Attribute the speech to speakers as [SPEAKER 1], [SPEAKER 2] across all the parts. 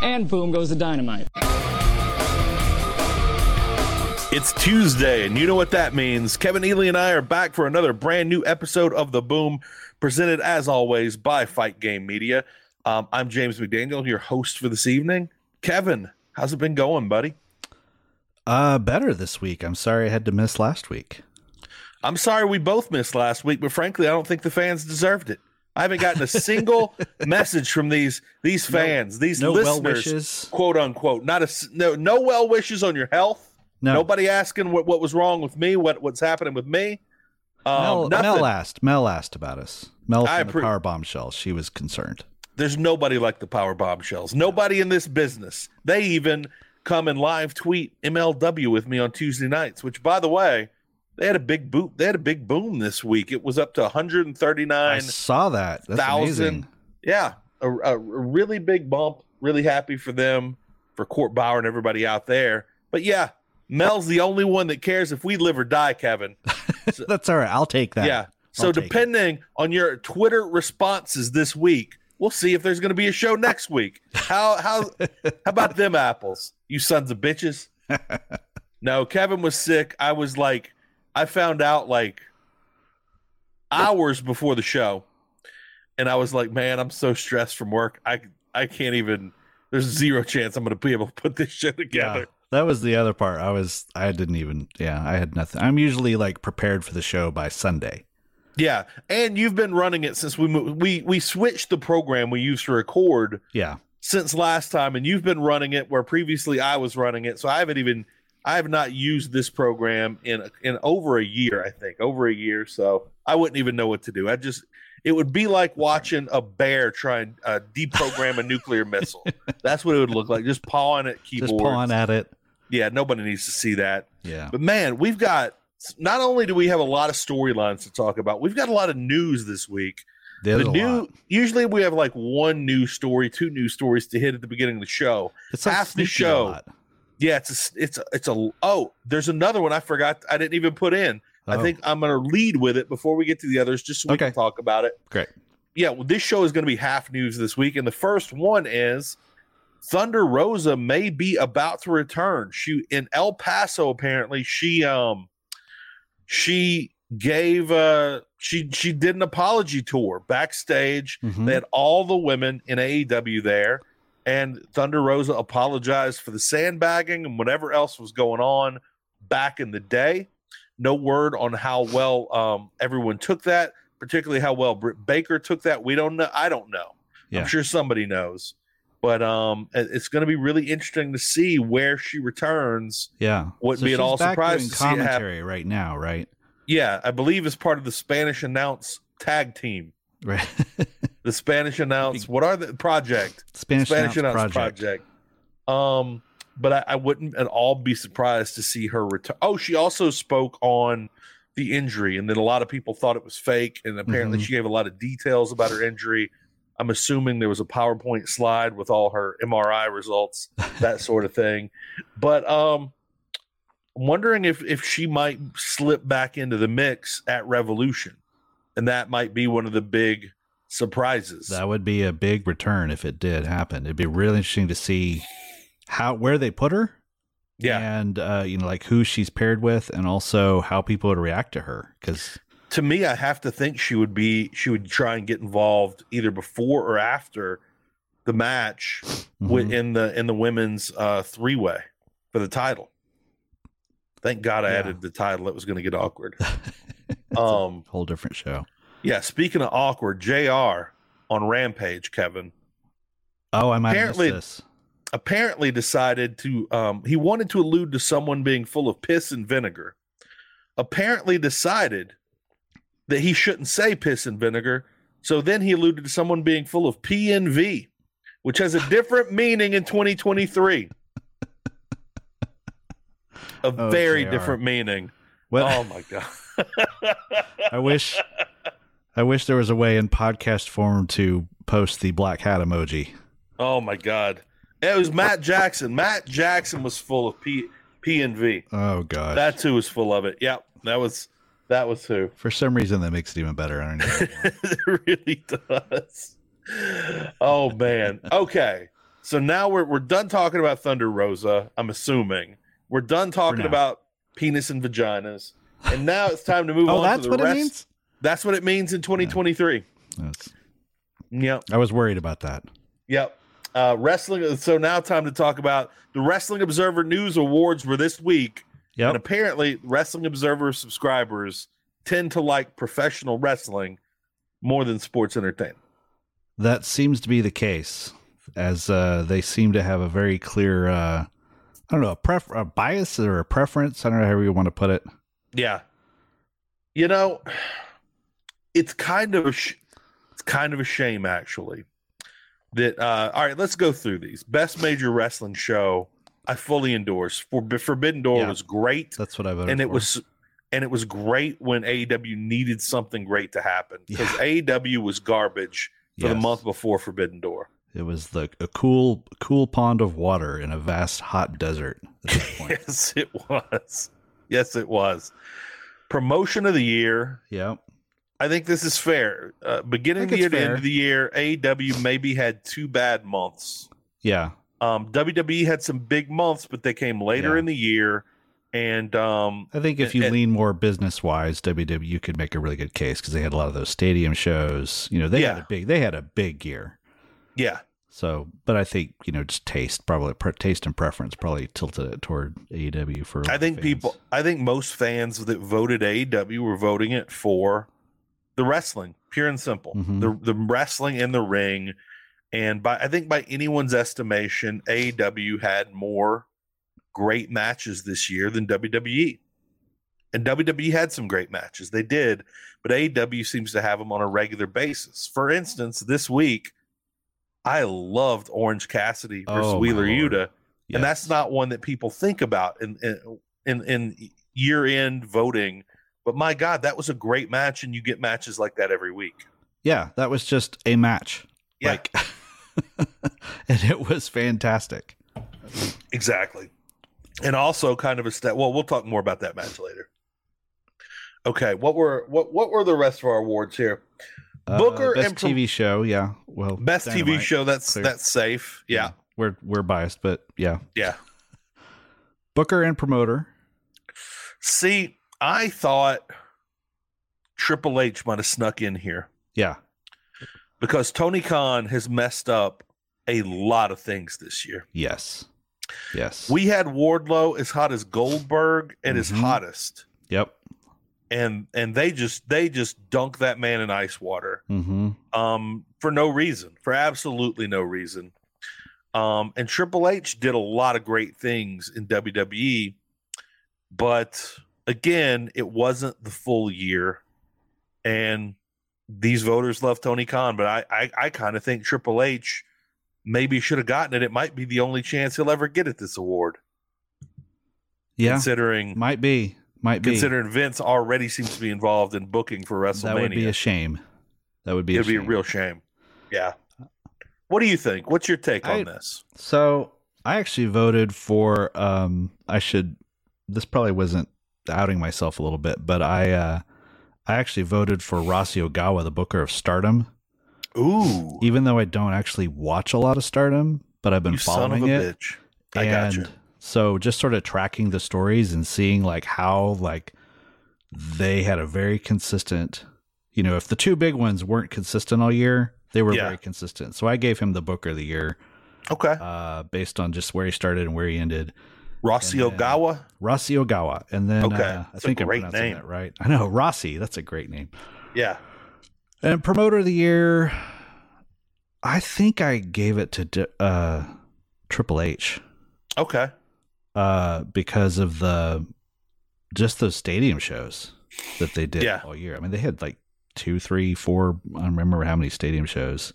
[SPEAKER 1] and boom goes the dynamite.
[SPEAKER 2] It's Tuesday, and you know what that means. Kevin Ely and I are back for another brand new episode of The Boom, presented as always by Fight Game Media. Um, I'm James McDaniel, your host for this evening. Kevin, how's it been going, buddy?
[SPEAKER 3] Uh, better this week. I'm sorry I had to miss last week.
[SPEAKER 2] I'm sorry we both missed last week, but frankly, I don't think the fans deserved it. I haven't gotten a single message from these these fans, these
[SPEAKER 3] no well
[SPEAKER 2] listeners,
[SPEAKER 3] wishes.
[SPEAKER 2] quote unquote. Not a s- no no well wishes on your health.
[SPEAKER 3] No,
[SPEAKER 2] Nobody asking what, what was wrong with me, what what's happening with me.
[SPEAKER 3] Mel,
[SPEAKER 2] Um,
[SPEAKER 3] Mel
[SPEAKER 2] nothing.
[SPEAKER 3] asked. Mel asked about us. Mel
[SPEAKER 2] I
[SPEAKER 3] from the
[SPEAKER 2] appro-
[SPEAKER 3] Power Bombshell. She was concerned.
[SPEAKER 2] There's nobody like the Power Bombshells. Nobody in this business. They even come and live tweet MLW with me on Tuesday nights. Which, by the way, they had a big boot. They had a big boom this week. It was up to 139.
[SPEAKER 3] I saw that. That's amazing.
[SPEAKER 2] thousand. Yeah, a, a- a really big bump. Really happy for them, for Court Bauer and everybody out there. But yeah, Mel's the only one that cares if we live or die, Kevin.
[SPEAKER 3] That's all right. I'll take that.
[SPEAKER 2] Yeah. So
[SPEAKER 3] I'll take it.
[SPEAKER 2] depending on your Twitter responses this week, we'll see if there's going to be a show next week. How how how about them apples? You sons of bitches. no, Kevin was sick. I was like I found out like hours before the show. And I was like, "Man, I'm so stressed from work. I I can't even there's zero chance I'm going to be able to put this show
[SPEAKER 3] Yeah.
[SPEAKER 2] together."
[SPEAKER 3] That was the other part. I was. I didn't even. Yeah. I had nothing. I'm usually like prepared for the show by Sunday.
[SPEAKER 2] Yeah, and you've been running it since we moved. We we switched the program we used to record
[SPEAKER 3] Yeah.
[SPEAKER 2] since last time, and you've been running it where previously I was running it. So I haven't even I have not used this program in in over a year. I think over a year. So I wouldn't even know what to do. I just it would be like watching a bear try and uh, deprogram a nuclear missile. That's what it would look like, just pawing at keyboards.
[SPEAKER 3] Just pawing at it.
[SPEAKER 2] yeah, nobody needs to see that.
[SPEAKER 3] Yeah.
[SPEAKER 2] But man, we've got not only do we have a lot of storylines to talk about, we've got a lot of news this week.
[SPEAKER 3] There's
[SPEAKER 2] the
[SPEAKER 3] a
[SPEAKER 2] new
[SPEAKER 3] lot.
[SPEAKER 2] usually we have like one news story, two news stories to hit at the beginning of the show.
[SPEAKER 3] It's like
[SPEAKER 2] half the
[SPEAKER 3] sneaky a
[SPEAKER 2] show.
[SPEAKER 3] lot.
[SPEAKER 2] Yeah, it's a, s- it's a, it's a oh, there's another one I forgot I didn't even put in. I
[SPEAKER 3] Oh,
[SPEAKER 2] think I'm going to lead with it before we get to the others just so we
[SPEAKER 3] Okay.
[SPEAKER 2] can talk about it.
[SPEAKER 3] Great.
[SPEAKER 2] Yeah, well, this show is going to be half news this week and the first one is Thunder Rosa may be about to return. She in El Paso apparently she um she gave uh she she did an apology tour backstage
[SPEAKER 3] Mhm.
[SPEAKER 2] they had all the women in AEW there, and Thunder Rosa apologized for the sandbagging and whatever else was going on back in the day. No word on how well um, everyone took that, particularly how well Britt Baker took that. We don't know. I don't know.
[SPEAKER 3] Yeah.
[SPEAKER 2] I'm sure somebody knows, but um, it- it's going to be really interesting to see where she returns.
[SPEAKER 3] Yeah.
[SPEAKER 2] Wouldn't be at
[SPEAKER 3] she's
[SPEAKER 2] all
[SPEAKER 3] back
[SPEAKER 2] surprised
[SPEAKER 3] doing
[SPEAKER 2] to see it happen.
[SPEAKER 3] commentary right now. Right.
[SPEAKER 2] Yeah, I believe as part of the Spanish announce tag team.
[SPEAKER 3] Right.
[SPEAKER 2] The Spanish announce what are the project?
[SPEAKER 3] Spanish,
[SPEAKER 2] Spanish
[SPEAKER 3] Announce
[SPEAKER 2] Announce Project. Um, but I, I wouldn't at all be surprised to see her return. Oh, she also spoke on the injury, and then a lot of people thought it was fake, and apparently
[SPEAKER 3] Mhm.
[SPEAKER 2] she gave a lot of details about her injury. I'm assuming there was a PowerPoint slide with all her MRI results, that sort of thing. But um, I'm wondering if if she might slip back into the mix at Revolution, and that might be one of the big surprises.
[SPEAKER 3] That would be a big return if it did happen. It'd be really interesting to see how where they put her.
[SPEAKER 2] yeah.
[SPEAKER 3] And uh, you know, like who she's paired with, and also how people would react to her. Because
[SPEAKER 2] to me i have to think she would be she would try and get involved either before or after the match
[SPEAKER 3] mm-hmm,
[SPEAKER 2] wi- in the in the women's uh three way for the title thank god i
[SPEAKER 3] Yeah.
[SPEAKER 2] added the title it was going to get awkward
[SPEAKER 3] it's
[SPEAKER 2] um
[SPEAKER 3] a whole different show.
[SPEAKER 2] yeah speaking of awkward jr on rampage kevin
[SPEAKER 3] Oh, I might
[SPEAKER 2] apparently-
[SPEAKER 3] apparently, this.
[SPEAKER 2] apparently decided to um, he wanted to allude to someone being full of piss and vinegar apparently decided that he shouldn't say piss and vinegar so then he alluded to someone being full of pnv which has a different meaning in 2023 a
[SPEAKER 3] Oh,
[SPEAKER 2] very
[SPEAKER 3] JR.
[SPEAKER 2] different meaning
[SPEAKER 3] Well,
[SPEAKER 2] oh my god Oh.
[SPEAKER 3] I wish, I wish there was a way in podcast form to post the black hat emoji.
[SPEAKER 2] oh my god it was matt jackson matt jackson was full of P- pnv
[SPEAKER 3] Oh god,
[SPEAKER 2] That's who was full of it. Yep, that was that was who.
[SPEAKER 3] for some reason that makes it even better. I don't know.
[SPEAKER 2] it really does. Oh man. Okay. So now we're we're done talking about Thunder Rosa. I'm assuming we're done talking
[SPEAKER 3] now.
[SPEAKER 2] about penis and vaginas, and now it's time to move
[SPEAKER 3] Oh,
[SPEAKER 2] on.
[SPEAKER 3] that's
[SPEAKER 2] to the
[SPEAKER 3] what
[SPEAKER 2] rest.
[SPEAKER 3] it means.
[SPEAKER 2] That's what it means in 2023.
[SPEAKER 3] That's,
[SPEAKER 2] Yep,
[SPEAKER 3] I was worried about that.
[SPEAKER 2] yep. Uh, wrestling. So now time to talk about the Wrestling Observer News Awards were this week, and
[SPEAKER 3] Yep.
[SPEAKER 2] apparently Wrestling Observer subscribers tend to like professional wrestling more than sports entertainment.
[SPEAKER 3] That seems to be the case, as uh, they seem to have a very clear, uh, I don't know, a, pref- a bias or a preference. I don't know how you want to put it.
[SPEAKER 2] Yeah. You know, it's kind of a sh- it's kind of a shame actually that uh all right, let's go through these. Best major wrestling show I fully endorse. For Forbidden Door
[SPEAKER 3] Yeah.
[SPEAKER 2] was great
[SPEAKER 3] That's what I voted
[SPEAKER 2] and it
[SPEAKER 3] for.
[SPEAKER 2] was and it was great when AEW needed something great to happen because AEW was garbage for the
[SPEAKER 3] Yes.
[SPEAKER 2] month before Forbidden Door.
[SPEAKER 3] It was the a cool cool pond of water in a vast hot desert. At that point.
[SPEAKER 2] Yes, it was. Yes, it was. Promotion of the year,
[SPEAKER 3] yep.
[SPEAKER 2] I think this is fair. Uh, beginning of
[SPEAKER 3] think
[SPEAKER 2] the year
[SPEAKER 3] it's
[SPEAKER 2] to end
[SPEAKER 3] fair.
[SPEAKER 2] of the year, AEW maybe had two bad months.
[SPEAKER 3] Yeah.
[SPEAKER 2] Um, WWE had some big months, but they came later
[SPEAKER 3] Yeah.
[SPEAKER 2] in the year. And um,
[SPEAKER 3] I think if you
[SPEAKER 2] And-
[SPEAKER 3] lean more business wise, WWE E, could make a really good case because they had a lot of those stadium shows. You know, they had
[SPEAKER 2] Yeah.
[SPEAKER 3] a big they had a big year.
[SPEAKER 2] yeah,
[SPEAKER 3] So, but I think you know, just taste probably pre- taste and preference probably tilted it toward AEW for. a lot
[SPEAKER 2] I
[SPEAKER 3] of
[SPEAKER 2] think
[SPEAKER 3] fans.
[SPEAKER 2] people, I think most fans that voted AEW were voting it for the wrestling, pure and simple,
[SPEAKER 3] Mhm.
[SPEAKER 2] the the wrestling in the ring. And by I think by anyone's estimation, AEW had more great matches this year than WWE. And WWE had some great matches. They did, but AEW seems to have them on a regular basis. For instance, this week, I loved Orange Cassidy versus
[SPEAKER 3] Oh, my
[SPEAKER 2] Wheeler
[SPEAKER 3] Lord.
[SPEAKER 2] Yuta
[SPEAKER 3] Yes.
[SPEAKER 2] and that's not one that people think about in in in, in year end voting. But my God, that was a great match, and you get matches like that every week.
[SPEAKER 3] yeah, that was just a match.
[SPEAKER 2] Yeah,
[SPEAKER 3] Like, and it was fantastic.
[SPEAKER 2] exactly. And also, kind of a step. Well, we'll talk more about that match later. Okay, what were what what were the rest of our awards here? Booker
[SPEAKER 3] Uh, best
[SPEAKER 2] and pro-
[SPEAKER 3] TV show. Yeah. Well,
[SPEAKER 2] Best TV
[SPEAKER 3] Dynamite.
[SPEAKER 2] show. That's
[SPEAKER 3] Clear.
[SPEAKER 2] that's safe. Yeah,
[SPEAKER 3] We're we're biased, but yeah.
[SPEAKER 2] yeah.
[SPEAKER 3] Booker and promoter.
[SPEAKER 2] See, I thought Triple H might have snuck in here.
[SPEAKER 3] Yeah.
[SPEAKER 2] because Tony Khan has messed up a lot of things this year.
[SPEAKER 3] Yes. Yes.
[SPEAKER 2] We had Wardlow as hot as Goldberg and his
[SPEAKER 3] Mhm.
[SPEAKER 2] hottest,
[SPEAKER 3] Yep.
[SPEAKER 2] and and they just they just dunk that man in ice water
[SPEAKER 3] Mm-hmm.
[SPEAKER 2] um, for no reason, for absolutely no reason. Um, and Triple H did a lot of great things in WWE, but again, it wasn't the full year, and these voters love Tony Khan. But I, I, I kind of think Triple H maybe should have gotten it. It might be the only chance he'll ever get at this award,
[SPEAKER 3] Yeah.
[SPEAKER 2] considering
[SPEAKER 3] Might be. Might be.
[SPEAKER 2] considering Vince already seems to be involved in booking for WrestleMania.
[SPEAKER 3] that would be a shame. That would be.
[SPEAKER 2] It'd
[SPEAKER 3] a
[SPEAKER 2] be a
[SPEAKER 3] shame. Uh,
[SPEAKER 2] real shame. Yeah. What do you think? What's your take
[SPEAKER 3] I-
[SPEAKER 2] on this?
[SPEAKER 3] So I actually voted for. Um, I should. This probably wasn't outing myself a little bit, but I. Uh, I actually voted for Rossi Ogawa, the Booker of Stardom,
[SPEAKER 2] Ooh,
[SPEAKER 3] even though I don't actually watch a lot of Stardom, but I've been
[SPEAKER 2] you son
[SPEAKER 3] following
[SPEAKER 2] of a
[SPEAKER 3] it.
[SPEAKER 2] bitch! I gotcha.
[SPEAKER 3] So just sort of tracking the stories and seeing like how like they had a very consistent, you know, if the two big ones weren't consistent all year, they were
[SPEAKER 2] Yeah.
[SPEAKER 3] very consistent. So I gave him the Booker of the Year
[SPEAKER 2] Okay,
[SPEAKER 3] uh, based on just where he started and where he ended.
[SPEAKER 2] Rossi
[SPEAKER 3] and then-
[SPEAKER 2] Ogawa.
[SPEAKER 3] Rossi Ogawa, and then
[SPEAKER 2] Okay.
[SPEAKER 3] uh, I
[SPEAKER 2] That's a
[SPEAKER 3] think I'm
[SPEAKER 2] great
[SPEAKER 3] pronouncing
[SPEAKER 2] name.
[SPEAKER 3] that right. I know Rossi, that's a great name.
[SPEAKER 2] Yeah,
[SPEAKER 3] And promoter of the year, I think I gave it to D- uh, Triple H.
[SPEAKER 2] okay,
[SPEAKER 3] uh, because of the just those stadium shows that they did
[SPEAKER 2] Yeah.
[SPEAKER 3] all year. I mean, they had like two, three, four. I don't remember how many stadium shows.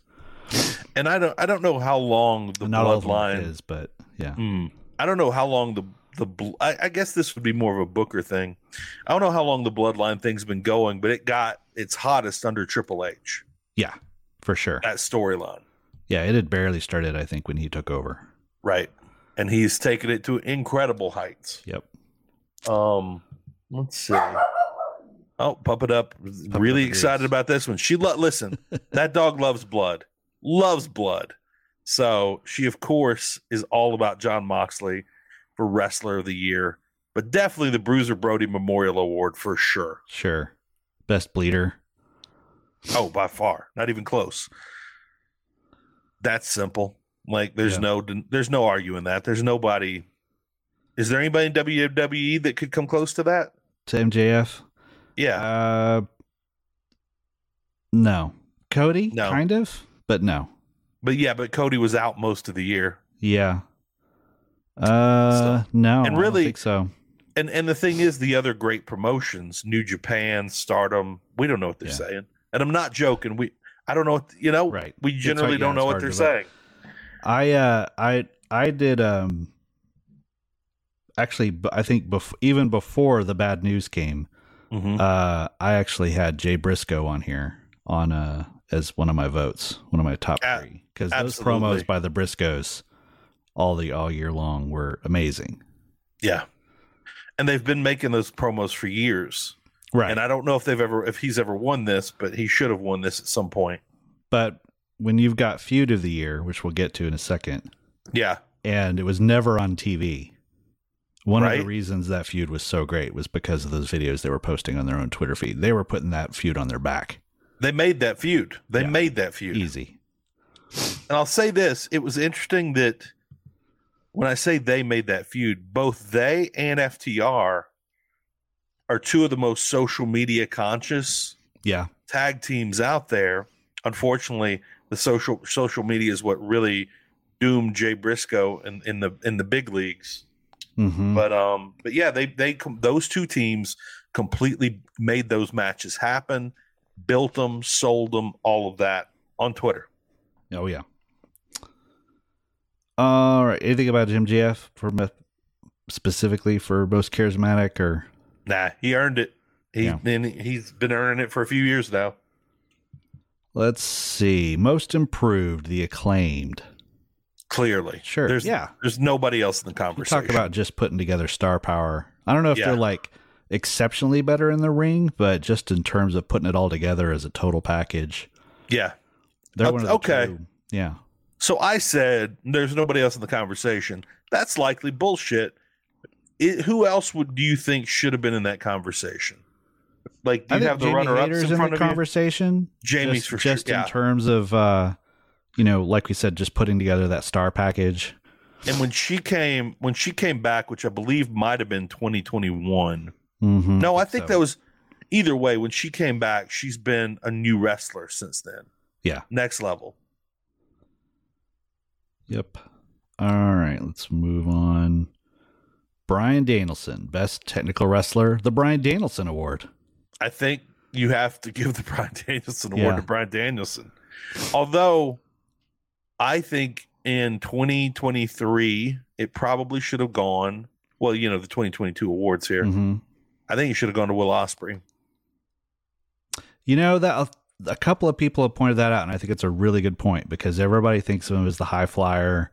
[SPEAKER 2] and I don't I don't know how long the
[SPEAKER 3] Not all of them
[SPEAKER 2] bloodline.
[SPEAKER 3] is, but yeah,
[SPEAKER 2] Hmm. I don't know how long the the bl- I, I guess this would be more of a Booker thing. I don't know how long the bloodline thing's been going, but it got its hottest under Triple H.
[SPEAKER 3] yeah, for sure.
[SPEAKER 2] That storyline,
[SPEAKER 3] Yeah, it had barely started, I think, when he took over.
[SPEAKER 2] right? And he's taken it to incredible heights.
[SPEAKER 3] Yep.
[SPEAKER 2] Um, let's see. Oh, pump it up! really
[SPEAKER 3] Up it
[SPEAKER 2] excited
[SPEAKER 3] is.
[SPEAKER 2] about this one. She lo- listen. that dog loves blood. Loves blood. So she, of course, is all about John Moxley for Wrestler of the Year, but definitely the Bruiser Brody Memorial Award for sure.
[SPEAKER 3] Sure. Best bleeder.
[SPEAKER 2] Oh, by far, not even close. That's simple. Like there's
[SPEAKER 3] Yeah.
[SPEAKER 2] no there's no arguing that. There's nobody. Is there anybody in WWE that could come close to that?
[SPEAKER 3] To MJF?
[SPEAKER 2] Yeah,
[SPEAKER 3] Uh, no. Cody?
[SPEAKER 2] No.
[SPEAKER 3] Kind of, but no.
[SPEAKER 2] but yeah, but Cody was out most of the year,
[SPEAKER 3] Yeah. Uh, no.
[SPEAKER 2] and
[SPEAKER 3] I don't
[SPEAKER 2] really-
[SPEAKER 3] think so.
[SPEAKER 2] and and the thing is, the other great promotions, New Japan, Stardom, we don't know what they're
[SPEAKER 3] Yeah.
[SPEAKER 2] saying, and I'm not joking. We I don't know what you know.
[SPEAKER 3] Right.
[SPEAKER 2] We
[SPEAKER 3] It's
[SPEAKER 2] generally
[SPEAKER 3] hard- yeah,
[SPEAKER 2] don't know
[SPEAKER 3] it's
[SPEAKER 2] what
[SPEAKER 3] hard
[SPEAKER 2] they're
[SPEAKER 3] to look.
[SPEAKER 2] saying.
[SPEAKER 3] I uh I I did um actually b- I think bef- even before the bad news came
[SPEAKER 2] Mhm.
[SPEAKER 3] uh I actually had Jay Briscoe on here on uh as one of my votes one of my top
[SPEAKER 2] A-
[SPEAKER 3] 3 cuz those
[SPEAKER 2] absolutely.
[SPEAKER 3] promos by the Briscoes all the all year long were amazing.
[SPEAKER 2] Yeah, and they've been making those promos for years.
[SPEAKER 3] Right.
[SPEAKER 2] And I don't know if they've ever if he's ever won this, but he should have won this at some point.
[SPEAKER 3] but when you've got feud of the year which we'll get to in a second
[SPEAKER 2] Yeah.
[SPEAKER 3] and it was never on TV. One of
[SPEAKER 2] Right.
[SPEAKER 3] the reasons that feud was so great was because of those videos they were posting on their own Twitter feed. They were putting that feud on their back.
[SPEAKER 2] They made that feud. They
[SPEAKER 3] Yeah.
[SPEAKER 2] made that feud.
[SPEAKER 3] Easy.
[SPEAKER 2] And I'll say this, it was interesting that when I say they made that feud, both they and FTR are two of the most social media conscious
[SPEAKER 3] Yeah.
[SPEAKER 2] tag teams out there. Unfortunately, the social social media is what really doomed Jay Briscoe in, in the in the big leagues.
[SPEAKER 3] hmm
[SPEAKER 2] But um, but yeah, they they com- those two teams completely made those matches happen, built them, sold them, all of that on Twitter.
[SPEAKER 3] oh, yeah. All right. Anything about MJF for me- specifically for most charismatic or
[SPEAKER 2] Nah, he earned it. He's
[SPEAKER 3] Yeah.
[SPEAKER 2] been he's been earning it for a few years now.
[SPEAKER 3] let's see, most improved, the acclaimed.
[SPEAKER 2] Clearly,
[SPEAKER 3] Sure.
[SPEAKER 2] There's
[SPEAKER 3] yeah.
[SPEAKER 2] there's nobody else in the
[SPEAKER 3] We
[SPEAKER 2] conversation.
[SPEAKER 3] talk about just putting together star power. I don't know if
[SPEAKER 2] Yeah.
[SPEAKER 3] they're like exceptionally better in the ring, but just in terms of putting it all together as a total package,
[SPEAKER 2] yeah.
[SPEAKER 3] they're
[SPEAKER 2] Okay-
[SPEAKER 3] one of the
[SPEAKER 2] Uh, okay.
[SPEAKER 3] two- Yeah,
[SPEAKER 2] So I said there's nobody else in the conversation. That's likely bullshit. It, who else would do you think should have been in that conversation? Like, do
[SPEAKER 3] I
[SPEAKER 2] you
[SPEAKER 3] think
[SPEAKER 2] have the
[SPEAKER 3] Jamie
[SPEAKER 2] runner ups
[SPEAKER 3] Hayter's
[SPEAKER 2] in
[SPEAKER 3] in
[SPEAKER 2] front
[SPEAKER 3] the
[SPEAKER 2] of you?
[SPEAKER 3] conversation.
[SPEAKER 2] Jamie's
[SPEAKER 3] just,
[SPEAKER 2] for sure.
[SPEAKER 3] just
[SPEAKER 2] yeah.
[SPEAKER 3] in terms of uh, you know, like we said, just putting together that star package.
[SPEAKER 2] And when she came, when she came back, which I believe might have been 2021.
[SPEAKER 3] Mm-hmm.
[SPEAKER 2] No, I think that was either way. When she came back, she's been a new wrestler since then.
[SPEAKER 3] Yeah.
[SPEAKER 2] next level.
[SPEAKER 3] Yep. All right, let's move on. Brian Danielson, best technical wrestler, the Brian Danielson Award.
[SPEAKER 2] I think you have to give the Brian Danielson
[SPEAKER 3] Yeah.
[SPEAKER 2] award to Brian Danielson. Although, I think in 2023 it probably should have gone. Well, you know the 2022 awards here.
[SPEAKER 3] Mm-hmm.
[SPEAKER 2] I think it should have gone to Will Osprey.
[SPEAKER 3] You know that a couple of people have pointed that out, and I think it's a really good point because everybody thinks of him as the high flyer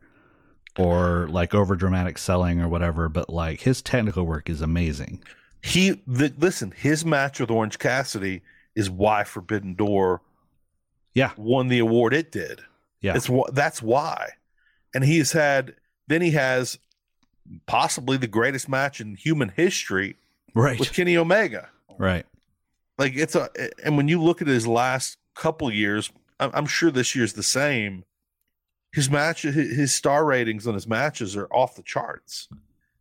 [SPEAKER 3] or like over dramatic selling or whatever, but like his technical work is amazing.
[SPEAKER 2] he th- listen his match with orange cassidy is why forbidden door
[SPEAKER 3] Yeah.
[SPEAKER 2] won the award it did
[SPEAKER 3] Yeah.
[SPEAKER 2] it's wh- that's why and he's had then he has possibly the greatest match in human history
[SPEAKER 3] Right.
[SPEAKER 2] with kenny omega
[SPEAKER 3] right.
[SPEAKER 2] like it's a and when you look at his last couple years i'm, I'm sure this year's the same his match his- his star ratings on his matches are off the charts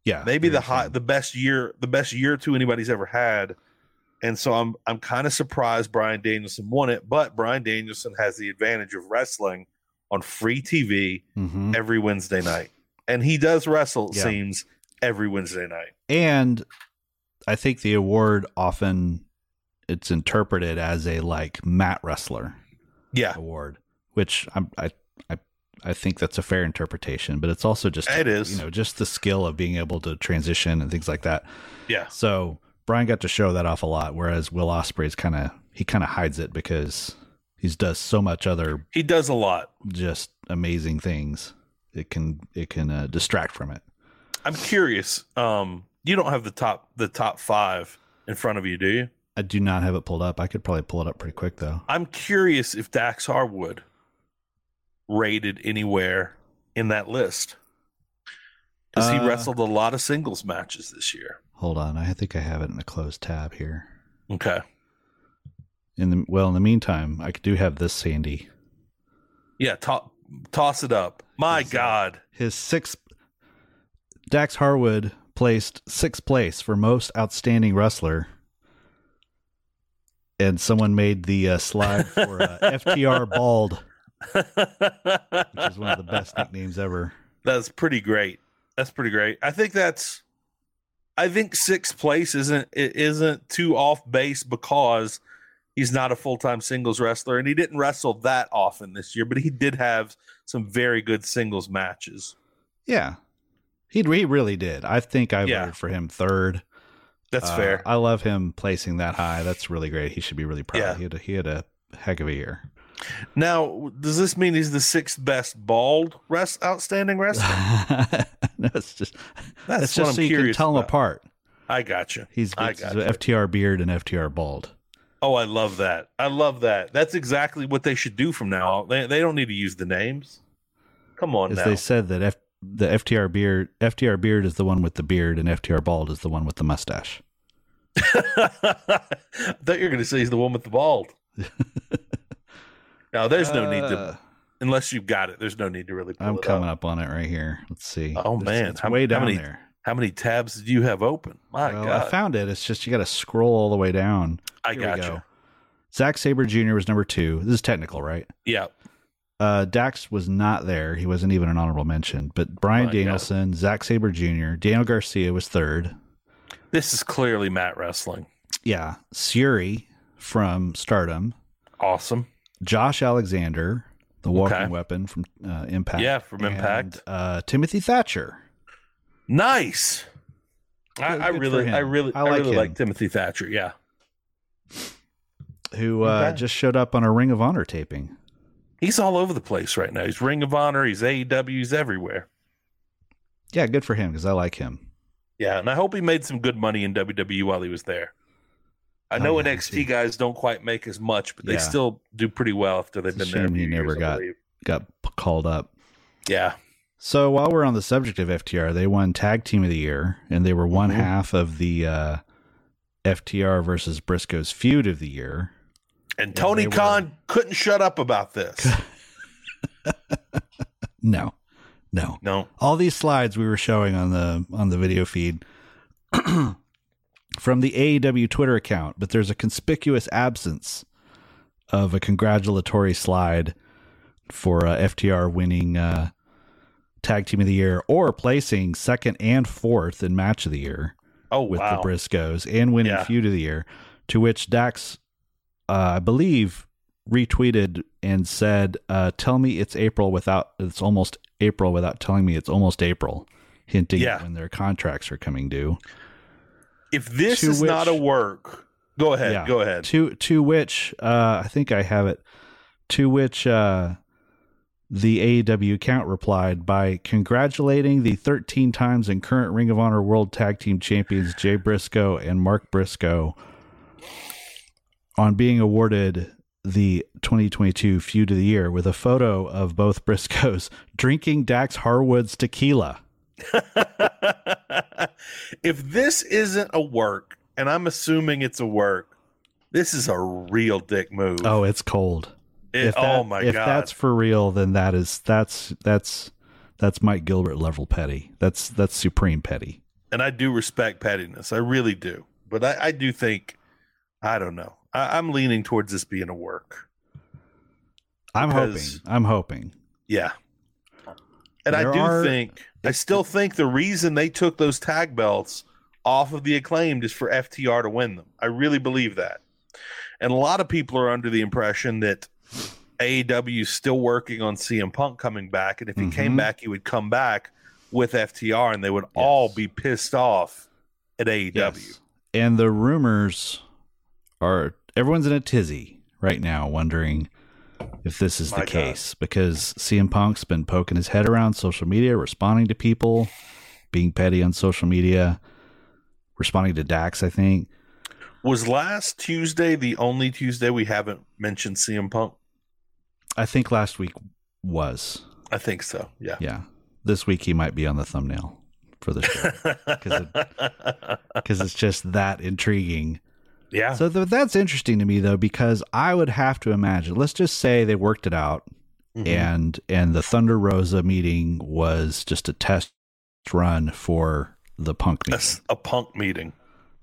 [SPEAKER 3] Yeah.
[SPEAKER 2] maybe the
[SPEAKER 3] very
[SPEAKER 2] hot
[SPEAKER 3] true.
[SPEAKER 2] the best year the best year or two anybody's ever had and so i'm i'm kind of surprised brian danielson won it but brian danielson has the advantage of wrestling on free tv
[SPEAKER 3] Mhm.
[SPEAKER 2] every wednesday night and he does wrestle it
[SPEAKER 3] Yeah.
[SPEAKER 2] seems every wednesday night
[SPEAKER 3] And I think the award often it's interpreted as a like mat wrestler
[SPEAKER 2] yeah
[SPEAKER 3] award, which I'm, I I I think that's a fair interpretation, but it's also just
[SPEAKER 2] it is
[SPEAKER 3] you know just the skill of being able to transition and things like that.
[SPEAKER 2] yeah
[SPEAKER 3] So Brian got to show that off a lot, whereas Will Osprey's kind of he kind of hides it because he's does so much other
[SPEAKER 2] he does a lot
[SPEAKER 3] just amazing things. It can it can uh, distract from it.
[SPEAKER 2] i'm curious um you don't have the top the top five in front of you do you
[SPEAKER 3] I do not have it pulled up. I could probably pull it up pretty quick though.
[SPEAKER 2] i'm curious if dax harwood rated anywhere in that list because
[SPEAKER 3] Uh,
[SPEAKER 2] he wrestled a lot of singles matches this year.
[SPEAKER 3] Hold on, I think I have it in a closed tab here.
[SPEAKER 2] Okay,
[SPEAKER 3] In the well, in the meantime, I do have this Sandy.
[SPEAKER 2] yeah, to- toss it up. My
[SPEAKER 3] Yes, sir.
[SPEAKER 2] God,
[SPEAKER 3] His sixth Dax Harwood placed sixth place for most outstanding wrestler. And someone made the uh, slide for uh, FTR Bald, which is one of the best nicknames ever.
[SPEAKER 2] That's pretty great. That's pretty great. I think that's I think sixth place isn't it isn't too off base because he's not a full-time singles wrestler and he didn't wrestle that often this year, but he did have some very good singles matches.
[SPEAKER 3] Yeah, he he really did. I think I
[SPEAKER 2] Yeah.
[SPEAKER 3] voted for him third.
[SPEAKER 2] That's
[SPEAKER 3] Uh,
[SPEAKER 2] fair.
[SPEAKER 3] I love him placing that high. That's really great. He should be really proud.
[SPEAKER 2] Yeah.
[SPEAKER 3] He, had a, he had a heck of a year.
[SPEAKER 2] Now, does this mean he's the sixth best bald rest outstanding wrestler?
[SPEAKER 3] no, it's just
[SPEAKER 2] That's
[SPEAKER 3] it's
[SPEAKER 2] what
[SPEAKER 3] just
[SPEAKER 2] I'm
[SPEAKER 3] so you can
[SPEAKER 2] curious
[SPEAKER 3] tell them
[SPEAKER 2] about.
[SPEAKER 3] apart.
[SPEAKER 2] I gotcha.
[SPEAKER 3] He's,
[SPEAKER 2] I
[SPEAKER 3] he's
[SPEAKER 2] gotcha.
[SPEAKER 3] FTR beard and FTR bald.
[SPEAKER 2] Oh, I love that. I love that. That's exactly what they should do from now on. They, they don't need to use the names. Come on
[SPEAKER 3] As
[SPEAKER 2] now.
[SPEAKER 3] they said that F, the FTR beard FTR beard is the one with the beard and FTR bald is the one with the mustache.
[SPEAKER 2] I thought you were going to say he's the one with the bald. no, there's no need to,
[SPEAKER 3] Uh,
[SPEAKER 2] unless you've got it, there's no need to really pull
[SPEAKER 3] I'm
[SPEAKER 2] it
[SPEAKER 3] coming
[SPEAKER 2] up.
[SPEAKER 3] up. on it right here. Let's see.
[SPEAKER 2] Oh,
[SPEAKER 3] It's-
[SPEAKER 2] man.
[SPEAKER 3] it's
[SPEAKER 2] How-
[SPEAKER 3] way
[SPEAKER 2] how
[SPEAKER 3] down
[SPEAKER 2] many-
[SPEAKER 3] there.
[SPEAKER 2] How many tabs do you have open? My
[SPEAKER 3] Well, I
[SPEAKER 2] God.
[SPEAKER 3] found it. It's just you got to scroll all the way down.
[SPEAKER 2] I
[SPEAKER 3] Here we
[SPEAKER 2] got
[SPEAKER 3] go.
[SPEAKER 2] you.
[SPEAKER 3] Zack Saber Jr. was number two. This is technical, right?
[SPEAKER 2] Yeah.
[SPEAKER 3] Uh, Dax was not there. He wasn't even an honorable mention. But
[SPEAKER 2] Oh,
[SPEAKER 3] Brian
[SPEAKER 2] my God.
[SPEAKER 3] Danielson, Zack Saber Jr., Daniel Garcia was third.
[SPEAKER 2] This is clearly Matt Wrestling.
[SPEAKER 3] Yeah, Suri from Stardom,
[SPEAKER 2] Awesome.
[SPEAKER 3] Josh Alexander, the Walking
[SPEAKER 2] Okay.
[SPEAKER 3] Weapon from uh, Impact.
[SPEAKER 2] Yeah, from Impact.
[SPEAKER 3] and, uh, Timothy Thatcher.
[SPEAKER 2] Nice. I,
[SPEAKER 3] Good-
[SPEAKER 2] I
[SPEAKER 3] good for
[SPEAKER 2] really, I
[SPEAKER 3] him.
[SPEAKER 2] really,
[SPEAKER 3] I
[SPEAKER 2] I,
[SPEAKER 3] like
[SPEAKER 2] really
[SPEAKER 3] him.
[SPEAKER 2] like Timothy Thatcher. Yeah.
[SPEAKER 3] Who uh,
[SPEAKER 2] Okay.
[SPEAKER 3] just showed up on a Ring of Honor taping?
[SPEAKER 2] He's all over the place right now. He's Ring of Honor. He's AEW. He's everywhere.
[SPEAKER 3] Yeah, good for him because I like him.
[SPEAKER 2] Yeah, and I hope he made some good money in WWE while he was there. I
[SPEAKER 3] Oh,
[SPEAKER 2] know
[SPEAKER 3] yeah, I see.
[SPEAKER 2] NXT guys don't quite make as much, but they
[SPEAKER 3] Yeah.
[SPEAKER 2] still do pretty well after they've
[SPEAKER 3] It's a
[SPEAKER 2] been there. a
[SPEAKER 3] shame
[SPEAKER 2] few
[SPEAKER 3] he never
[SPEAKER 2] years, I
[SPEAKER 3] got-
[SPEAKER 2] believe.
[SPEAKER 3] Got p- called up.
[SPEAKER 2] Yeah,
[SPEAKER 3] So while we're on the subject of FTR, they won Tag Team of the Year, and they were one
[SPEAKER 2] Mhm.
[SPEAKER 3] half of the uh, FTR versus Briscoes feud of the year.
[SPEAKER 2] and
[SPEAKER 3] Yeah,
[SPEAKER 2] Tony
[SPEAKER 3] they were-
[SPEAKER 2] Khan couldn't shut up about this.
[SPEAKER 3] No, no.
[SPEAKER 2] no,
[SPEAKER 3] All these slides we were showing on the on the video feed from the AEW Twitter account, but there's a conspicuous absence of a congratulatory slide for uh, FTR winning uh, Tag Team of the Year or placing second and fourth in Match of the Year.
[SPEAKER 2] oh
[SPEAKER 3] with
[SPEAKER 2] wow,
[SPEAKER 3] the Briscoes and winning
[SPEAKER 2] Yeah.
[SPEAKER 3] feud of the year. To which Dax, uh, I believe, retweeted and said, uh, "Tell me it's April without it's almost April without telling me it's almost April," hinting
[SPEAKER 2] Yeah.
[SPEAKER 3] at when their contracts are coming due.
[SPEAKER 2] if this
[SPEAKER 3] to
[SPEAKER 2] is not a
[SPEAKER 3] which-
[SPEAKER 2] work, go ahead,
[SPEAKER 3] Yeah.
[SPEAKER 2] go ahead.
[SPEAKER 3] To to which uh, I think I have it. To which uh, the AEW account replied by congratulating the 13 times and current Ring of Honor World Tag Team Champions Jay Briscoe and Mark Briscoe on being awarded the 2022 Feud of the Year with a photo of both Briscoes drinking Dax Harwood's tequila.
[SPEAKER 2] if this isn't a work, and I'm assuming it's a work, this is a real dick move.
[SPEAKER 3] Oh, it's cold.
[SPEAKER 2] It-
[SPEAKER 3] that-
[SPEAKER 2] oh my
[SPEAKER 3] if
[SPEAKER 2] god,
[SPEAKER 3] that's for real, then that is that's that's that's Mike Gilbert level petty. That's that's supreme petty.
[SPEAKER 2] and I do respect pettiness. I really do. But I, I do think, I don't know. I, I'm leaning towards this being a work.
[SPEAKER 3] I'm
[SPEAKER 2] Because-
[SPEAKER 3] hoping. I'm hoping.
[SPEAKER 2] Yeah. And I
[SPEAKER 3] There
[SPEAKER 2] do
[SPEAKER 3] are-
[SPEAKER 2] think, I still think the reason they took those tag belts off of the acclaimed is for FTR to win them. I really believe that. And a lot of people are under the impression that AEW is still working on CM Punk coming back. And if he
[SPEAKER 3] Mhm.
[SPEAKER 2] came back, he would come back with FTR and they would all be pissed off at E AEW.
[SPEAKER 3] Yes. And the rumors are everyone's in a tizzy right now, wondering if this is
[SPEAKER 2] My
[SPEAKER 3] the
[SPEAKER 2] God.
[SPEAKER 3] case because CM Punk's been poking his head around social media, responding to people, being petty on social media, responding to Dax. I think.
[SPEAKER 2] Was last Tuesday the only Tuesday we haven't mentioned CM Punk?
[SPEAKER 3] I think last week was.
[SPEAKER 2] I think so. Yeah.
[SPEAKER 3] Yeah. This week he might be on the thumbnail for the show because it's just that intriguing.
[SPEAKER 2] yeah.
[SPEAKER 3] So th- that's interesting to me though because I would have to imagine. Let's just say they worked it out
[SPEAKER 2] Mhm.
[SPEAKER 3] and and the Thunder Rosa meeting was just a test run for the punk
[SPEAKER 2] A
[SPEAKER 3] meeting.
[SPEAKER 2] s- a punk meeting.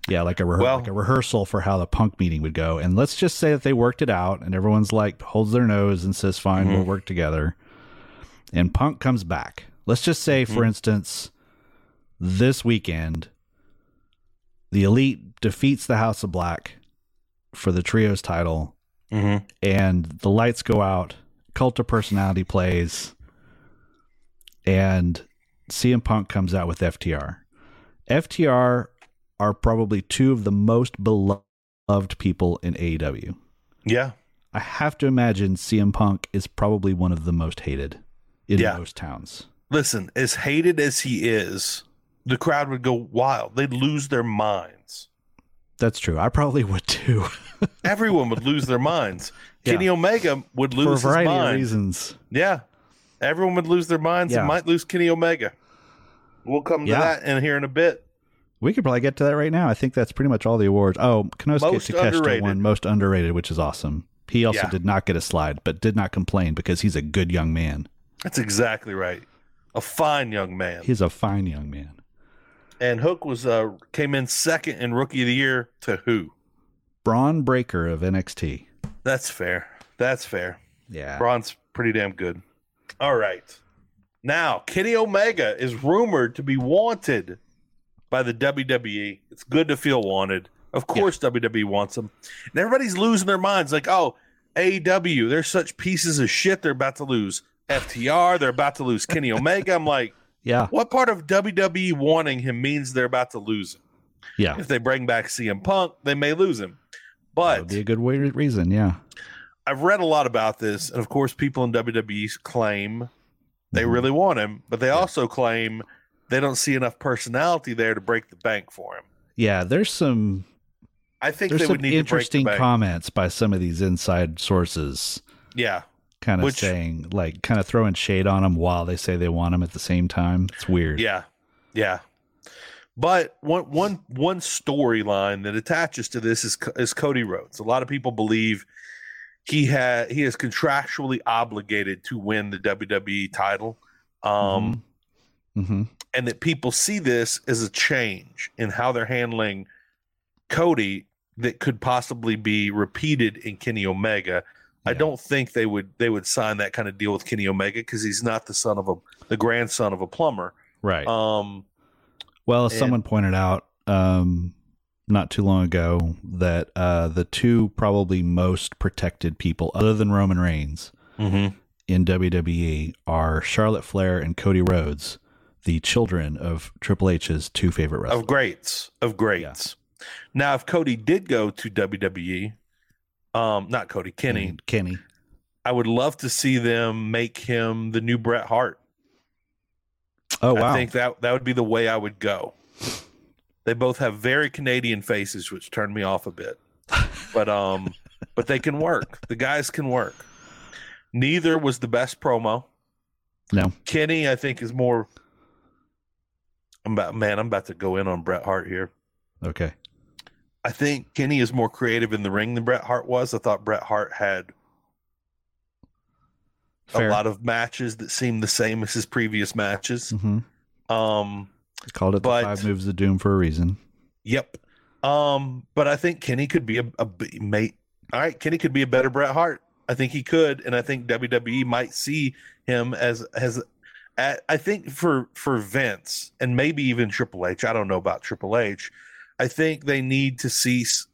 [SPEAKER 3] Yeah, like a rehe-
[SPEAKER 2] Well-
[SPEAKER 3] like a rehearsal for how the punk meeting would go. And let's just say that they worked it out and everyone's like holds their nose and says, "Fine, we'll work together." And punk comes back. Let's just say for instance this weekend the Elite defeats the House of Black for the trios title
[SPEAKER 2] Mm-hmm.
[SPEAKER 3] and the lights go out, cult of personality plays, and CM Punk comes out with FTR. FTR are probably two of the most beloved people in AEW.
[SPEAKER 2] Yeah.
[SPEAKER 3] I have to imagine CM Punk is probably one of the most hated in
[SPEAKER 2] Yeah.
[SPEAKER 3] most towns.
[SPEAKER 2] Listen, as hated as he is, the crowd would go wild. They'd lose their minds.
[SPEAKER 3] That's true. I probably would too.
[SPEAKER 2] Everyone would lose their minds.
[SPEAKER 3] Yeah.
[SPEAKER 2] Kenny Omega would
[SPEAKER 3] For a
[SPEAKER 2] lose his
[SPEAKER 3] variety of
[SPEAKER 2] mind.
[SPEAKER 3] reasons.
[SPEAKER 2] Yeah. Everyone would lose their minds
[SPEAKER 3] Yeah.
[SPEAKER 2] and might lose Kenny Omega. We'll come to
[SPEAKER 3] Yeah.
[SPEAKER 2] that in here in a bit.
[SPEAKER 3] We could probably get to that right now. I think that's pretty much all the awards. Oh, Kanosuke
[SPEAKER 2] Most
[SPEAKER 3] Takeshita
[SPEAKER 2] underrated.
[SPEAKER 3] won most underrated, which is awesome. He also
[SPEAKER 2] Yeah.
[SPEAKER 3] did not get a slide, but did not complain because he's a good young man.
[SPEAKER 2] That's exactly right. A fine young man.
[SPEAKER 3] He's a fine young man.
[SPEAKER 2] and Hook was uh came in second in rookie of the year to who?
[SPEAKER 3] Braun Breaker of NXT.
[SPEAKER 2] That's fair. That's fair.
[SPEAKER 3] Yeah.
[SPEAKER 2] Braun's pretty damn good. All right. Now, Kenny Omega is rumored to be wanted by the WWE. It's good to feel wanted. Of course, WWE wants him. And everybody's losing their minds like, oh, AEW, they're such pieces of shit. They're about to lose FTR. They're about to lose Kenny Omega. I'm like,
[SPEAKER 3] Yeah.
[SPEAKER 2] what part of WWE wanting him means they're about to lose him?
[SPEAKER 3] Yeah.
[SPEAKER 2] If they bring back CM Punk, they may lose him.
[SPEAKER 3] That
[SPEAKER 2] But
[SPEAKER 3] would be a good way, reason. Yeah.
[SPEAKER 2] I've read a lot about this, and of course, people in WWE claim they
[SPEAKER 3] Mhm.
[SPEAKER 2] really want him, but they also claim they don't see enough personality there to break the bank for him.
[SPEAKER 3] Yeah. There's some
[SPEAKER 2] I think
[SPEAKER 3] there's
[SPEAKER 2] they
[SPEAKER 3] some
[SPEAKER 2] would need to
[SPEAKER 3] interesting
[SPEAKER 2] break the bank.
[SPEAKER 3] comments by some of these inside sources
[SPEAKER 2] yeah,
[SPEAKER 3] kind of
[SPEAKER 2] Which-
[SPEAKER 3] saying like kind of throwing shade on him while they say they want him at the same time. It's weird.
[SPEAKER 2] yeah, yeah. But one one one storyline that attaches to this is is Cody Rhodes. A lot of people believe he had he is contractually obligated to win the WWE title. Um,
[SPEAKER 3] Mm-hmm. hmm
[SPEAKER 2] and that people see this as a change in how they're handling Cody that could possibly be repeated in Kenny Omega. I
[SPEAKER 3] Yeah.
[SPEAKER 2] don't think they would they would sign that kind of deal with Kenny Omega because he's not the son of a the grandson of a plumber.
[SPEAKER 3] Right.
[SPEAKER 2] Um,
[SPEAKER 3] Well, as
[SPEAKER 2] And-
[SPEAKER 3] someone pointed out um, not too long ago that uh, the two probably most protected people, other than Roman Reigns, in WWE are Charlotte Flair and Cody Rhodes, the children of Triple H's two favorite wrestlers.
[SPEAKER 2] of greats of greats. Now, if Cody did go to WWE, um, not Cody Kenny,
[SPEAKER 3] And Kenny.
[SPEAKER 2] I would love to see them make him the new Bret Hart.
[SPEAKER 3] Oh wow.
[SPEAKER 2] I think that that would be the way I would go. They both have very Canadian faces, which turned me off a bit. But um, but they can work. The guys can work. Neither was the best promo.
[SPEAKER 3] No.
[SPEAKER 2] Kenny, I think, is more. I'm about man. I'm about to go in on Bret Hart here.
[SPEAKER 3] okay.
[SPEAKER 2] I think Kenny is more creative in the ring than Bret Hart was. I thought Bret Hart had
[SPEAKER 3] Fair.
[SPEAKER 2] a lot of matches that seemed the same as his previous matches.
[SPEAKER 3] Mhm.
[SPEAKER 2] Um,
[SPEAKER 3] They Called it
[SPEAKER 2] But-
[SPEAKER 3] the five moves of doom for a reason.
[SPEAKER 2] Yep. Um, but I think Kenny could be a, a b- mate. All right, Kenny could be a better Bret Hart. I think he could, and I think WWE might see him as as. At, I think for for Vince and maybe even Triple H. I don't know about Triple H. I think they need to see. s-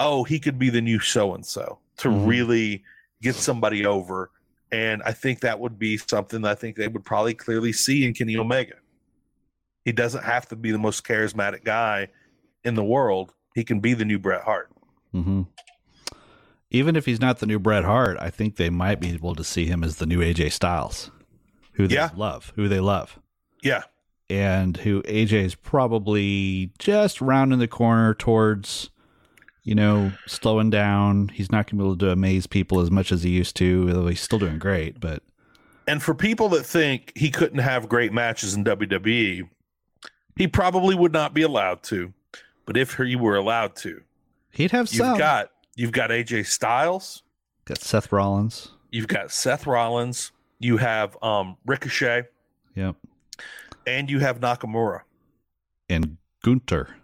[SPEAKER 2] Oh, he could be the new so and so to
[SPEAKER 3] Mhm.
[SPEAKER 2] really get somebody over, and I think that would be something that I think they would probably clearly see in Kenny Omega. He doesn't have to be the most charismatic guy in the world, he can be the new Bret Hart.
[SPEAKER 3] hmm Even if he's not the new Bret Hart, I think they might be able to see him as the new AJ Styles, who they
[SPEAKER 2] Yeah.
[SPEAKER 3] love, who they love.
[SPEAKER 2] Yeah.
[SPEAKER 3] and who AJ is probably just rounding the corner towards, you know, slowing down. He's not going to be able to amaze people as much as he used to, although he's still doing great. But
[SPEAKER 2] And for people that think he couldn't have great matches in WWE, he probably would not be allowed to. But if he were allowed to,
[SPEAKER 3] He'd have
[SPEAKER 2] you've
[SPEAKER 3] some.
[SPEAKER 2] got you've got AJ Styles,
[SPEAKER 3] got Seth Rollins.
[SPEAKER 2] you've got Seth Rollins, you have um Ricochet,
[SPEAKER 3] Yep.
[SPEAKER 2] and you have Nakamura.
[SPEAKER 3] And Gunter.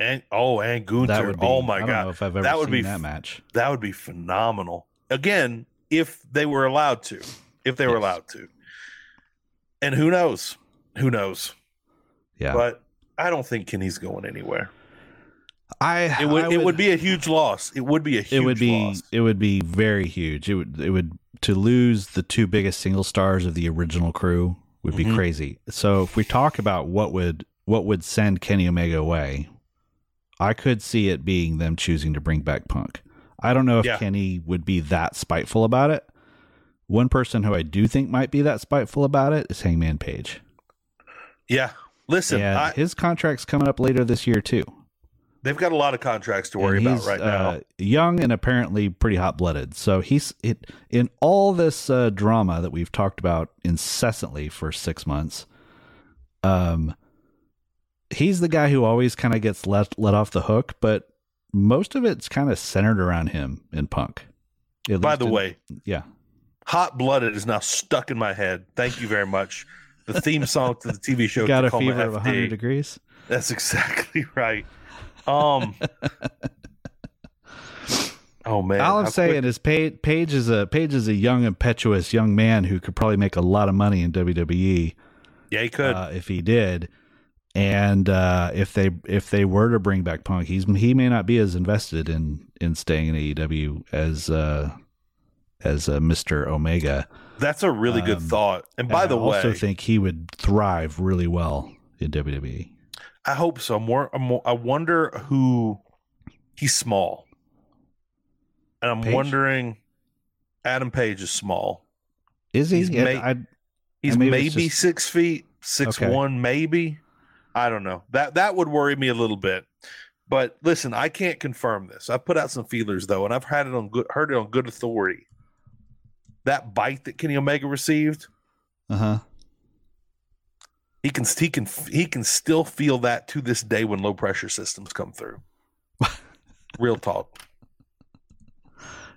[SPEAKER 2] And oh, and
[SPEAKER 3] That
[SPEAKER 2] Gunther.
[SPEAKER 3] would be,
[SPEAKER 2] Oh my
[SPEAKER 3] I don't know
[SPEAKER 2] god.
[SPEAKER 3] if I've ever
[SPEAKER 2] That would
[SPEAKER 3] seen
[SPEAKER 2] be
[SPEAKER 3] that
[SPEAKER 2] f-
[SPEAKER 3] match.
[SPEAKER 2] That would be phenomenal. Again, if they were allowed to. If they were
[SPEAKER 3] Yes.
[SPEAKER 2] allowed to. And who knows? Who knows?
[SPEAKER 3] Yeah.
[SPEAKER 2] But I don't think Kenny's going anywhere.
[SPEAKER 3] I
[SPEAKER 2] It would,
[SPEAKER 3] I
[SPEAKER 2] it would be a huge loss. It would be a huge
[SPEAKER 3] it would be
[SPEAKER 2] loss.
[SPEAKER 3] it would be very huge. It would it would to lose the two biggest single stars of the original crew would be
[SPEAKER 2] Mhm.
[SPEAKER 3] crazy. So if we talk about what would what would send Kenny Omega away, I could see it being them choosing to bring back Punk. I don't know if
[SPEAKER 2] Yeah.
[SPEAKER 3] Kenny would be that spiteful about it. One person who I do think might be that spiteful about it is Hangman Page.
[SPEAKER 2] Yeah. Listen,
[SPEAKER 3] yeah,
[SPEAKER 2] I,
[SPEAKER 3] his contract's coming up later this year too.
[SPEAKER 2] they've got a lot of contracts to worry
[SPEAKER 3] And
[SPEAKER 2] about
[SPEAKER 3] he's,
[SPEAKER 2] right
[SPEAKER 3] uh, young and apparently pretty hot blooded. So he's it in all this uh, drama that we've talked about incessantly for six months. Um, he's the guy who always kind of gets let let off the hook, but most of it's kind of centered around him in Punk. At
[SPEAKER 2] now. By
[SPEAKER 3] least
[SPEAKER 2] the
[SPEAKER 3] in-
[SPEAKER 2] way,
[SPEAKER 3] yeah,
[SPEAKER 2] Hot Blooded is now stuck in my head. Thank you very much. The theme song to the TV show
[SPEAKER 3] got a
[SPEAKER 2] Tacoma
[SPEAKER 3] fever of
[SPEAKER 2] FD.
[SPEAKER 3] hundred degrees.
[SPEAKER 2] That's exactly right. Um Oh man.
[SPEAKER 3] All I'm
[SPEAKER 2] how
[SPEAKER 3] saying
[SPEAKER 2] quick-
[SPEAKER 3] is, Page, Page is a Page is a young, impetuous young man who could probably make a lot of money in E. WWE.
[SPEAKER 2] Yeah, he could.
[SPEAKER 3] uh, if he did. And uh, if they if they were to bring back Punk, he's he may not be as invested in in staying in AEW as uh, as uh, Mister Omega.
[SPEAKER 2] That's a really good
[SPEAKER 3] um,
[SPEAKER 2] thought. And by
[SPEAKER 3] And
[SPEAKER 2] the
[SPEAKER 3] I also
[SPEAKER 2] way,
[SPEAKER 3] think he would thrive really well in E. WWE.
[SPEAKER 2] I hope so. I'm, wor- I'm, I wonder who he's small. And I'm
[SPEAKER 3] Page?
[SPEAKER 2] wondering Adam Page is small.
[SPEAKER 3] Is he?
[SPEAKER 2] He's
[SPEAKER 3] Yeah,
[SPEAKER 2] ma-
[SPEAKER 3] I,
[SPEAKER 2] He's
[SPEAKER 3] And
[SPEAKER 2] maybe,
[SPEAKER 3] maybe it's just-
[SPEAKER 2] six feet, six
[SPEAKER 3] Okay.
[SPEAKER 2] one, maybe. I don't know. That that would worry me a little bit. But listen, I can't confirm this. I've put out some feelers though, and I've had it on good heard it on good authority. That bite that Kenny Omega received,
[SPEAKER 3] uh huh.
[SPEAKER 2] he can he can he can still feel that to this day when low pressure systems come through. Real talk.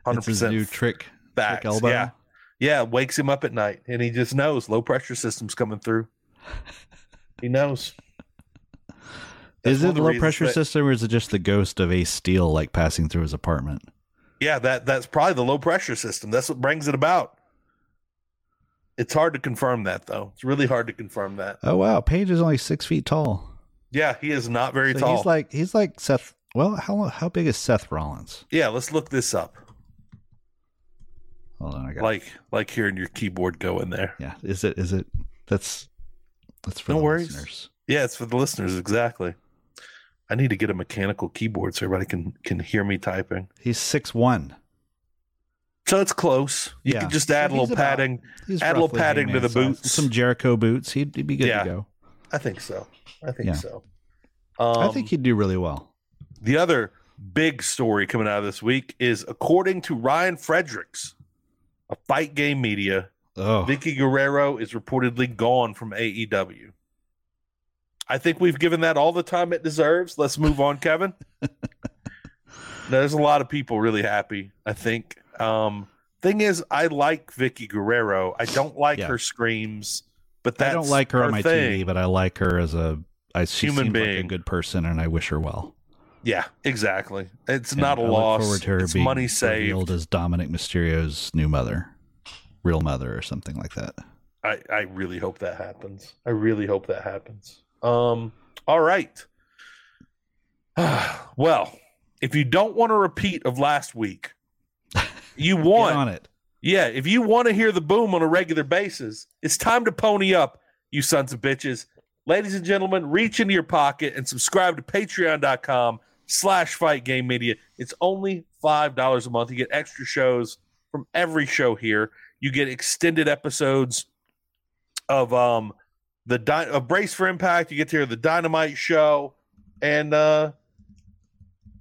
[SPEAKER 2] Hundred
[SPEAKER 3] It's his new
[SPEAKER 2] percent
[SPEAKER 3] trick, trick
[SPEAKER 2] facts.
[SPEAKER 3] elbow.
[SPEAKER 2] Yeah, yeah. it Wakes him up at night, and he just knows low pressure systems coming through. He knows. That's
[SPEAKER 3] Is
[SPEAKER 2] one
[SPEAKER 3] it
[SPEAKER 2] of
[SPEAKER 3] the
[SPEAKER 2] the
[SPEAKER 3] low
[SPEAKER 2] reasons
[SPEAKER 3] pressure
[SPEAKER 2] that-
[SPEAKER 3] system, or is it just the ghost of Ace Steel like passing through his apartment?
[SPEAKER 2] Yeah, that that's probably the low pressure system. That's what brings it about. It's hard to confirm that though. It's really hard to confirm that.
[SPEAKER 3] Oh wow, Page is only six feet tall.
[SPEAKER 2] Yeah, he is not very
[SPEAKER 3] So
[SPEAKER 2] tall.
[SPEAKER 3] He's like he's like Seth. Well, how how big is Seth Rollins?
[SPEAKER 2] yeah, let's look this up.
[SPEAKER 3] Hold on, I got.
[SPEAKER 2] Like like hearing your keyboard go in there.
[SPEAKER 3] yeah, is it is it? That's that's for
[SPEAKER 2] No
[SPEAKER 3] the
[SPEAKER 2] worries.
[SPEAKER 3] listeners.
[SPEAKER 2] Yeah, it's for the listeners exactly. I need to get a mechanical keyboard so everybody can can hear me typing.
[SPEAKER 3] He's six one.
[SPEAKER 2] So it's close. You
[SPEAKER 3] Yeah.
[SPEAKER 2] can just add
[SPEAKER 3] So
[SPEAKER 2] a
[SPEAKER 3] he's
[SPEAKER 2] little
[SPEAKER 3] about-
[SPEAKER 2] padding.
[SPEAKER 3] He's
[SPEAKER 2] Add a little
[SPEAKER 3] roughly
[SPEAKER 2] padding to
[SPEAKER 3] Hangman
[SPEAKER 2] the
[SPEAKER 3] size.
[SPEAKER 2] boots.
[SPEAKER 3] Some Jericho boots. He'd, he'd be good
[SPEAKER 2] Yeah.
[SPEAKER 3] to go.
[SPEAKER 2] I think so. I think
[SPEAKER 3] Yeah.
[SPEAKER 2] so. Um,
[SPEAKER 3] I think he'd do really well.
[SPEAKER 2] The other big story coming out of this week is according to Ryan Fredericks, a fight game media,
[SPEAKER 3] Oh,
[SPEAKER 2] Vicky Guerrero is reportedly gone from AEW. I think we've given that all the time it deserves. Let's move on, Kevin. Now, there's a lot of people really happy, I think. Um, thing is, I like Vicky Guerrero. I don't like
[SPEAKER 3] Yeah.
[SPEAKER 2] her screams, but
[SPEAKER 3] I
[SPEAKER 2] that's
[SPEAKER 3] don't like her on my
[SPEAKER 2] thing.
[SPEAKER 3] TV, but I like her as a I, she
[SPEAKER 2] Human
[SPEAKER 3] seems like a
[SPEAKER 2] being.
[SPEAKER 3] good person, and I wish her well.
[SPEAKER 2] Yeah, exactly. It's
[SPEAKER 3] And
[SPEAKER 2] not a
[SPEAKER 3] I
[SPEAKER 2] loss.
[SPEAKER 3] Look forward to her
[SPEAKER 2] it's
[SPEAKER 3] being
[SPEAKER 2] money saved.
[SPEAKER 3] revealed as Dominic Mysterio's new mother, real mother, or something like that.
[SPEAKER 2] I, I really hope that happens. I really hope that happens. Um, all right. well, if you don't want a repeat of last week, you
[SPEAKER 3] Get
[SPEAKER 2] want
[SPEAKER 3] on it.
[SPEAKER 2] yeah, if you want to hear the boom on a regular basis, it's time to pony up, you sons of bitches. Ladies and gentlemen, reach into your pocket and subscribe to patreon.com slash fight game media. It's only $5 a month. You get extra shows from every show here. You get extended episodes of um the di- of Brace for Impact. You get to hear the Dynamite show. And uh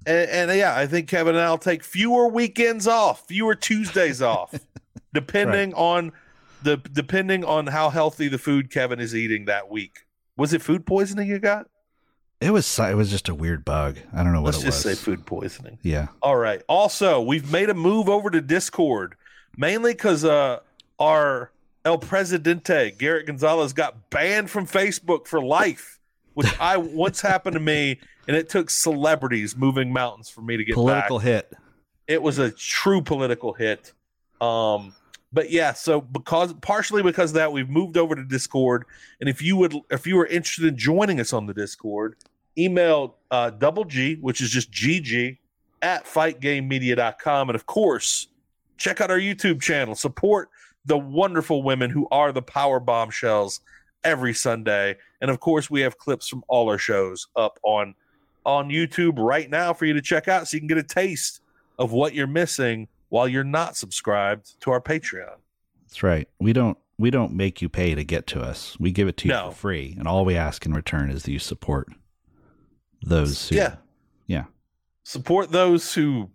[SPEAKER 2] and, and yeah, I think Kevin and I'll take fewer weekends off, fewer Tuesdays off, depending on the depending on how healthy the food Kevin is eating that week. Was it food poisoning you got?
[SPEAKER 3] It was si- it was just a weird bug. I don't know what
[SPEAKER 2] Let's
[SPEAKER 3] it
[SPEAKER 2] just say
[SPEAKER 3] was.
[SPEAKER 2] food poisoning.
[SPEAKER 3] yeah.
[SPEAKER 2] All right. Also, we've made a move over to Discord mainly because uh, our El Presidente Garrett Gonzalez got banned from Facebook for life, which I once happened to me, and it took celebrities moving mountains for me to get back.
[SPEAKER 3] Political hit.
[SPEAKER 2] it was a true political hit. Um, but yeah, so because partially because of that, we've moved over to Discord. And if you would, if you are interested in joining us on the Discord, email uh, double G, which is just GG at fightgamemedia.com. And of course, check out our YouTube channel. Support the wonderful women who are the power bombshells every Sunday. And of course, we have clips from all our shows up on on YouTube right now for you to check out so you can get a taste of what you're missing while you're not subscribed to our Patreon.
[SPEAKER 3] That's right. We don't we don't make you pay to get to us. We give it to you
[SPEAKER 2] No.
[SPEAKER 3] for free, and all we ask in return is that you support those who
[SPEAKER 2] Yeah.
[SPEAKER 3] Yeah.
[SPEAKER 2] Support those who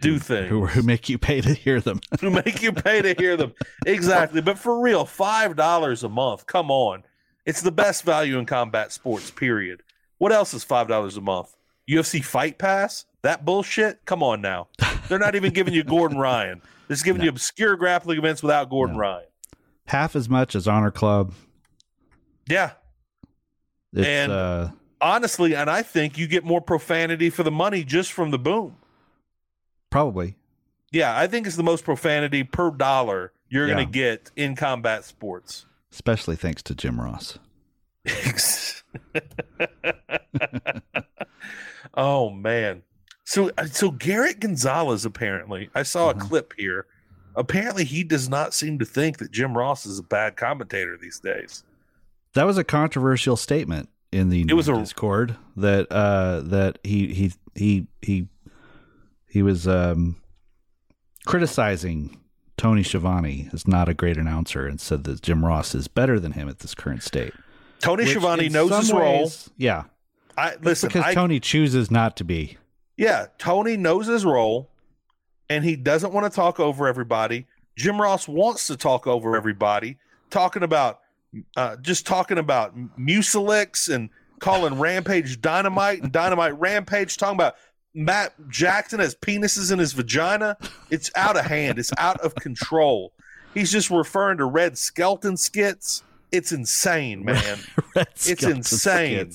[SPEAKER 2] do things,
[SPEAKER 3] who, who make you pay to hear them.
[SPEAKER 2] who make you pay to hear them. Exactly. But for real, $5 a month. Come on. It's the best value in combat sports, period. What else is $5 a month? UFC Fight Pass? That bullshit? Come on now. They're not even giving you Gordon Ryan. They're just giving
[SPEAKER 3] No.
[SPEAKER 2] you obscure grappling events without Gordon
[SPEAKER 3] No.
[SPEAKER 2] Ryan.
[SPEAKER 3] Half as much as Honor Club.
[SPEAKER 2] Yeah.
[SPEAKER 3] It's
[SPEAKER 2] And-
[SPEAKER 3] uh
[SPEAKER 2] Honestly, and I think you get more profanity for the money just from the boom.
[SPEAKER 3] probably.
[SPEAKER 2] Yeah, I think it's the most profanity per dollar you're
[SPEAKER 3] Yeah.
[SPEAKER 2] going to get in combat sports.
[SPEAKER 3] Especially thanks to Jim Ross.
[SPEAKER 2] oh man. So uh, so Garrett Gonzalez apparently, I saw
[SPEAKER 3] Mhm.
[SPEAKER 2] a clip here. Apparently he does not seem to think that Jim Ross is a bad commentator these days.
[SPEAKER 3] That was a controversial statement in the
[SPEAKER 2] It was a-
[SPEAKER 3] Discord that uh that he he he he he was um criticizing Tony Schiavone as not a great announcer and said that Jim Ross is better than him at this current state.
[SPEAKER 2] Tony
[SPEAKER 3] Which
[SPEAKER 2] Schiavone
[SPEAKER 3] in
[SPEAKER 2] knows
[SPEAKER 3] some
[SPEAKER 2] his role.
[SPEAKER 3] ways- Yeah.
[SPEAKER 2] I listen,
[SPEAKER 3] because
[SPEAKER 2] I,
[SPEAKER 3] Tony chooses not to be.
[SPEAKER 2] yeah, Tony knows his role and he doesn't want to talk over everybody. Jim Ross wants to talk over everybody, talking about uh, just talking about Mucilix and calling Rampage Dynamite and Dynamite Rampage, talking about Matt Jackson has penises in his vagina. It's out of hand, it's out of control. He's just referring to Red Skeleton skits. It's insane, man.
[SPEAKER 3] it's
[SPEAKER 2] insane.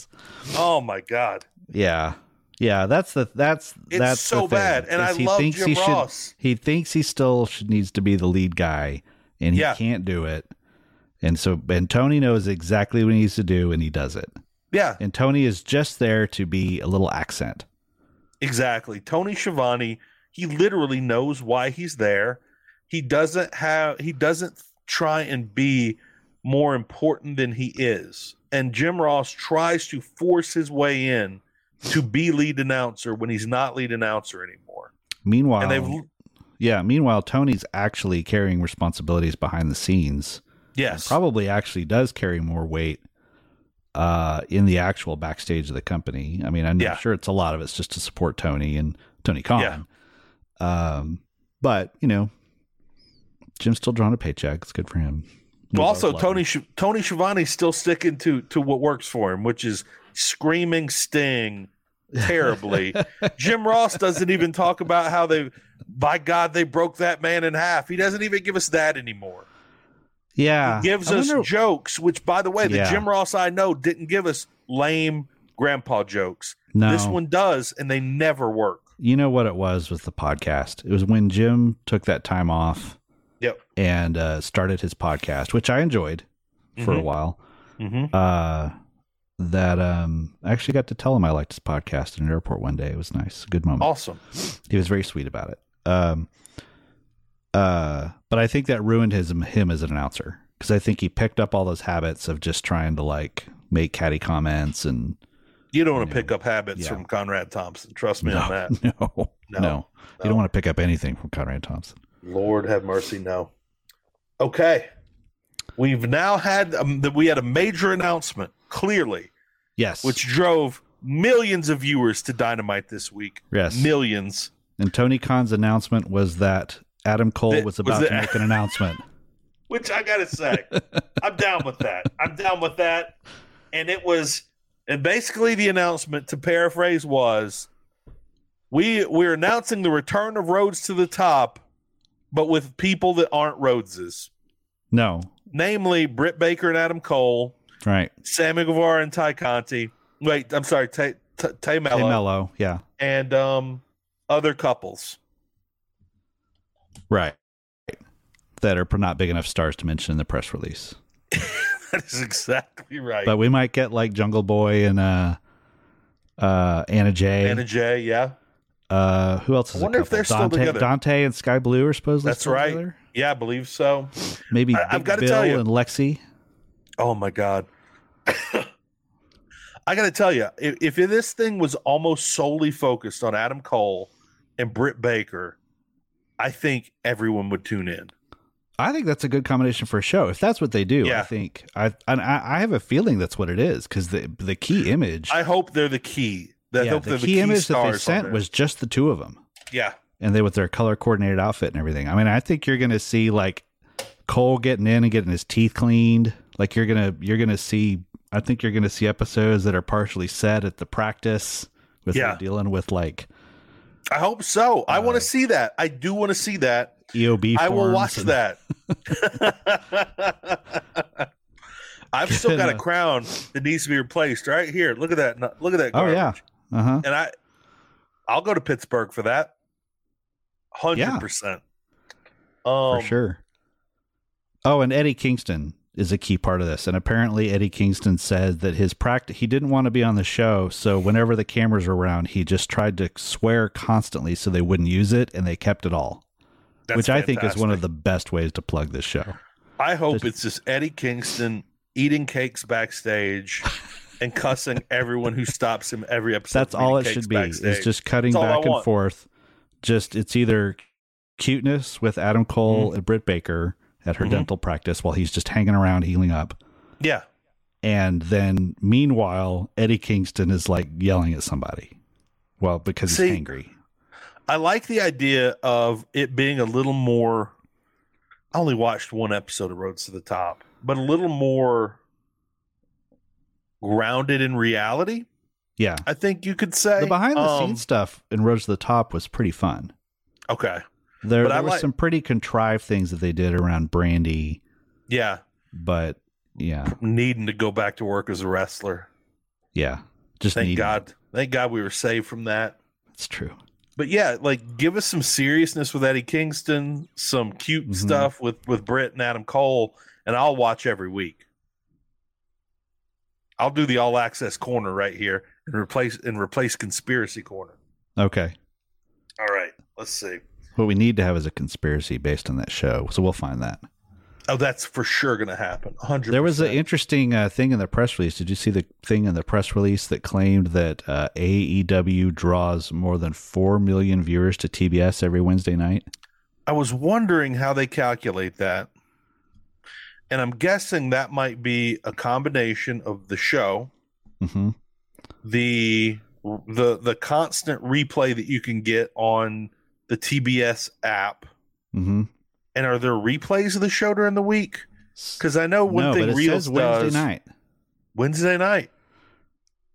[SPEAKER 2] Oh my God.
[SPEAKER 3] Yeah. Yeah, that's the that's
[SPEAKER 2] It's
[SPEAKER 3] that's
[SPEAKER 2] so
[SPEAKER 3] the thing,
[SPEAKER 2] bad. And
[SPEAKER 3] is
[SPEAKER 2] I
[SPEAKER 3] he
[SPEAKER 2] love
[SPEAKER 3] thinks
[SPEAKER 2] Jim
[SPEAKER 3] he should-
[SPEAKER 2] Ross.
[SPEAKER 3] he thinks he still should, needs to be the lead guy, and he
[SPEAKER 2] Yeah.
[SPEAKER 3] can't do it. And so, and Tony knows exactly what he needs to do, and he does it.
[SPEAKER 2] Yeah.
[SPEAKER 3] And Tony is just there to be a little accent.
[SPEAKER 2] Exactly. Tony Schiavone, he literally knows why he's there. He doesn't have he doesn't try and be more important than he is. And Jim Ross tries to force his way in to be lead announcer when he's not lead announcer anymore.
[SPEAKER 3] Meanwhile,
[SPEAKER 2] And they've
[SPEAKER 3] yeah, meanwhile, Tony's actually carrying responsibilities behind the scenes. and
[SPEAKER 2] yes.
[SPEAKER 3] probably actually does carry more weight uh, in the actual backstage of the company. I mean, I'm
[SPEAKER 2] Yeah.
[SPEAKER 3] sure it's a lot of it's just to support Tony and Tony Khan. Um, but you know, Jim's still drawing a paycheck. It's good for him.
[SPEAKER 2] But
[SPEAKER 3] We both
[SPEAKER 2] also,
[SPEAKER 3] love
[SPEAKER 2] Tony
[SPEAKER 3] him.
[SPEAKER 2] Schi- Tony Schiavone's still sticking to to what works for him, which is screaming Sting terribly. Jim Ross doesn't even talk about how they, by God, they broke that man in half. He doesn't even give us that anymore.
[SPEAKER 3] yeah,
[SPEAKER 2] He gives
[SPEAKER 3] I
[SPEAKER 2] us
[SPEAKER 3] wonder-
[SPEAKER 2] jokes, which, by the way, the
[SPEAKER 3] Yeah.
[SPEAKER 2] Jim Ross I know didn't give us lame grandpa jokes.
[SPEAKER 3] no.
[SPEAKER 2] This one does, and they never work.
[SPEAKER 3] you know what it was with the podcast. It was when Jim took that time off.
[SPEAKER 2] Yep.
[SPEAKER 3] And uh, started his podcast, which I enjoyed for a
[SPEAKER 2] Mhm.
[SPEAKER 3] while.
[SPEAKER 2] Mhm.
[SPEAKER 3] uh that um I actually got to tell him I liked his podcast in an airport one day. It was nice. Good moment.
[SPEAKER 2] Awesome.
[SPEAKER 3] He was very sweet about it. Um uh but I think that ruined his him as an announcer cuz I think he picked up all those habits of just trying to like make catty comments and
[SPEAKER 2] You don't want
[SPEAKER 3] Yeah.
[SPEAKER 2] to pick up habits
[SPEAKER 3] Yeah.
[SPEAKER 2] from Conrad Thompson. Trust me
[SPEAKER 3] no,
[SPEAKER 2] on that.
[SPEAKER 3] no, no.
[SPEAKER 2] No.
[SPEAKER 3] You don't want to pick up anything from Conrad Thompson.
[SPEAKER 2] Lord have mercy, no. Okay, we've now had um, that we had a major announcement clearly,
[SPEAKER 3] Yes.
[SPEAKER 2] which drove millions of viewers to Dynamite this week.
[SPEAKER 3] yes.
[SPEAKER 2] Millions.
[SPEAKER 3] and Tony Khan's announcement was that Adam Cole
[SPEAKER 2] That-
[SPEAKER 3] was
[SPEAKER 2] was
[SPEAKER 3] about
[SPEAKER 2] that-
[SPEAKER 3] to make an announcement.
[SPEAKER 2] which I gotta say, I'm down with that. I'm down with that. And it was, and basically the announcement, to paraphrase, was, we we're announcing the return of roads to the top, but with people that aren't Rhodeses,
[SPEAKER 3] No.
[SPEAKER 2] namely Britt Baker and Adam Cole,
[SPEAKER 3] Right.
[SPEAKER 2] Sammy Guevara and Ty Conti. Wait, I'm sorry, Tay T- Tay
[SPEAKER 3] Hey,
[SPEAKER 2] Mello,
[SPEAKER 3] Mello. Yeah.
[SPEAKER 2] and um, other couples.
[SPEAKER 3] Right. That are not big enough stars to mention in the press release.
[SPEAKER 2] That is exactly right.
[SPEAKER 3] But we might get like Jungle Boy and uh uh Anna Jay.
[SPEAKER 2] Anna Jay, yeah,
[SPEAKER 3] uh who else is
[SPEAKER 2] I wonder
[SPEAKER 3] a
[SPEAKER 2] if
[SPEAKER 3] couple?
[SPEAKER 2] they're still
[SPEAKER 3] Dante,
[SPEAKER 2] together.
[SPEAKER 3] Dante and Sky Blue are supposedly
[SPEAKER 2] That's
[SPEAKER 3] still
[SPEAKER 2] right.
[SPEAKER 3] together.
[SPEAKER 2] yeah, I believe so.
[SPEAKER 3] Maybe
[SPEAKER 2] I- I've
[SPEAKER 3] Big
[SPEAKER 2] gotta
[SPEAKER 3] Bill
[SPEAKER 2] tell you-
[SPEAKER 3] and Lexi.
[SPEAKER 2] Oh my god. I got to tell you, if, if this thing was almost solely focused on Adam Cole and Britt Baker, I think everyone would tune in.
[SPEAKER 3] I think that's a good combination for a show. If that's what they do, I
[SPEAKER 2] Yeah.
[SPEAKER 3] think I and I, I have a feeling that's what it is because the the key image,
[SPEAKER 2] I hope they're the key. I
[SPEAKER 3] yeah,
[SPEAKER 2] hope
[SPEAKER 3] the
[SPEAKER 2] they're
[SPEAKER 3] key image that they
[SPEAKER 2] stars on
[SPEAKER 3] sent
[SPEAKER 2] there.
[SPEAKER 3] was just the two of them,
[SPEAKER 2] yeah,
[SPEAKER 3] and they with their color coordinated outfit and everything. I mean, I think you're gonna see like Cole getting in and getting his teeth cleaned. Like you're gonna you're gonna see. I think you're gonna see episodes that are partially set at the practice with
[SPEAKER 2] Yeah.
[SPEAKER 3] him dealing with like
[SPEAKER 2] I hope so. I want
[SPEAKER 3] Uh,
[SPEAKER 2] to see that. I do want to see that.
[SPEAKER 3] EOB.
[SPEAKER 2] I will
[SPEAKER 3] E forms
[SPEAKER 2] watch
[SPEAKER 3] and-
[SPEAKER 2] that. I've still got a
[SPEAKER 3] Yeah.
[SPEAKER 2] crown that needs to be replaced right here. Look at that. Look at that.
[SPEAKER 3] Oh
[SPEAKER 2] garbage.
[SPEAKER 3] yeah, uh huh.
[SPEAKER 2] and I, I'll go to Pittsburgh for that. Hundred
[SPEAKER 3] Yeah.
[SPEAKER 2] percent. Um,
[SPEAKER 3] for sure. Oh, and Eddie Kingston is a key part of this. And apparently, Eddie Kingston said that his practice, he didn't want to be on the show. So, whenever the cameras were around, he just tried to swear constantly so they wouldn't use it and they kept it all,
[SPEAKER 2] that's
[SPEAKER 3] which I think is one of
[SPEAKER 2] fantastic.
[SPEAKER 3] the best ways to plug this show.
[SPEAKER 2] I hope
[SPEAKER 3] just-
[SPEAKER 2] it's just Eddie Kingston eating cakes backstage and cussing everyone who stops him every episode.
[SPEAKER 3] That's
[SPEAKER 2] for
[SPEAKER 3] all it
[SPEAKER 2] eating
[SPEAKER 3] should
[SPEAKER 2] cakes
[SPEAKER 3] be
[SPEAKER 2] backstage.
[SPEAKER 3] is just cutting
[SPEAKER 2] That's all I
[SPEAKER 3] back and
[SPEAKER 2] want.
[SPEAKER 3] forth. Just, it's either cuteness with Adam Cole
[SPEAKER 2] Mm-hmm.
[SPEAKER 3] and Britt Baker at her
[SPEAKER 2] Mhm.
[SPEAKER 3] dental practice while he's just hanging around healing up.
[SPEAKER 2] yeah.
[SPEAKER 3] and then meanwhile Eddie Kingston is like yelling at somebody. Well, because
[SPEAKER 2] See-
[SPEAKER 3] he's angry.
[SPEAKER 2] I like the idea of it being a little more. I only watched one episode of Roads to the Top, but a little more grounded in reality.
[SPEAKER 3] Yeah.
[SPEAKER 2] I think you could say
[SPEAKER 3] The behind the
[SPEAKER 2] Um,
[SPEAKER 3] scenes stuff in Rose to the Top was pretty fun.
[SPEAKER 2] Okay,
[SPEAKER 3] There,
[SPEAKER 2] But I
[SPEAKER 3] there were
[SPEAKER 2] like-
[SPEAKER 3] some pretty contrived things that they did around Brandy,
[SPEAKER 2] yeah,
[SPEAKER 3] but yeah,
[SPEAKER 2] needing to go back to work as a wrestler.
[SPEAKER 3] yeah. Just
[SPEAKER 2] Thank
[SPEAKER 3] needed-
[SPEAKER 2] God, thank God we were saved from that.
[SPEAKER 3] It's true.
[SPEAKER 2] But yeah, like give us some seriousness with Eddie Kingston, some cute
[SPEAKER 3] Mhm.
[SPEAKER 2] stuff with with Britt and Adam Cole, and I'll watch every week. I'll do the all access corner right here and replace and replace conspiracy corner.
[SPEAKER 3] Okay.
[SPEAKER 2] All right, let's see.
[SPEAKER 3] What we need to have is a conspiracy based on that show. So we'll find that.
[SPEAKER 2] Oh, that's for sure going to happen. 100
[SPEAKER 3] There was an interesting uh, thing in the press release. Did you see the thing in the press release that claimed that uh, AEW draws more than 4 million viewers to TBS every Wednesday night?
[SPEAKER 2] I was wondering how they calculate that. And I'm guessing that might be a combination of the show,
[SPEAKER 3] Mm-hmm.
[SPEAKER 2] the the the constant replay that you can get on the TBS app.
[SPEAKER 3] Mm-hmm.
[SPEAKER 2] And are there replays of the show during the week? Because I know one
[SPEAKER 3] no,
[SPEAKER 2] thing
[SPEAKER 3] but it
[SPEAKER 2] Reels
[SPEAKER 3] says Wednesday
[SPEAKER 2] does
[SPEAKER 3] night.
[SPEAKER 2] Wednesday night.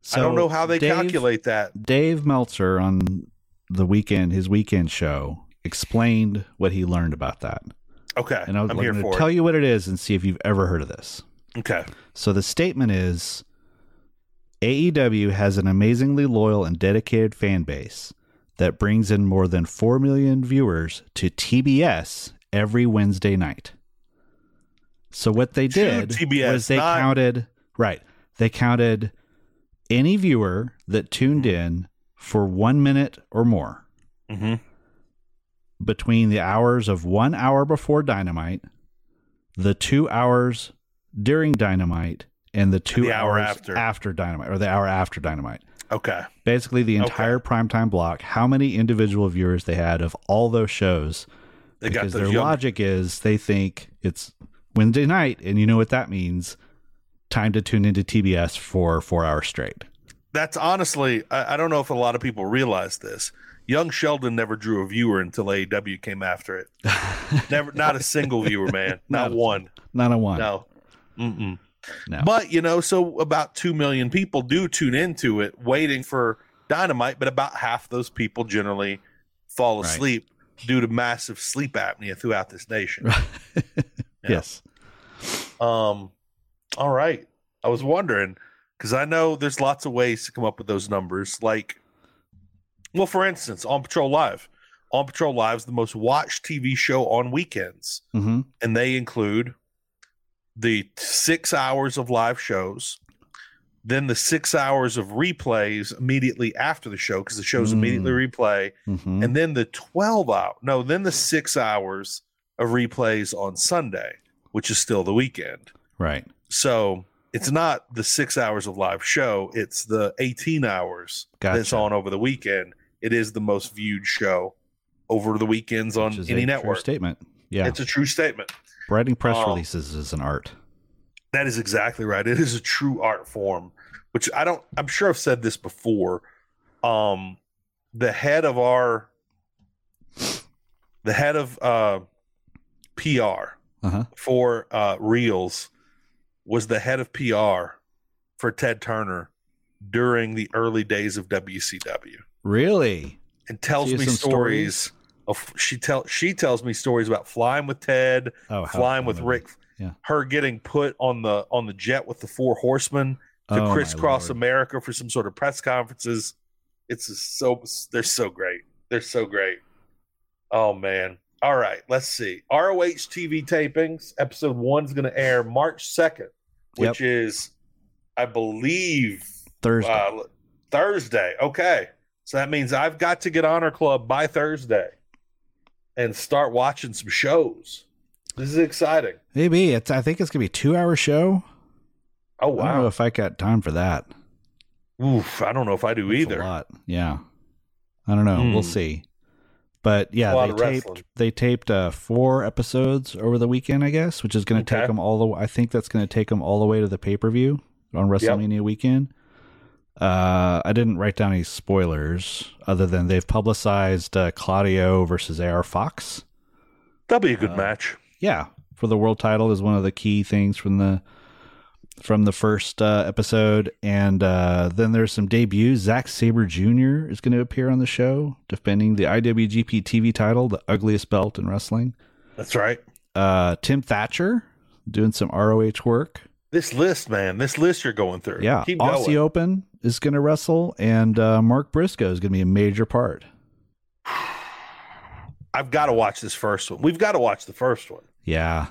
[SPEAKER 3] So
[SPEAKER 2] I don't know how they
[SPEAKER 3] Dave-
[SPEAKER 2] calculate that.
[SPEAKER 3] Dave Meltzer on the weekend, his weekend show, explained what he learned about that.
[SPEAKER 2] Okay,
[SPEAKER 3] And I was
[SPEAKER 2] I'm
[SPEAKER 3] like,
[SPEAKER 2] here
[SPEAKER 3] gonna
[SPEAKER 2] for
[SPEAKER 3] tell
[SPEAKER 2] it.
[SPEAKER 3] you what it is and see if you've ever heard of this.
[SPEAKER 2] Okay,
[SPEAKER 3] So the statement is AEW has an amazingly loyal and dedicated fan base that brings in more than 4 million viewers to TBS every Wednesday night. So what they
[SPEAKER 2] To
[SPEAKER 3] did
[SPEAKER 2] TBS,
[SPEAKER 3] was they
[SPEAKER 2] not-
[SPEAKER 3] counted right. They counted any viewer that tuned in for 1 minute or more
[SPEAKER 2] hmm
[SPEAKER 3] between the hours of one hour before Dynamite, the two hours during Dynamite, and the two
[SPEAKER 2] The hour
[SPEAKER 3] hours
[SPEAKER 2] after.
[SPEAKER 3] Dynamite, or the hour after Dynamite.
[SPEAKER 2] okay,
[SPEAKER 3] Basically, the
[SPEAKER 2] Okay.
[SPEAKER 3] entire primetime block, how many individual viewers they had of all those shows.
[SPEAKER 2] they
[SPEAKER 3] because
[SPEAKER 2] got
[SPEAKER 3] their
[SPEAKER 2] those young-
[SPEAKER 3] logic is they think it's Wednesday night, and you know what that means. Time to tune into TBS for four hours straight.
[SPEAKER 2] That's honestly, I, I don't know if a lot of people realize this. Young Sheldon never drew a viewer until AEW came after it. Never, not a single viewer, man. Not
[SPEAKER 3] Not a
[SPEAKER 2] one.
[SPEAKER 3] Not a one.
[SPEAKER 2] No. Mm-mm.
[SPEAKER 3] No.
[SPEAKER 2] But you know, so about two million people do tune into it, waiting for Dynamite. But about half those people generally fall
[SPEAKER 3] Right.
[SPEAKER 2] asleep due to massive sleep apnea throughout this nation.
[SPEAKER 3] Yes.
[SPEAKER 2] Um, all right. I was wondering because I know there's lots of ways to come up with those numbers. Like, well, for instance, on Patrol Live, on Patrol Live is the most watched TV show on weekends,
[SPEAKER 3] hmm
[SPEAKER 2] and they include the six hours of live shows, then the six hours of replays immediately after the show because the shows
[SPEAKER 3] Mm.
[SPEAKER 2] immediately replay,
[SPEAKER 3] hmm
[SPEAKER 2] and then the 12 hour no then the six hours of replays on sunday which is still the weekend
[SPEAKER 3] Right.
[SPEAKER 2] so it's not the six hours of live show it's the 18 hours that's
[SPEAKER 3] Gotcha.
[SPEAKER 2] on over the weekend it is the most viewed show over the weekends on
[SPEAKER 3] Which is a
[SPEAKER 2] any
[SPEAKER 3] true
[SPEAKER 2] network
[SPEAKER 3] statement. Yeah.
[SPEAKER 2] it's a true statement
[SPEAKER 3] Writing press
[SPEAKER 2] um,
[SPEAKER 3] releases is an art.
[SPEAKER 2] that is exactly right it is a true art form which i don't i'm sure i've said this before um the head of our the head of uh pr
[SPEAKER 3] Uh huh.
[SPEAKER 2] for uh, Reels was the head of PR for Ted Turner during the early days of WCW,
[SPEAKER 3] Really?
[SPEAKER 2] and tells
[SPEAKER 3] She has
[SPEAKER 2] me
[SPEAKER 3] some
[SPEAKER 2] stories. Of, she tell she tells me stories about flying with Ted,
[SPEAKER 3] Oh, how
[SPEAKER 2] flying with
[SPEAKER 3] fun would it
[SPEAKER 2] Rick,
[SPEAKER 3] Yeah.
[SPEAKER 2] her getting put on the on the jet with the Four Horsemen
[SPEAKER 3] be?
[SPEAKER 2] to
[SPEAKER 3] Oh, my
[SPEAKER 2] crisscross
[SPEAKER 3] lord.
[SPEAKER 2] America for some sort of press conferences. It's just so they're so great. They're so great. Oh man. All right, let's see. ROH TV tapings, episode one's gonna air March 2nd, which is I believe
[SPEAKER 3] Thursday.
[SPEAKER 2] uh, Thursday. Okay. So that means I've got to get Honor Club by Thursday and start watching some shows. This is exciting.
[SPEAKER 3] Maybe it's. I think it's gonna be a two-hour show.
[SPEAKER 2] Oh
[SPEAKER 3] I don't know
[SPEAKER 2] wow.
[SPEAKER 3] if I got time for that.
[SPEAKER 2] Oof, I don't know if I do
[SPEAKER 3] That's
[SPEAKER 2] either.
[SPEAKER 3] A lot. Yeah. I don't know. We'll
[SPEAKER 2] Hmm.
[SPEAKER 3] see. But yeah,
[SPEAKER 2] A lot
[SPEAKER 3] they
[SPEAKER 2] of
[SPEAKER 3] taped
[SPEAKER 2] wrestling.
[SPEAKER 3] they taped uh, four episodes over the weekend, I guess, which is going to 'em
[SPEAKER 2] Okay.
[SPEAKER 3] take them all the. I think that's going to take them all the way to the pay per view on WrestleMania weekend. Uh, I didn't write down any spoilers other than they've publicized uh, Claudio versus AR Fox.
[SPEAKER 2] That'll be a good
[SPEAKER 3] Uh,
[SPEAKER 2] match.
[SPEAKER 3] Yeah, for the world title is one of the key things from the from the first uh, episode, and uh, then there's some debuts. Zack Saber Jr. is going to appear on the show, defending the IWGP TV title, the ugliest belt in wrestling.
[SPEAKER 2] That's right.
[SPEAKER 3] Uh, Tim Thatcher doing some ROH work.
[SPEAKER 2] This list, man, this list you're going through.
[SPEAKER 3] Yeah,
[SPEAKER 2] Keep going.
[SPEAKER 3] Aussie Open is going to wrestle, and uh, Mark Briscoe is going to be a major part.
[SPEAKER 2] I've got to watch this first one. We've got to watch the first one
[SPEAKER 3] Yeah,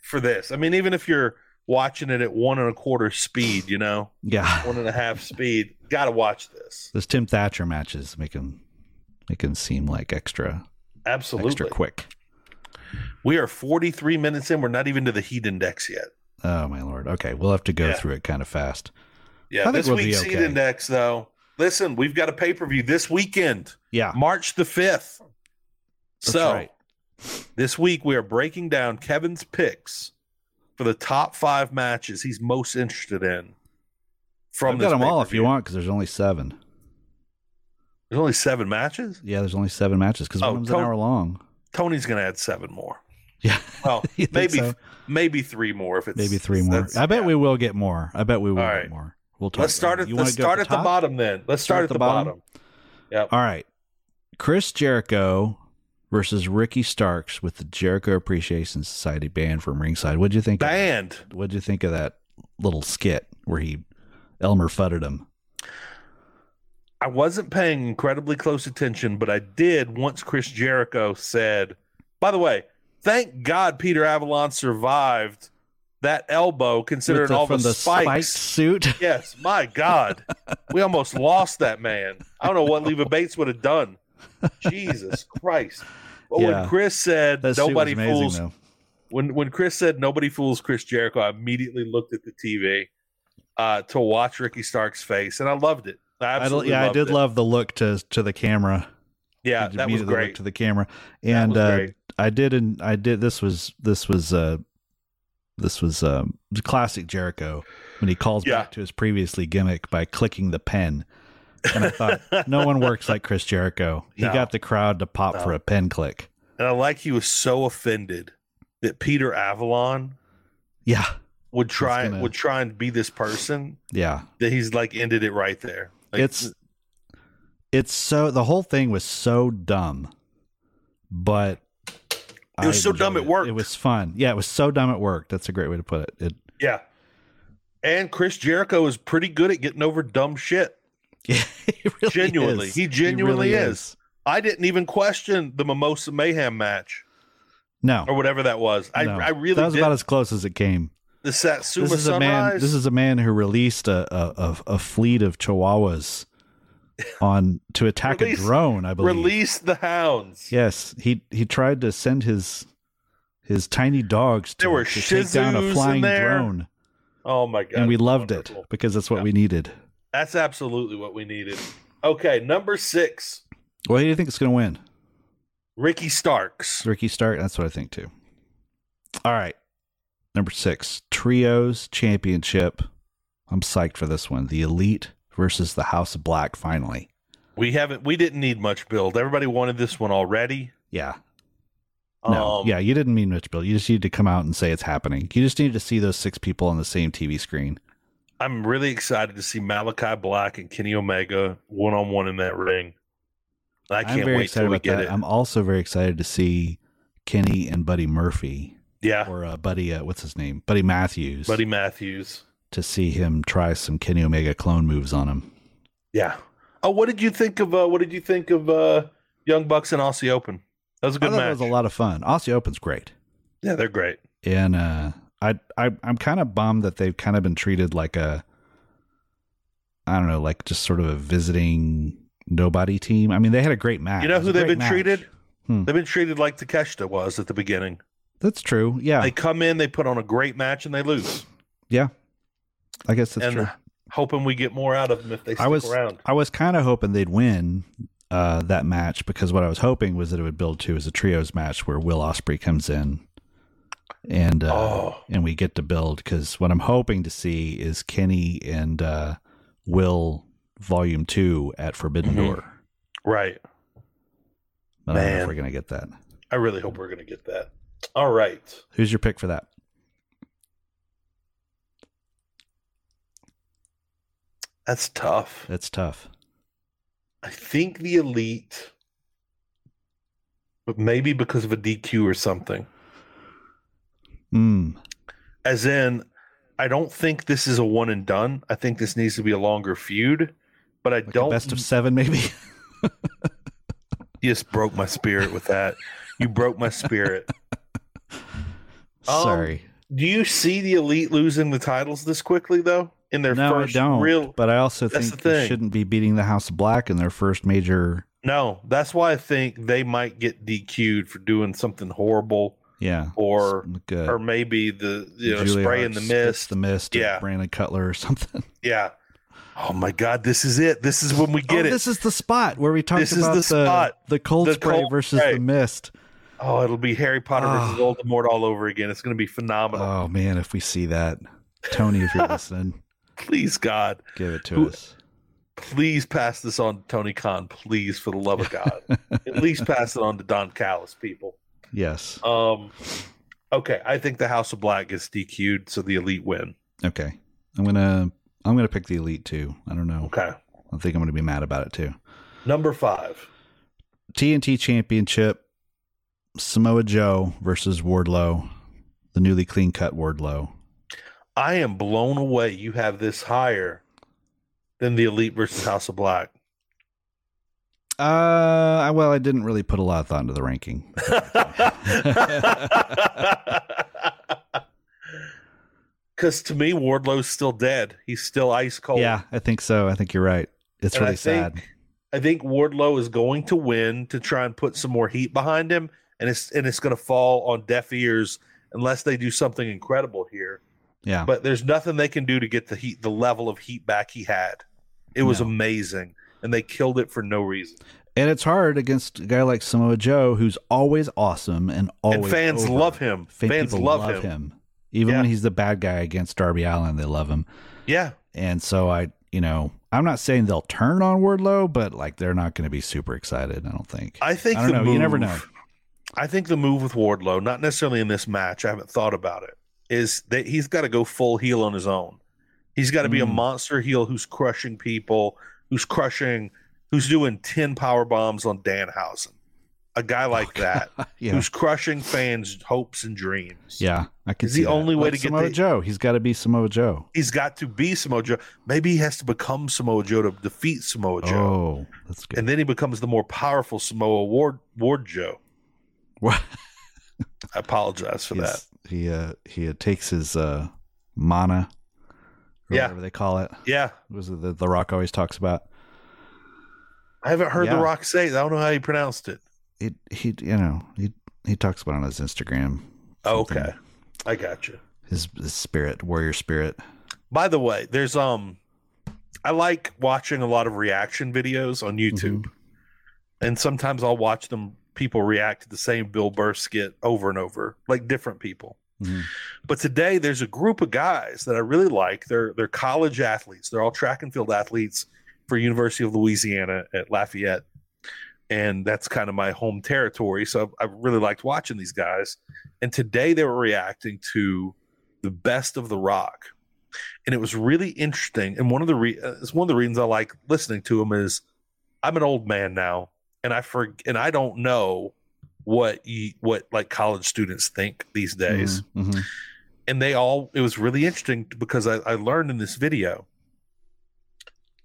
[SPEAKER 2] for this. I mean, even if you're watching it at one and a quarter speed, you know,
[SPEAKER 3] yeah.
[SPEAKER 2] one and a half speed, got to watch this.
[SPEAKER 3] Those Tim Thatcher matches make him make him seem like extra
[SPEAKER 2] Absolutely.
[SPEAKER 3] extra quick.
[SPEAKER 2] We are 43 minutes in. We're not even to the heat index yet.
[SPEAKER 3] Oh my lord. Okay, we'll have to go
[SPEAKER 2] Yeah.
[SPEAKER 3] through it kind of fast. I
[SPEAKER 2] Yeah.
[SPEAKER 3] think
[SPEAKER 2] This
[SPEAKER 3] we'll be
[SPEAKER 2] week's heat
[SPEAKER 3] okay.
[SPEAKER 2] index, though. Listen, we've got a pay per view this weekend,
[SPEAKER 3] Yeah.
[SPEAKER 2] March the 5th.
[SPEAKER 3] That's
[SPEAKER 2] so
[SPEAKER 3] right.
[SPEAKER 2] this week we are breaking down Kevin's picks for the top five matches he's most interested in. From
[SPEAKER 3] I've
[SPEAKER 2] this
[SPEAKER 3] got them all if you
[SPEAKER 2] pay-per-view.
[SPEAKER 3] want because there's only seven.
[SPEAKER 2] There's only seven matches.
[SPEAKER 3] Yeah, there's only seven matches because
[SPEAKER 2] Oh,
[SPEAKER 3] one of them's
[SPEAKER 2] tot-
[SPEAKER 3] an hour long.
[SPEAKER 2] Tony's going to add seven more.
[SPEAKER 3] Yeah.
[SPEAKER 2] Well,
[SPEAKER 3] You think
[SPEAKER 2] maybe
[SPEAKER 3] so?
[SPEAKER 2] maybe three more if it's
[SPEAKER 3] maybe three more.
[SPEAKER 2] that's-
[SPEAKER 3] I bet
[SPEAKER 2] yeah.
[SPEAKER 3] we will get more. I bet we will
[SPEAKER 2] All
[SPEAKER 3] get
[SPEAKER 2] right.
[SPEAKER 3] more. We'll talk.
[SPEAKER 2] Let's start at
[SPEAKER 3] you
[SPEAKER 2] let's
[SPEAKER 3] wanna go
[SPEAKER 2] start
[SPEAKER 3] the
[SPEAKER 2] at the
[SPEAKER 3] top?
[SPEAKER 2] bottom then. Let's start, at the bottom. Yep.
[SPEAKER 3] All right. Chris Jericho versus Ricky Starks with the Jericho Appreciation Society band from ringside. What'd you think? Of,
[SPEAKER 2] Banned.
[SPEAKER 3] what'd you think of that little skit where he Elmer fudded him?
[SPEAKER 2] I wasn't paying incredibly close attention, but I did once Chris Jericho said, by the way, thank God Peter Avalon survived that elbow considering
[SPEAKER 3] With the-
[SPEAKER 2] all
[SPEAKER 3] from
[SPEAKER 2] the,
[SPEAKER 3] the spike
[SPEAKER 2] spikes.
[SPEAKER 3] suit.
[SPEAKER 2] Yes, my God. We almost lost that man. I don't know what Leva Bates would have done. Jesus Christ. But
[SPEAKER 3] Yeah.
[SPEAKER 2] when Chris said
[SPEAKER 3] That suit was
[SPEAKER 2] nobody
[SPEAKER 3] amazing,
[SPEAKER 2] fools
[SPEAKER 3] though.
[SPEAKER 2] when when Chris said nobody fools Chris Jericho, I immediately looked at the TV uh, to watch Ricky Stark's face and I loved it. I
[SPEAKER 3] I don't-
[SPEAKER 2] absolutely
[SPEAKER 3] yeah, I
[SPEAKER 2] loved
[SPEAKER 3] did
[SPEAKER 2] it.
[SPEAKER 3] love the look to to the camera.
[SPEAKER 2] yeah,
[SPEAKER 3] He
[SPEAKER 2] that was
[SPEAKER 3] immediately looked
[SPEAKER 2] great.
[SPEAKER 3] to the camera,
[SPEAKER 2] That
[SPEAKER 3] and
[SPEAKER 2] was
[SPEAKER 3] uh,
[SPEAKER 2] great.
[SPEAKER 3] I did, and I did. This was this was uh, this was um, the classic Jericho when he calls
[SPEAKER 2] Yeah.
[SPEAKER 3] back to his previously gimmick by clicking the pen, And I thought, no one works like Chris Jericho. He
[SPEAKER 2] No.
[SPEAKER 3] got the crowd to pop
[SPEAKER 2] No.
[SPEAKER 3] for a pen click.
[SPEAKER 2] And I like he was so offended that Peter Avalon
[SPEAKER 3] Yeah.
[SPEAKER 2] would try
[SPEAKER 3] gonna-
[SPEAKER 2] would try and be this person
[SPEAKER 3] Yeah.
[SPEAKER 2] that he's like ended it right there. Like,
[SPEAKER 3] it's it's so the whole thing was so dumb, but
[SPEAKER 2] It was so
[SPEAKER 3] enjoyed
[SPEAKER 2] dumb it worked.
[SPEAKER 3] It was fun. Yeah, it was so dumb it worked. That's a great way to put it. It
[SPEAKER 2] yeah. And Chris Jericho is pretty good at getting over dumb shit.
[SPEAKER 3] yeah, he really
[SPEAKER 2] Genuinely.
[SPEAKER 3] is.
[SPEAKER 2] He genuinely
[SPEAKER 3] really
[SPEAKER 2] is. I didn't even question the Mimosa Mayhem match
[SPEAKER 3] No,
[SPEAKER 2] or whatever that was. Oh, I,
[SPEAKER 3] no.
[SPEAKER 2] I really
[SPEAKER 3] that was
[SPEAKER 2] did.
[SPEAKER 3] about as close as it came.
[SPEAKER 2] the Satsuma
[SPEAKER 3] this is a
[SPEAKER 2] Sunrise.
[SPEAKER 3] man. This is a man who released a a, a, a fleet of Chihuahuas on to attack
[SPEAKER 2] Release-
[SPEAKER 3] a drone. I believe.
[SPEAKER 2] release the hounds.
[SPEAKER 3] Yes, he he tried to send his his tiny dogs to,
[SPEAKER 2] There were
[SPEAKER 3] to take down
[SPEAKER 2] Shizus
[SPEAKER 3] a
[SPEAKER 2] in
[SPEAKER 3] flying
[SPEAKER 2] there.
[SPEAKER 3] drone.
[SPEAKER 2] Oh my god.
[SPEAKER 3] and we
[SPEAKER 2] it's
[SPEAKER 3] loved
[SPEAKER 2] wonderful.
[SPEAKER 3] it because that's what
[SPEAKER 2] Yeah.
[SPEAKER 3] we needed.
[SPEAKER 2] That's absolutely what we needed. Okay, number six,
[SPEAKER 3] Well, who do you think is going to win?
[SPEAKER 2] Ricky Starks.
[SPEAKER 3] It's Ricky Stark. That's what I think too. All right, number six, trios championship. I'm psyched for this one. The Elite versus the House of Black. Finally,
[SPEAKER 2] We haven't. We didn't need much build. Everybody wanted this one already.
[SPEAKER 3] yeah. No,
[SPEAKER 2] Um,
[SPEAKER 3] yeah. You didn't mean Mitch Bill. You just needed to come out and say it's happening. You just needed to see those six people on the same TV screen.
[SPEAKER 2] I'm really excited to see Malachi Black and Kenny Omega one on one in that ring. I
[SPEAKER 3] am
[SPEAKER 2] can't
[SPEAKER 3] very
[SPEAKER 2] wait
[SPEAKER 3] excited
[SPEAKER 2] till we
[SPEAKER 3] about
[SPEAKER 2] get
[SPEAKER 3] that.
[SPEAKER 2] it.
[SPEAKER 3] I'm also very excited to see Kenny and Buddy Murphy
[SPEAKER 2] yeah,
[SPEAKER 3] or uh, Buddy. Uh, what's his name? Buddy Matthews.
[SPEAKER 2] Buddy Matthews.
[SPEAKER 3] to see him try some Kenny Omega clone moves on him.
[SPEAKER 2] Yeah. Oh, what did you think of? Uh, what did you think of uh, Young Bucks and Aussie Open? That was a
[SPEAKER 3] I
[SPEAKER 2] good
[SPEAKER 3] thought
[SPEAKER 2] match.
[SPEAKER 3] that was a lot of fun. Aussie Open's great,
[SPEAKER 2] Yeah, they're great.
[SPEAKER 3] and uh, I, I I'm kind of bummed that they've kind of been treated like a, I don't know, like just sort of a visiting nobody team. I mean, they had a great match.
[SPEAKER 2] You know
[SPEAKER 3] It was
[SPEAKER 2] who
[SPEAKER 3] a
[SPEAKER 2] they've been
[SPEAKER 3] great match.
[SPEAKER 2] treated?
[SPEAKER 3] Hmm.
[SPEAKER 2] They've been treated like Takeshita was at the beginning.
[SPEAKER 3] That's true. Yeah,
[SPEAKER 2] They come in, they put on a great match, and they lose.
[SPEAKER 3] I guess that's
[SPEAKER 2] and
[SPEAKER 3] true.
[SPEAKER 2] hoping we get more out of them if they stick
[SPEAKER 3] I was
[SPEAKER 2] around.
[SPEAKER 3] I was kind of hoping they'd win uh, that match because what I was hoping was that it would build to is a trios match where Will Osprey comes in, and uh,
[SPEAKER 2] oh,
[SPEAKER 3] and we get to build because what I'm hoping to see is Kenny and uh, Will Volume Two at Forbidden
[SPEAKER 2] Mhm.
[SPEAKER 3] Door.
[SPEAKER 2] right.
[SPEAKER 3] But I don't know
[SPEAKER 2] Man.
[SPEAKER 3] if we're gonna get that.
[SPEAKER 2] I really hope we're going to get that. All right.
[SPEAKER 3] Who's your pick for that?
[SPEAKER 2] That's tough.
[SPEAKER 3] That's tough.
[SPEAKER 2] I think the elite, but maybe because of a DQ or something.
[SPEAKER 3] Mm.
[SPEAKER 2] As in, I don't think this is a one and done. I think this needs to be a longer feud. But I
[SPEAKER 3] Like a
[SPEAKER 2] don't.
[SPEAKER 3] best of seven, maybe.
[SPEAKER 2] you just broke my spirit with that. You broke my spirit. Um,
[SPEAKER 3] Sorry,
[SPEAKER 2] Do you see the elite losing the titles this quickly though? In their
[SPEAKER 3] no, I
[SPEAKER 2] first
[SPEAKER 3] don't.
[SPEAKER 2] real
[SPEAKER 3] but I also
[SPEAKER 2] That's
[SPEAKER 3] think
[SPEAKER 2] the
[SPEAKER 3] they
[SPEAKER 2] thing.
[SPEAKER 3] shouldn't be beating the House of Black in their first major.
[SPEAKER 2] No, that's why I think they might get DQ'd for doing something horrible,
[SPEAKER 3] Yeah,
[SPEAKER 2] Or-
[SPEAKER 3] like, uh,
[SPEAKER 2] or maybe the you know
[SPEAKER 3] Julia
[SPEAKER 2] spray
[SPEAKER 3] Hart
[SPEAKER 2] in the
[SPEAKER 3] spits
[SPEAKER 2] mist.
[SPEAKER 3] the mist, or
[SPEAKER 2] Yeah.
[SPEAKER 3] Brandon Cutler or something.
[SPEAKER 2] yeah. Oh my God, this is it. This is when we get
[SPEAKER 3] oh,
[SPEAKER 2] it.
[SPEAKER 3] This is the spot where we talked
[SPEAKER 2] This is
[SPEAKER 3] about
[SPEAKER 2] the
[SPEAKER 3] the
[SPEAKER 2] spot.
[SPEAKER 3] the cold
[SPEAKER 2] The
[SPEAKER 3] spray
[SPEAKER 2] cold
[SPEAKER 3] versus
[SPEAKER 2] spray.
[SPEAKER 3] the mist.
[SPEAKER 2] oh, it'll be Harry Potter
[SPEAKER 3] Ah.
[SPEAKER 2] versus Voldemort all over again. It's going to be phenomenal.
[SPEAKER 3] Oh man, if we see that, Tony, if you're listening,
[SPEAKER 2] please, God,
[SPEAKER 3] give it to
[SPEAKER 2] Who-
[SPEAKER 3] us.
[SPEAKER 2] please pass this on to Tony Khan. Please, for the love of God, at least pass it on to Don Callis, people.
[SPEAKER 3] Yes.
[SPEAKER 2] Um, okay, I think the House of Black gets DQ'd, so the elite win.
[SPEAKER 3] Okay. I'm gonna I'm gonna pick the elite too. I don't know.
[SPEAKER 2] Okay,
[SPEAKER 3] I think I'm gonna be mad about it too.
[SPEAKER 2] number five.
[SPEAKER 3] TNT Championship, Samoa Joe versus Wardlow, the newly clean cut Wardlow.
[SPEAKER 2] I am blown away. You have this higher than the Elite versus House of Black.
[SPEAKER 3] Uh, well, I didn't really put a lot of thought into the ranking.
[SPEAKER 2] Because to me, Wardlow's still dead. He's still ice cold.
[SPEAKER 3] Yeah, I think so. I think you're right. It's
[SPEAKER 2] And I
[SPEAKER 3] really sad.
[SPEAKER 2] think- I think Wardlow is going to win to try and put some more heat behind him, and it's and it's going to fall on deaf ears unless they do something incredible here.
[SPEAKER 3] yeah.
[SPEAKER 2] But there's nothing they can do to get the heat, the level of heat back he had. It was
[SPEAKER 3] No.
[SPEAKER 2] amazing, and they killed it for no reason.
[SPEAKER 3] And it's hard against a guy like Samoa Joe, who's always awesome and always
[SPEAKER 2] and fans
[SPEAKER 3] over.
[SPEAKER 2] love him.
[SPEAKER 3] Fan-
[SPEAKER 2] fans
[SPEAKER 3] people
[SPEAKER 2] love, him.
[SPEAKER 3] Even
[SPEAKER 2] Yeah.
[SPEAKER 3] when he's the bad guy against Darby Allen, they love him.
[SPEAKER 2] Yeah,
[SPEAKER 3] And so I, you know, I'm not saying they'll turn on Wardlow, but like they're not going to be super excited. I don't think.
[SPEAKER 2] I think
[SPEAKER 3] I don't
[SPEAKER 2] the
[SPEAKER 3] know.
[SPEAKER 2] Move,
[SPEAKER 3] You never know.
[SPEAKER 2] I think the move with Wardlow, not necessarily in this match, I haven't thought about it, is that he's got to go full heel on his own. He's got to be a
[SPEAKER 3] Mm.
[SPEAKER 2] monster heel who's crushing people, who's crushing, who's doing 10 power bombs on Danhausen. A guy like that
[SPEAKER 3] Oh, yeah,
[SPEAKER 2] who's crushing fans' hopes and dreams.
[SPEAKER 3] yeah. I can.
[SPEAKER 2] Is the
[SPEAKER 3] see that.
[SPEAKER 2] only way
[SPEAKER 3] Like
[SPEAKER 2] to get
[SPEAKER 3] Samoa
[SPEAKER 2] the-
[SPEAKER 3] Joe. He's got to be Samoa Joe.
[SPEAKER 2] He's got to be Samoa Joe. Maybe he has to become Samoa Joe to defeat Samoa Joe.
[SPEAKER 3] Oh, that's good.
[SPEAKER 2] And then he becomes the more powerful Samoa Ward Ward Joe.
[SPEAKER 3] What?
[SPEAKER 2] I apologize for that.
[SPEAKER 3] He's- He uh he uh, takes his uh mana, or
[SPEAKER 2] Yeah.
[SPEAKER 3] whatever they call it.
[SPEAKER 2] Yeah.
[SPEAKER 3] Was it the The Rock always talks about?
[SPEAKER 2] I haven't heard
[SPEAKER 3] Yeah.
[SPEAKER 2] The Rock say it. I don't know how he pronounced it.
[SPEAKER 3] It he you know he he talks about it on his Instagram.
[SPEAKER 2] Oh,
[SPEAKER 3] something.
[SPEAKER 2] okay. I got you.
[SPEAKER 3] His, his spirit, warrior spirit.
[SPEAKER 2] By the way, there's um I like watching a lot of reaction videos on
[SPEAKER 3] Mm-hmm.
[SPEAKER 2] YouTube. And sometimes I'll watch them people react to the same Bill Burr skit over and over, like different people.
[SPEAKER 3] Mhm.
[SPEAKER 2] But today there's a group of guys that I really like. They're they're college athletes. They're all track and field athletes for University of Louisiana at Lafayette. And that's kind of my home territory. So I really liked watching these guys. And today they were reacting to the best of the rock. And it was really interesting. And one of the re- uh, it's one of the reasons I like listening to them is I'm an old man now and I for- and I don't know what you, what like college students think these days
[SPEAKER 3] Mhm, mhm.
[SPEAKER 2] and they all it was really interesting because I, I learned in this video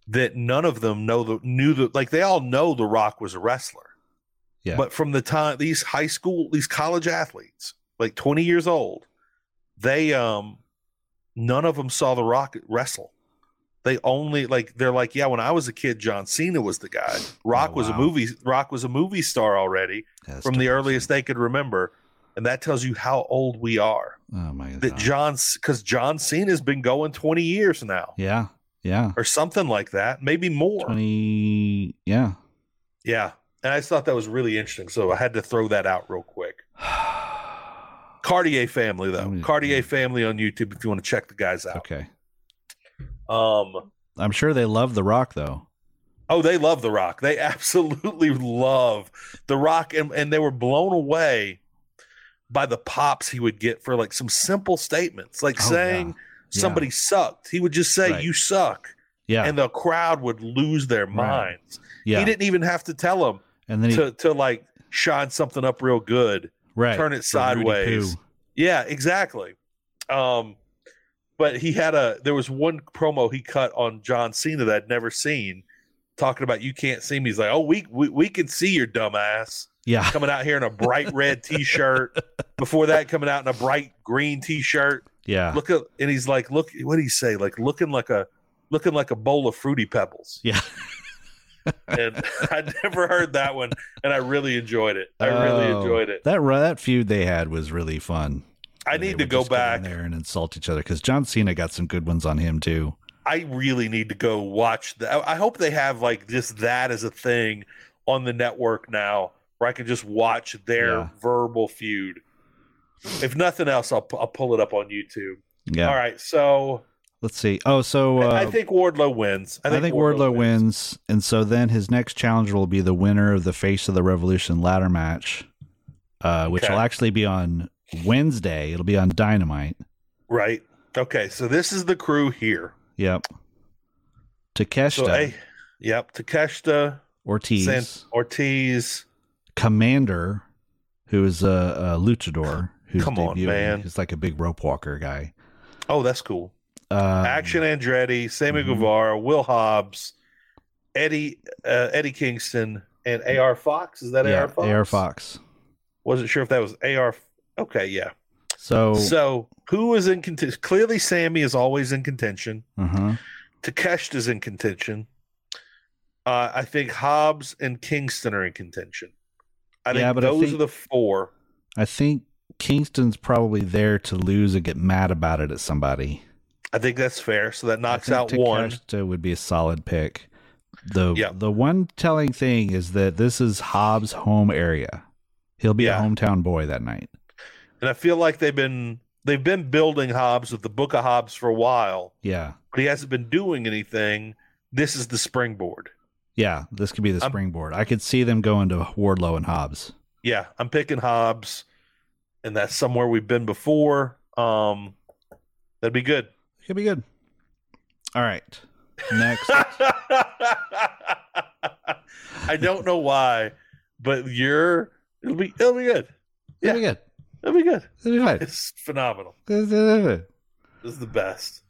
[SPEAKER 2] that none of them know the knew the like they all know the rock was a wrestler
[SPEAKER 3] Yeah.
[SPEAKER 2] but from the time these high school these college athletes like 20 years old they um none of them saw the rock wrestle they only like they're like yeah when i was a kid john cena was the guy rock was a
[SPEAKER 3] Oh, wow.
[SPEAKER 2] movie rock was a movie star already
[SPEAKER 3] That's
[SPEAKER 2] from the
[SPEAKER 3] depressing.
[SPEAKER 2] earliest they could remember and that tells you how old we are
[SPEAKER 3] Oh my god.
[SPEAKER 2] that John's because John Cena's been going 20 years now
[SPEAKER 3] yeah. Yeah.
[SPEAKER 2] or something like that, maybe more.
[SPEAKER 3] 20 yeah
[SPEAKER 2] Yeah. And I just thought that was really interesting. So I had to throw that out real quick. Cartier family, though.
[SPEAKER 3] Mm,
[SPEAKER 2] Cartier
[SPEAKER 3] mm.
[SPEAKER 2] family on YouTube if you want to check the guys out.
[SPEAKER 3] okay
[SPEAKER 2] Um,
[SPEAKER 3] i'm sure they love the rock though
[SPEAKER 2] oh, they love The Rock. They absolutely love The Rock. And, and they were blown away by the pops he would get for like some simple statements, like
[SPEAKER 3] Oh,
[SPEAKER 2] saying
[SPEAKER 3] Yeah.
[SPEAKER 2] somebody sucked. He would just say,
[SPEAKER 3] Right.
[SPEAKER 2] You suck.
[SPEAKER 3] yeah
[SPEAKER 2] And the crowd would lose their
[SPEAKER 3] Right.
[SPEAKER 2] minds. He
[SPEAKER 3] yeah
[SPEAKER 2] didn't even have to tell him
[SPEAKER 3] and then he
[SPEAKER 2] to to like shine something up real good.
[SPEAKER 3] right
[SPEAKER 2] turn it
[SPEAKER 3] the Rudy
[SPEAKER 2] sideways.
[SPEAKER 3] Poo.
[SPEAKER 2] Yeah, exactly. Um, but he had a there was one promo he cut on John Cena that I'd never seen, talking about you can't see me. He's like, oh, we we, we can see your dumb ass
[SPEAKER 3] yeah
[SPEAKER 2] coming out here in a bright red t-shirt. Before that, coming out in a bright green t-shirt.
[SPEAKER 3] yeah
[SPEAKER 2] Look at and he's like, look, what did he say? Like looking like a looking like a bowl of fruity pebbles.
[SPEAKER 3] yeah
[SPEAKER 2] and I never heard that one, and I really enjoyed it. I really
[SPEAKER 3] Oh,
[SPEAKER 2] enjoyed it.
[SPEAKER 3] that ru- that feud they had was really fun
[SPEAKER 2] I
[SPEAKER 3] Where they
[SPEAKER 2] need to
[SPEAKER 3] would
[SPEAKER 2] go
[SPEAKER 3] just in
[SPEAKER 2] back.
[SPEAKER 3] there and insult each other because john cena got some good ones on him too
[SPEAKER 2] I really need to go watch that. I I hope they have like just that as a thing on the network now, where I can just watch their
[SPEAKER 3] Yeah.
[SPEAKER 2] verbal feud. If nothing else, I'll, pu- I'll pull it up on YouTube.
[SPEAKER 3] yeah
[SPEAKER 2] All right, so
[SPEAKER 3] let's see oh so uh,
[SPEAKER 2] I- I think Wardlow wins.
[SPEAKER 3] I think, Wardlow, wins. and so then his next challenge will be the winner of the Face of the Revolution ladder match, uh, which
[SPEAKER 2] Okay.
[SPEAKER 3] will actually be on Wednesday. It'll be on Dynamite.
[SPEAKER 2] Right. Okay, so this is the crew here.
[SPEAKER 3] Yep. Takeshita
[SPEAKER 2] So, hey, yep, Takeshita,
[SPEAKER 3] Ortiz,
[SPEAKER 2] San- Ortiz,
[SPEAKER 3] Commander, who is a, a luchador. Who's
[SPEAKER 2] Come on,
[SPEAKER 3] debuting.
[SPEAKER 2] man.
[SPEAKER 3] He's like a big rope walker guy.
[SPEAKER 2] Oh, that's cool.
[SPEAKER 3] Um,
[SPEAKER 2] Action Andretti, Sammy
[SPEAKER 3] mhm.
[SPEAKER 2] Guevara, Will Hobbs, Eddie uh, Eddie Kingston, and AR Fox. Is that
[SPEAKER 3] yeah,
[SPEAKER 2] AR Fox?
[SPEAKER 3] Air Fox.
[SPEAKER 2] Wasn't sure if that was AR. F- Okay, yeah.
[SPEAKER 3] So,
[SPEAKER 2] So who is in contention? Clearly, Sammy is always in contention.
[SPEAKER 3] uh-huh.
[SPEAKER 2] Takeshita is in contention. Uh, I think Hobbs and Kingston are in contention. I think
[SPEAKER 3] Yeah, but I
[SPEAKER 2] those
[SPEAKER 3] think-
[SPEAKER 2] are the four.
[SPEAKER 3] I think Kingston's probably there to lose and get mad about it at somebody.
[SPEAKER 2] I think that's fair. So that knocks
[SPEAKER 3] I
[SPEAKER 2] out
[SPEAKER 3] think
[SPEAKER 2] one.
[SPEAKER 3] Takeshita would be a solid pick. The
[SPEAKER 2] Yeah.
[SPEAKER 3] the one telling thing is that this is Hobbs' home area. He'll be
[SPEAKER 2] Yeah.
[SPEAKER 3] a hometown boy that night.
[SPEAKER 2] And I feel like they've been they've been building Hobbs with the Book of Hobbs for a while,
[SPEAKER 3] Yeah.
[SPEAKER 2] but he hasn't been doing anything. This is the springboard.
[SPEAKER 3] Yeah. This could be the
[SPEAKER 2] I'm-
[SPEAKER 3] springboard. I could see them going to Wardlow and Hobbs.
[SPEAKER 2] Yeah, I'm picking Hobbs, and that's somewhere we've been before. Um, that'd be good.
[SPEAKER 3] Could be good. All right. Next.
[SPEAKER 2] I don't know why, but you're it'll be it'll be good.
[SPEAKER 3] It'll be good.
[SPEAKER 2] It'll be good.
[SPEAKER 3] It'll be fine.
[SPEAKER 2] It's phenomenal.
[SPEAKER 3] It's-
[SPEAKER 2] This is the best.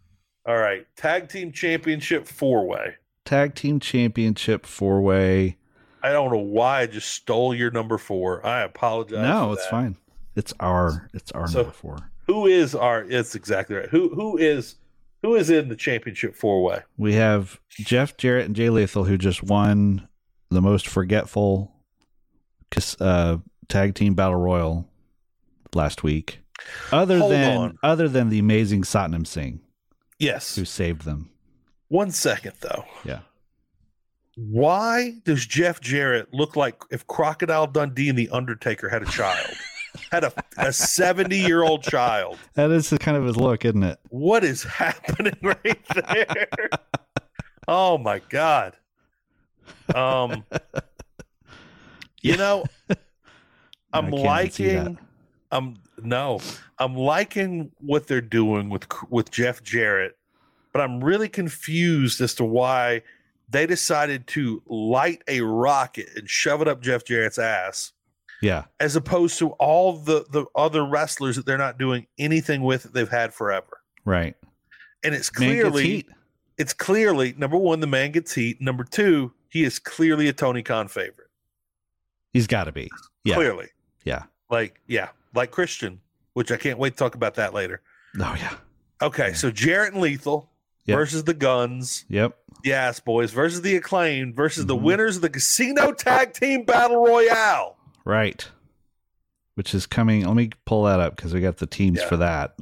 [SPEAKER 2] All right, tag team championship four way.
[SPEAKER 3] Tag team championship four way.
[SPEAKER 2] I don't know why I just stole your number four. I apologize.
[SPEAKER 3] No,
[SPEAKER 2] for
[SPEAKER 3] it's
[SPEAKER 2] that.
[SPEAKER 3] fine. It's our it's our
[SPEAKER 2] So-
[SPEAKER 3] number four.
[SPEAKER 2] Who is our? It's exactly right. Who who is who is in the championship four way?
[SPEAKER 3] We have Jeff Jarrett and Jay Lethal who just won the most forgetful cas- uh, tag team battle royal last week. Other
[SPEAKER 2] Hold
[SPEAKER 3] than
[SPEAKER 2] on.
[SPEAKER 3] other than the amazing Satnam Singh
[SPEAKER 2] Yes.
[SPEAKER 3] who saved them.
[SPEAKER 2] One second though.
[SPEAKER 3] Yeah.
[SPEAKER 2] Why does Jeff Jarrett look like if Crocodile Dundee and the Undertaker had a child? had a a 70 year old child.
[SPEAKER 3] That is kind of his look, isn't it?
[SPEAKER 2] What is happening right there? Oh my god. Um you know, I'm
[SPEAKER 3] I can't even see that.
[SPEAKER 2] liking I'm no, I'm liking what they're doing with with Jeff Jarrett, but I'm really confused as to why they decided to light a rocket and shove it up Jeff Jarrett's ass,
[SPEAKER 3] Yeah.
[SPEAKER 2] as opposed to all the the other wrestlers that they're not doing anything with that they've had forever.
[SPEAKER 3] Right.
[SPEAKER 2] And it's
[SPEAKER 3] Man gets
[SPEAKER 2] clearly
[SPEAKER 3] heat.
[SPEAKER 2] it's clearly number one, the man gets heat. Number two, he is clearly a Tony Khan favorite.
[SPEAKER 3] He's got to be. Yeah.
[SPEAKER 2] Clearly,
[SPEAKER 3] Yeah.
[SPEAKER 2] like yeah, like Christian, which I can't wait to talk about that later.
[SPEAKER 3] Oh yeah.
[SPEAKER 2] Okay,
[SPEAKER 3] Yeah.
[SPEAKER 2] so Jarrett and Lethal
[SPEAKER 3] Yep.
[SPEAKER 2] versus the Guns,
[SPEAKER 3] Yep.
[SPEAKER 2] yes, boys, versus the Acclaimed versus the
[SPEAKER 3] Mhm.
[SPEAKER 2] winners of the Casino Tag Team Battle Royale.
[SPEAKER 3] Right. Which is coming. Let me pull that up because we got the teams
[SPEAKER 2] Yeah.
[SPEAKER 3] for that.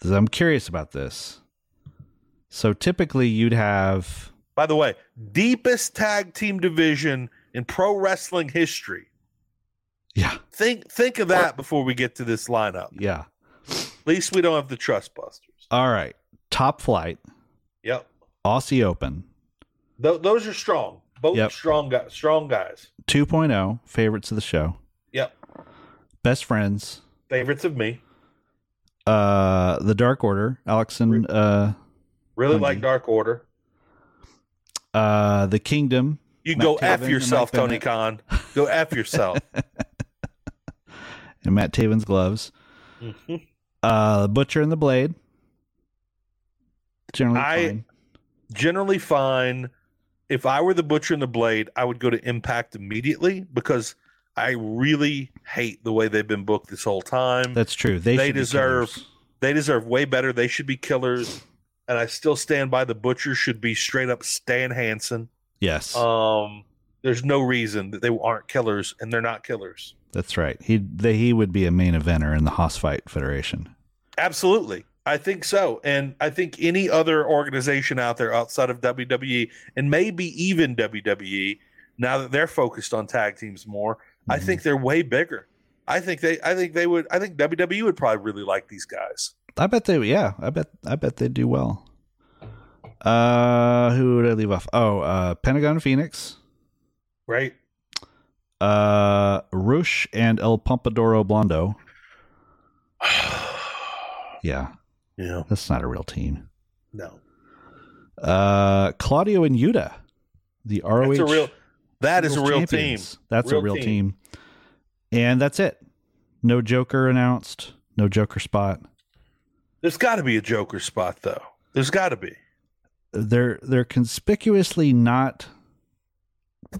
[SPEAKER 3] 'Cause I'm curious about this. So typically you'd have
[SPEAKER 2] By the way, deepest tag team division in pro wrestling history.
[SPEAKER 3] yeah,
[SPEAKER 2] Think think of that before we get to this lineup.
[SPEAKER 3] yeah.
[SPEAKER 2] At least we don't have the Trust Busters.
[SPEAKER 3] All right. Top flight,
[SPEAKER 2] Yep,
[SPEAKER 3] Aussie Open,
[SPEAKER 2] Th- those are strong. Both
[SPEAKER 3] Yep.
[SPEAKER 2] strong guys. Strong guys.
[SPEAKER 3] 2.0, oh, favorites of the show.
[SPEAKER 2] Yep.
[SPEAKER 3] Best friends,
[SPEAKER 2] Favorites of me.
[SPEAKER 3] uh The Dark Order, Alex and uh
[SPEAKER 2] Really
[SPEAKER 3] Bungie.
[SPEAKER 2] like Dark Order.
[SPEAKER 3] uh The Kingdom,
[SPEAKER 2] You
[SPEAKER 3] Matt
[SPEAKER 2] go
[SPEAKER 3] Taven
[SPEAKER 2] f
[SPEAKER 3] and
[SPEAKER 2] yourself,
[SPEAKER 3] Mike
[SPEAKER 2] Tony Khan. Go f yourself.
[SPEAKER 3] and Matt Taven's gloves.
[SPEAKER 2] Mhm.
[SPEAKER 3] Uh Butcher and the Blade. Generally
[SPEAKER 2] I-
[SPEAKER 3] fine.
[SPEAKER 2] generally fine. If I were the butcher and the blade, I would go to Impact immediately because I really hate the way they've been booked this whole time.
[SPEAKER 3] That's true. They,
[SPEAKER 2] They
[SPEAKER 3] should be
[SPEAKER 2] deserve-
[SPEAKER 3] killers.
[SPEAKER 2] they deserve way better. They should be killers, and I still stand by the butcher should be straight up Stan Hansen.
[SPEAKER 3] Yes,
[SPEAKER 2] Um, there's no reason that they aren't killers, and they're not killers.
[SPEAKER 3] that's right. He they, he would be a main eventer in the Haas Fight Federation.
[SPEAKER 2] Absolutely. I think so. And I think any other organization out there outside of WWE and maybe even WWE, now that they're focused on tag teams more, I
[SPEAKER 3] Mhm.
[SPEAKER 2] think they're way bigger. I think they I think they would I think WWE would probably really like these guys.
[SPEAKER 3] I bet they. Yeah, I bet. I bet they do well. Uh, who would I leave off? Oh, uh, Pentagon Phoenix,
[SPEAKER 2] Right?
[SPEAKER 3] uh, Roosh and El Pompadoro Blondo. Yeah,
[SPEAKER 2] yeah.
[SPEAKER 3] that's not a real team.
[SPEAKER 2] No.
[SPEAKER 3] Uh, Claudio and Yuta, the ROH.
[SPEAKER 2] That's a real that is a
[SPEAKER 3] singles
[SPEAKER 2] real
[SPEAKER 3] champions.
[SPEAKER 2] team.
[SPEAKER 3] That's a
[SPEAKER 2] Real
[SPEAKER 3] real
[SPEAKER 2] team.
[SPEAKER 3] team. And that's it. No Joker announced. No Joker spot.
[SPEAKER 2] There's gotta be a Joker spot though. There's gotta be.
[SPEAKER 3] they're they're conspicuously not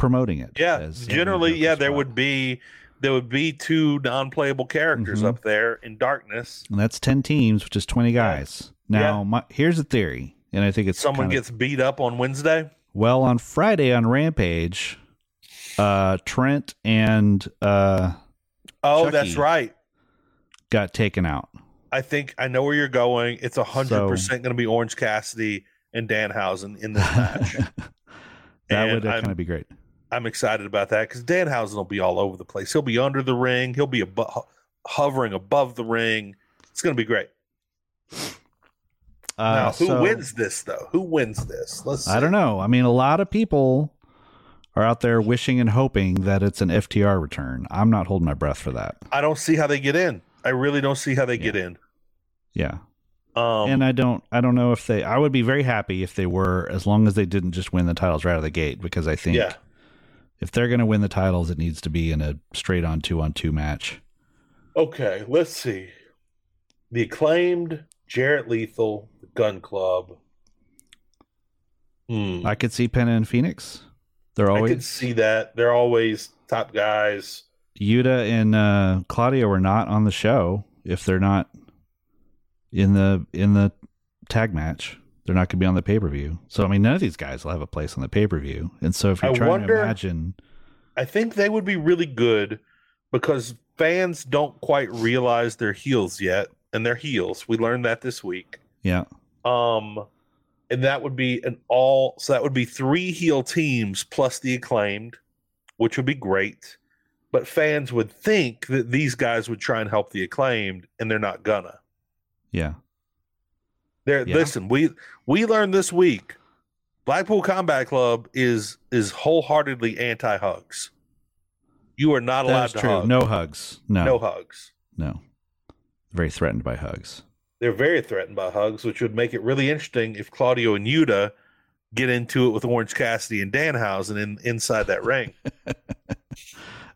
[SPEAKER 3] promoting it.
[SPEAKER 2] Yeah,
[SPEAKER 3] as a
[SPEAKER 2] generally,
[SPEAKER 3] mediocre
[SPEAKER 2] yeah, there
[SPEAKER 3] spot.
[SPEAKER 2] would be there would be two non-playable characters
[SPEAKER 3] Mhm.
[SPEAKER 2] up there in darkness.
[SPEAKER 3] and that's ten teams, which is twenty guys. Now, my, here's a theory, and I think it's
[SPEAKER 2] Someone
[SPEAKER 3] kinda-
[SPEAKER 2] gets beat up on Wednesday.
[SPEAKER 3] well on Friday on Rampage. Uh, Trent and uh
[SPEAKER 2] Oh,
[SPEAKER 3] Chucky.
[SPEAKER 2] that's right.
[SPEAKER 3] got taken out.
[SPEAKER 2] I think I know where you're going. It's a hundred
[SPEAKER 3] So-
[SPEAKER 2] percent going to be Orange Cassidy and Danhausen in this match.
[SPEAKER 3] that
[SPEAKER 2] And
[SPEAKER 3] would
[SPEAKER 2] I'm-
[SPEAKER 3] kind of be great.
[SPEAKER 2] I'm excited about that because Danhausen will be all over the place. He'll be under the ring. He'll be abo- hovering above the ring. It's going to be great.
[SPEAKER 3] Uh,
[SPEAKER 2] now, who
[SPEAKER 3] so-
[SPEAKER 2] wins this though? Who wins this? Let's.
[SPEAKER 3] I don't know. I mean, a lot of people are out there wishing and hoping that it's an FTR return. I'm not holding my breath for that.
[SPEAKER 2] I don't see how they get in. I really don't see how they get in.
[SPEAKER 3] Yeah.
[SPEAKER 2] Um,
[SPEAKER 3] and I don't I don't know if they I would be very happy if they were as long as they didn't just win the titles right out of the gate because I think
[SPEAKER 2] Yeah.
[SPEAKER 3] if they're going to win the titles it needs to be in a straight on 2 on 2 match.
[SPEAKER 2] Okay, let's see. The acclaimed Jarrett Lethal, the Gun Club. Hmm.
[SPEAKER 3] I could see Penna and Phoenix. They're
[SPEAKER 2] I
[SPEAKER 3] always
[SPEAKER 2] can see that. They're always top guys.
[SPEAKER 3] Yuta and uh, Claudio are not on the show if they're not in the in the tag match. They're not going to be on the pay per view. So I mean, none of these guys will have a place on the pay per view. And so if you're
[SPEAKER 2] I
[SPEAKER 3] trying
[SPEAKER 2] wonder-
[SPEAKER 3] to imagine,
[SPEAKER 2] I think they would be really good because fans don't quite realize they're heels yet, and they're heels. We learned that this week.
[SPEAKER 3] yeah,
[SPEAKER 2] Um, and that would be an all so that would be three heel teams plus the acclaimed, which would be great. But fans would think that these guys would try and help the acclaimed, and they're not gonna.
[SPEAKER 3] yeah,
[SPEAKER 2] They're
[SPEAKER 3] Yeah.
[SPEAKER 2] listen, we we learned this week Blackpool Combat Club is is wholeheartedly anti hugs. You are not allowed
[SPEAKER 3] that's
[SPEAKER 2] to
[SPEAKER 3] true.
[SPEAKER 2] hug.
[SPEAKER 3] No hugs. No,
[SPEAKER 2] no
[SPEAKER 3] no,
[SPEAKER 2] hugs.
[SPEAKER 3] Very threatened by hugs.
[SPEAKER 2] They're very threatened by hugs, which would make it really interesting if Claudio and Yuta get into it with Orange Cassidy and Danhausen in, inside that ring.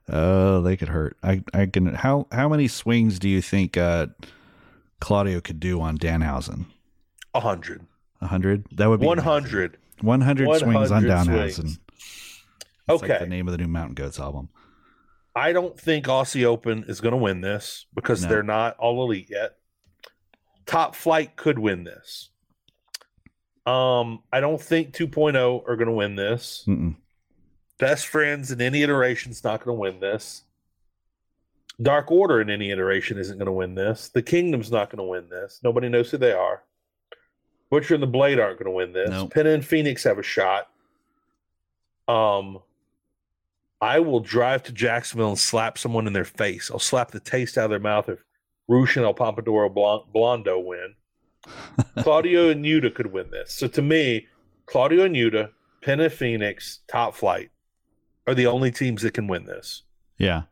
[SPEAKER 3] Oh, they could hurt. I I can. How how many swings do you think uh, Claudio could do on Danhausen?
[SPEAKER 2] 100.
[SPEAKER 3] A hundred. That would be
[SPEAKER 2] 100.
[SPEAKER 3] One hundred swings on
[SPEAKER 2] 100
[SPEAKER 3] Danhausen.
[SPEAKER 2] swings.
[SPEAKER 3] It's like
[SPEAKER 2] Okay.
[SPEAKER 3] the name of the new Mountain Goats album.
[SPEAKER 2] I don't think Aussie Open is going to win this because
[SPEAKER 3] No.
[SPEAKER 2] they're not all elite yet. Top Flight could win this. Um, I don't think 2.0 are going to win this.
[SPEAKER 3] Mm-mm.
[SPEAKER 2] Best Friends in any iteration is not going to win this. Dark Order in any iteration isn't going to win this. The Kingdom's not going to win this. Nobody knows who they are. Butcher and the Blade aren't going to win this.
[SPEAKER 3] No.
[SPEAKER 2] Penna and Phoenix have a shot. Um, I will drive to Jacksonville and slap someone in their face. I'll slap the taste out of their mouth if Roosh and El Pompadoro Blon- Blondo win. Claudio and Yuta could win this. So to me, Claudio and Yuta, Penn and Phoenix, Top Flight are the only teams that can win this.
[SPEAKER 3] Yeah.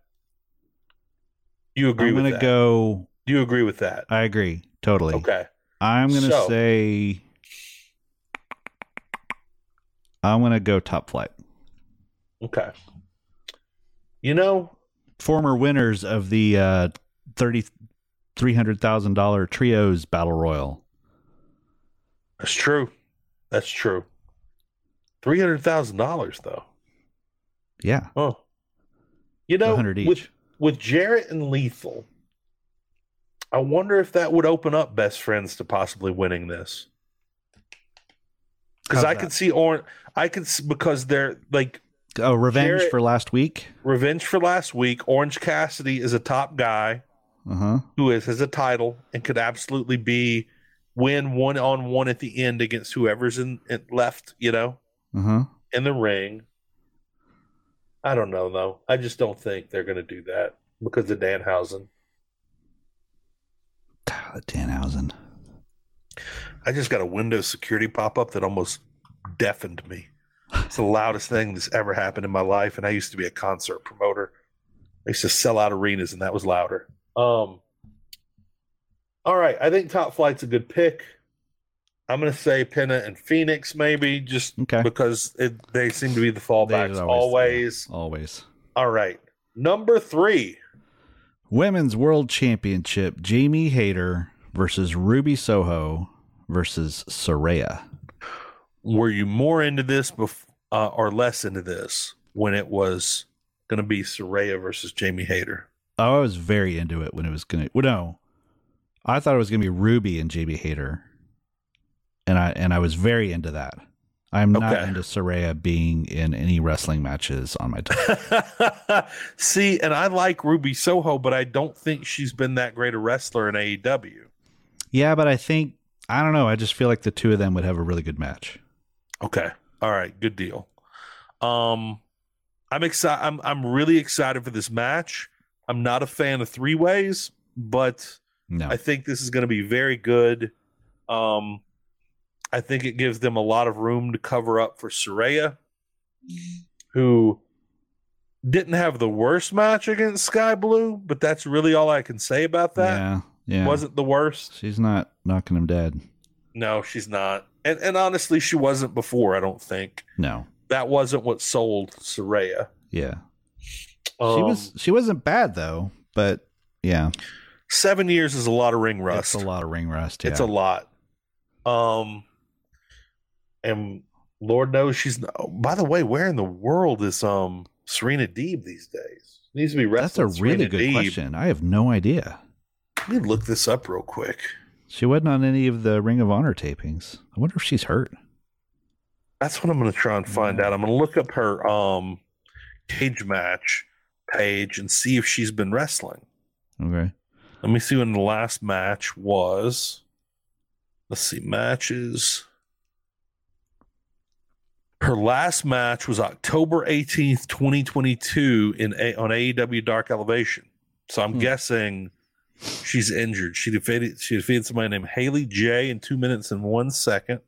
[SPEAKER 2] You agree
[SPEAKER 3] I'm
[SPEAKER 2] with
[SPEAKER 3] gonna
[SPEAKER 2] that?
[SPEAKER 3] go
[SPEAKER 2] Do you agree with that?
[SPEAKER 3] I agree. Totally.
[SPEAKER 2] Okay.
[SPEAKER 3] I'm gonna
[SPEAKER 2] So-
[SPEAKER 3] say I'm gonna go top flight.
[SPEAKER 2] Okay. You know,
[SPEAKER 3] Former winners of the uh thirty three hundred thousand dollar trios battle royal.
[SPEAKER 2] that's true. That's true. Three hundred thousand dollars though.
[SPEAKER 3] Yeah.
[SPEAKER 2] Oh. You know,
[SPEAKER 3] hundred each.
[SPEAKER 2] with with Jarrett and Lethal, I wonder if that would open up best friends to possibly winning this. Because
[SPEAKER 3] How's
[SPEAKER 2] I
[SPEAKER 3] that?
[SPEAKER 2] could see Orange, I could s- because they're like
[SPEAKER 3] Oh, revenge
[SPEAKER 2] Jarrett-
[SPEAKER 3] for last week.
[SPEAKER 2] revenge for last week. Orange Cassidy is a top guy
[SPEAKER 3] Uh-huh.
[SPEAKER 2] who is has a title and could absolutely be win one on one at the end against whoever's in, in left. You know,
[SPEAKER 3] Uh-huh.
[SPEAKER 2] in the ring. I don't know though. I just don't think they're going to do that because of Danhausen.
[SPEAKER 3] God, Danhausen.
[SPEAKER 2] I just got a Windows security pop up that almost deafened me. It's the loudest thing that's ever happened in my life, and I used to be a concert promoter. I used to sell out arenas, and that was louder. Um. All right, I think Top Flight's a good pick. I'm going to say Penna and Phoenix, maybe just
[SPEAKER 3] Okay.
[SPEAKER 2] because it, they seem to be the
[SPEAKER 3] They
[SPEAKER 2] fallbacks always.
[SPEAKER 3] Always.
[SPEAKER 2] All right, number three.
[SPEAKER 3] Women's World Championship, Jamie Hayter versus Ruby Soho versus Soraya.
[SPEAKER 2] were you more into this bef- uh, or less into this when it was going to be Soraya versus Jamie Hayter?
[SPEAKER 3] Oh, I was very into it when it was gonna. Well, no, I thought it was gonna be Ruby and JB Hater, and I and I was very into that. I'm not
[SPEAKER 2] Okay.
[SPEAKER 3] into Soraya being in any wrestling matches on my time.
[SPEAKER 2] See, and I like Ruby Soho, but I don't think she's been that great a E wrestler in AEW.
[SPEAKER 3] yeah, but I think I don't know. I just feel like the two of them would have a really good match.
[SPEAKER 2] Okay, all right, good deal. Um, I'm excited. I'm I'm really excited for this match. I'm not a fan of three ways, but
[SPEAKER 3] No.
[SPEAKER 2] I think this is going to be very good. Um, I think it gives them a lot of room to cover up for Soraya, who didn't have the worst match against Sky Blue, but that's really all I can say about that.
[SPEAKER 3] yeah. Yeah.
[SPEAKER 2] Wasn't the worst.
[SPEAKER 3] She's not knocking him dead.
[SPEAKER 2] No, she's not. And and honestly, she wasn't before. I don't think
[SPEAKER 3] No.
[SPEAKER 2] that wasn't what sold Soraya.
[SPEAKER 3] Yeah.
[SPEAKER 2] Um,
[SPEAKER 3] she was she wasn't bad though, but yeah.
[SPEAKER 2] seven years is a lot of ring
[SPEAKER 3] It's
[SPEAKER 2] rust.
[SPEAKER 3] a lot of ring rust. Yeah.
[SPEAKER 2] It's a lot. Um, and Lord knows she's. Not, oh, by the way, where in the world is um Serena Deeb these days? Needs to be
[SPEAKER 3] That's
[SPEAKER 2] wrestling.
[SPEAKER 3] a really
[SPEAKER 2] Serena
[SPEAKER 3] good
[SPEAKER 2] Deeb.
[SPEAKER 3] question. I have no idea.
[SPEAKER 2] Let me look this up real quick.
[SPEAKER 3] She wasn't on any of the Ring of Honor tapings. I wonder if she's hurt.
[SPEAKER 2] That's what I'm going to try and
[SPEAKER 3] Mm.
[SPEAKER 2] find out. I'm going to look up her um cage match page and see if she's been wrestling.
[SPEAKER 3] Okay.
[SPEAKER 2] Let me see when the last match was. Let's see, matches. Her last match was October 18th, 2022 in a- on AEW Dark Elevation. So I'm
[SPEAKER 3] Hmm.
[SPEAKER 2] guessing she's injured. She defeated she defeated somebody named Haley J in 2 minutes and 1 second.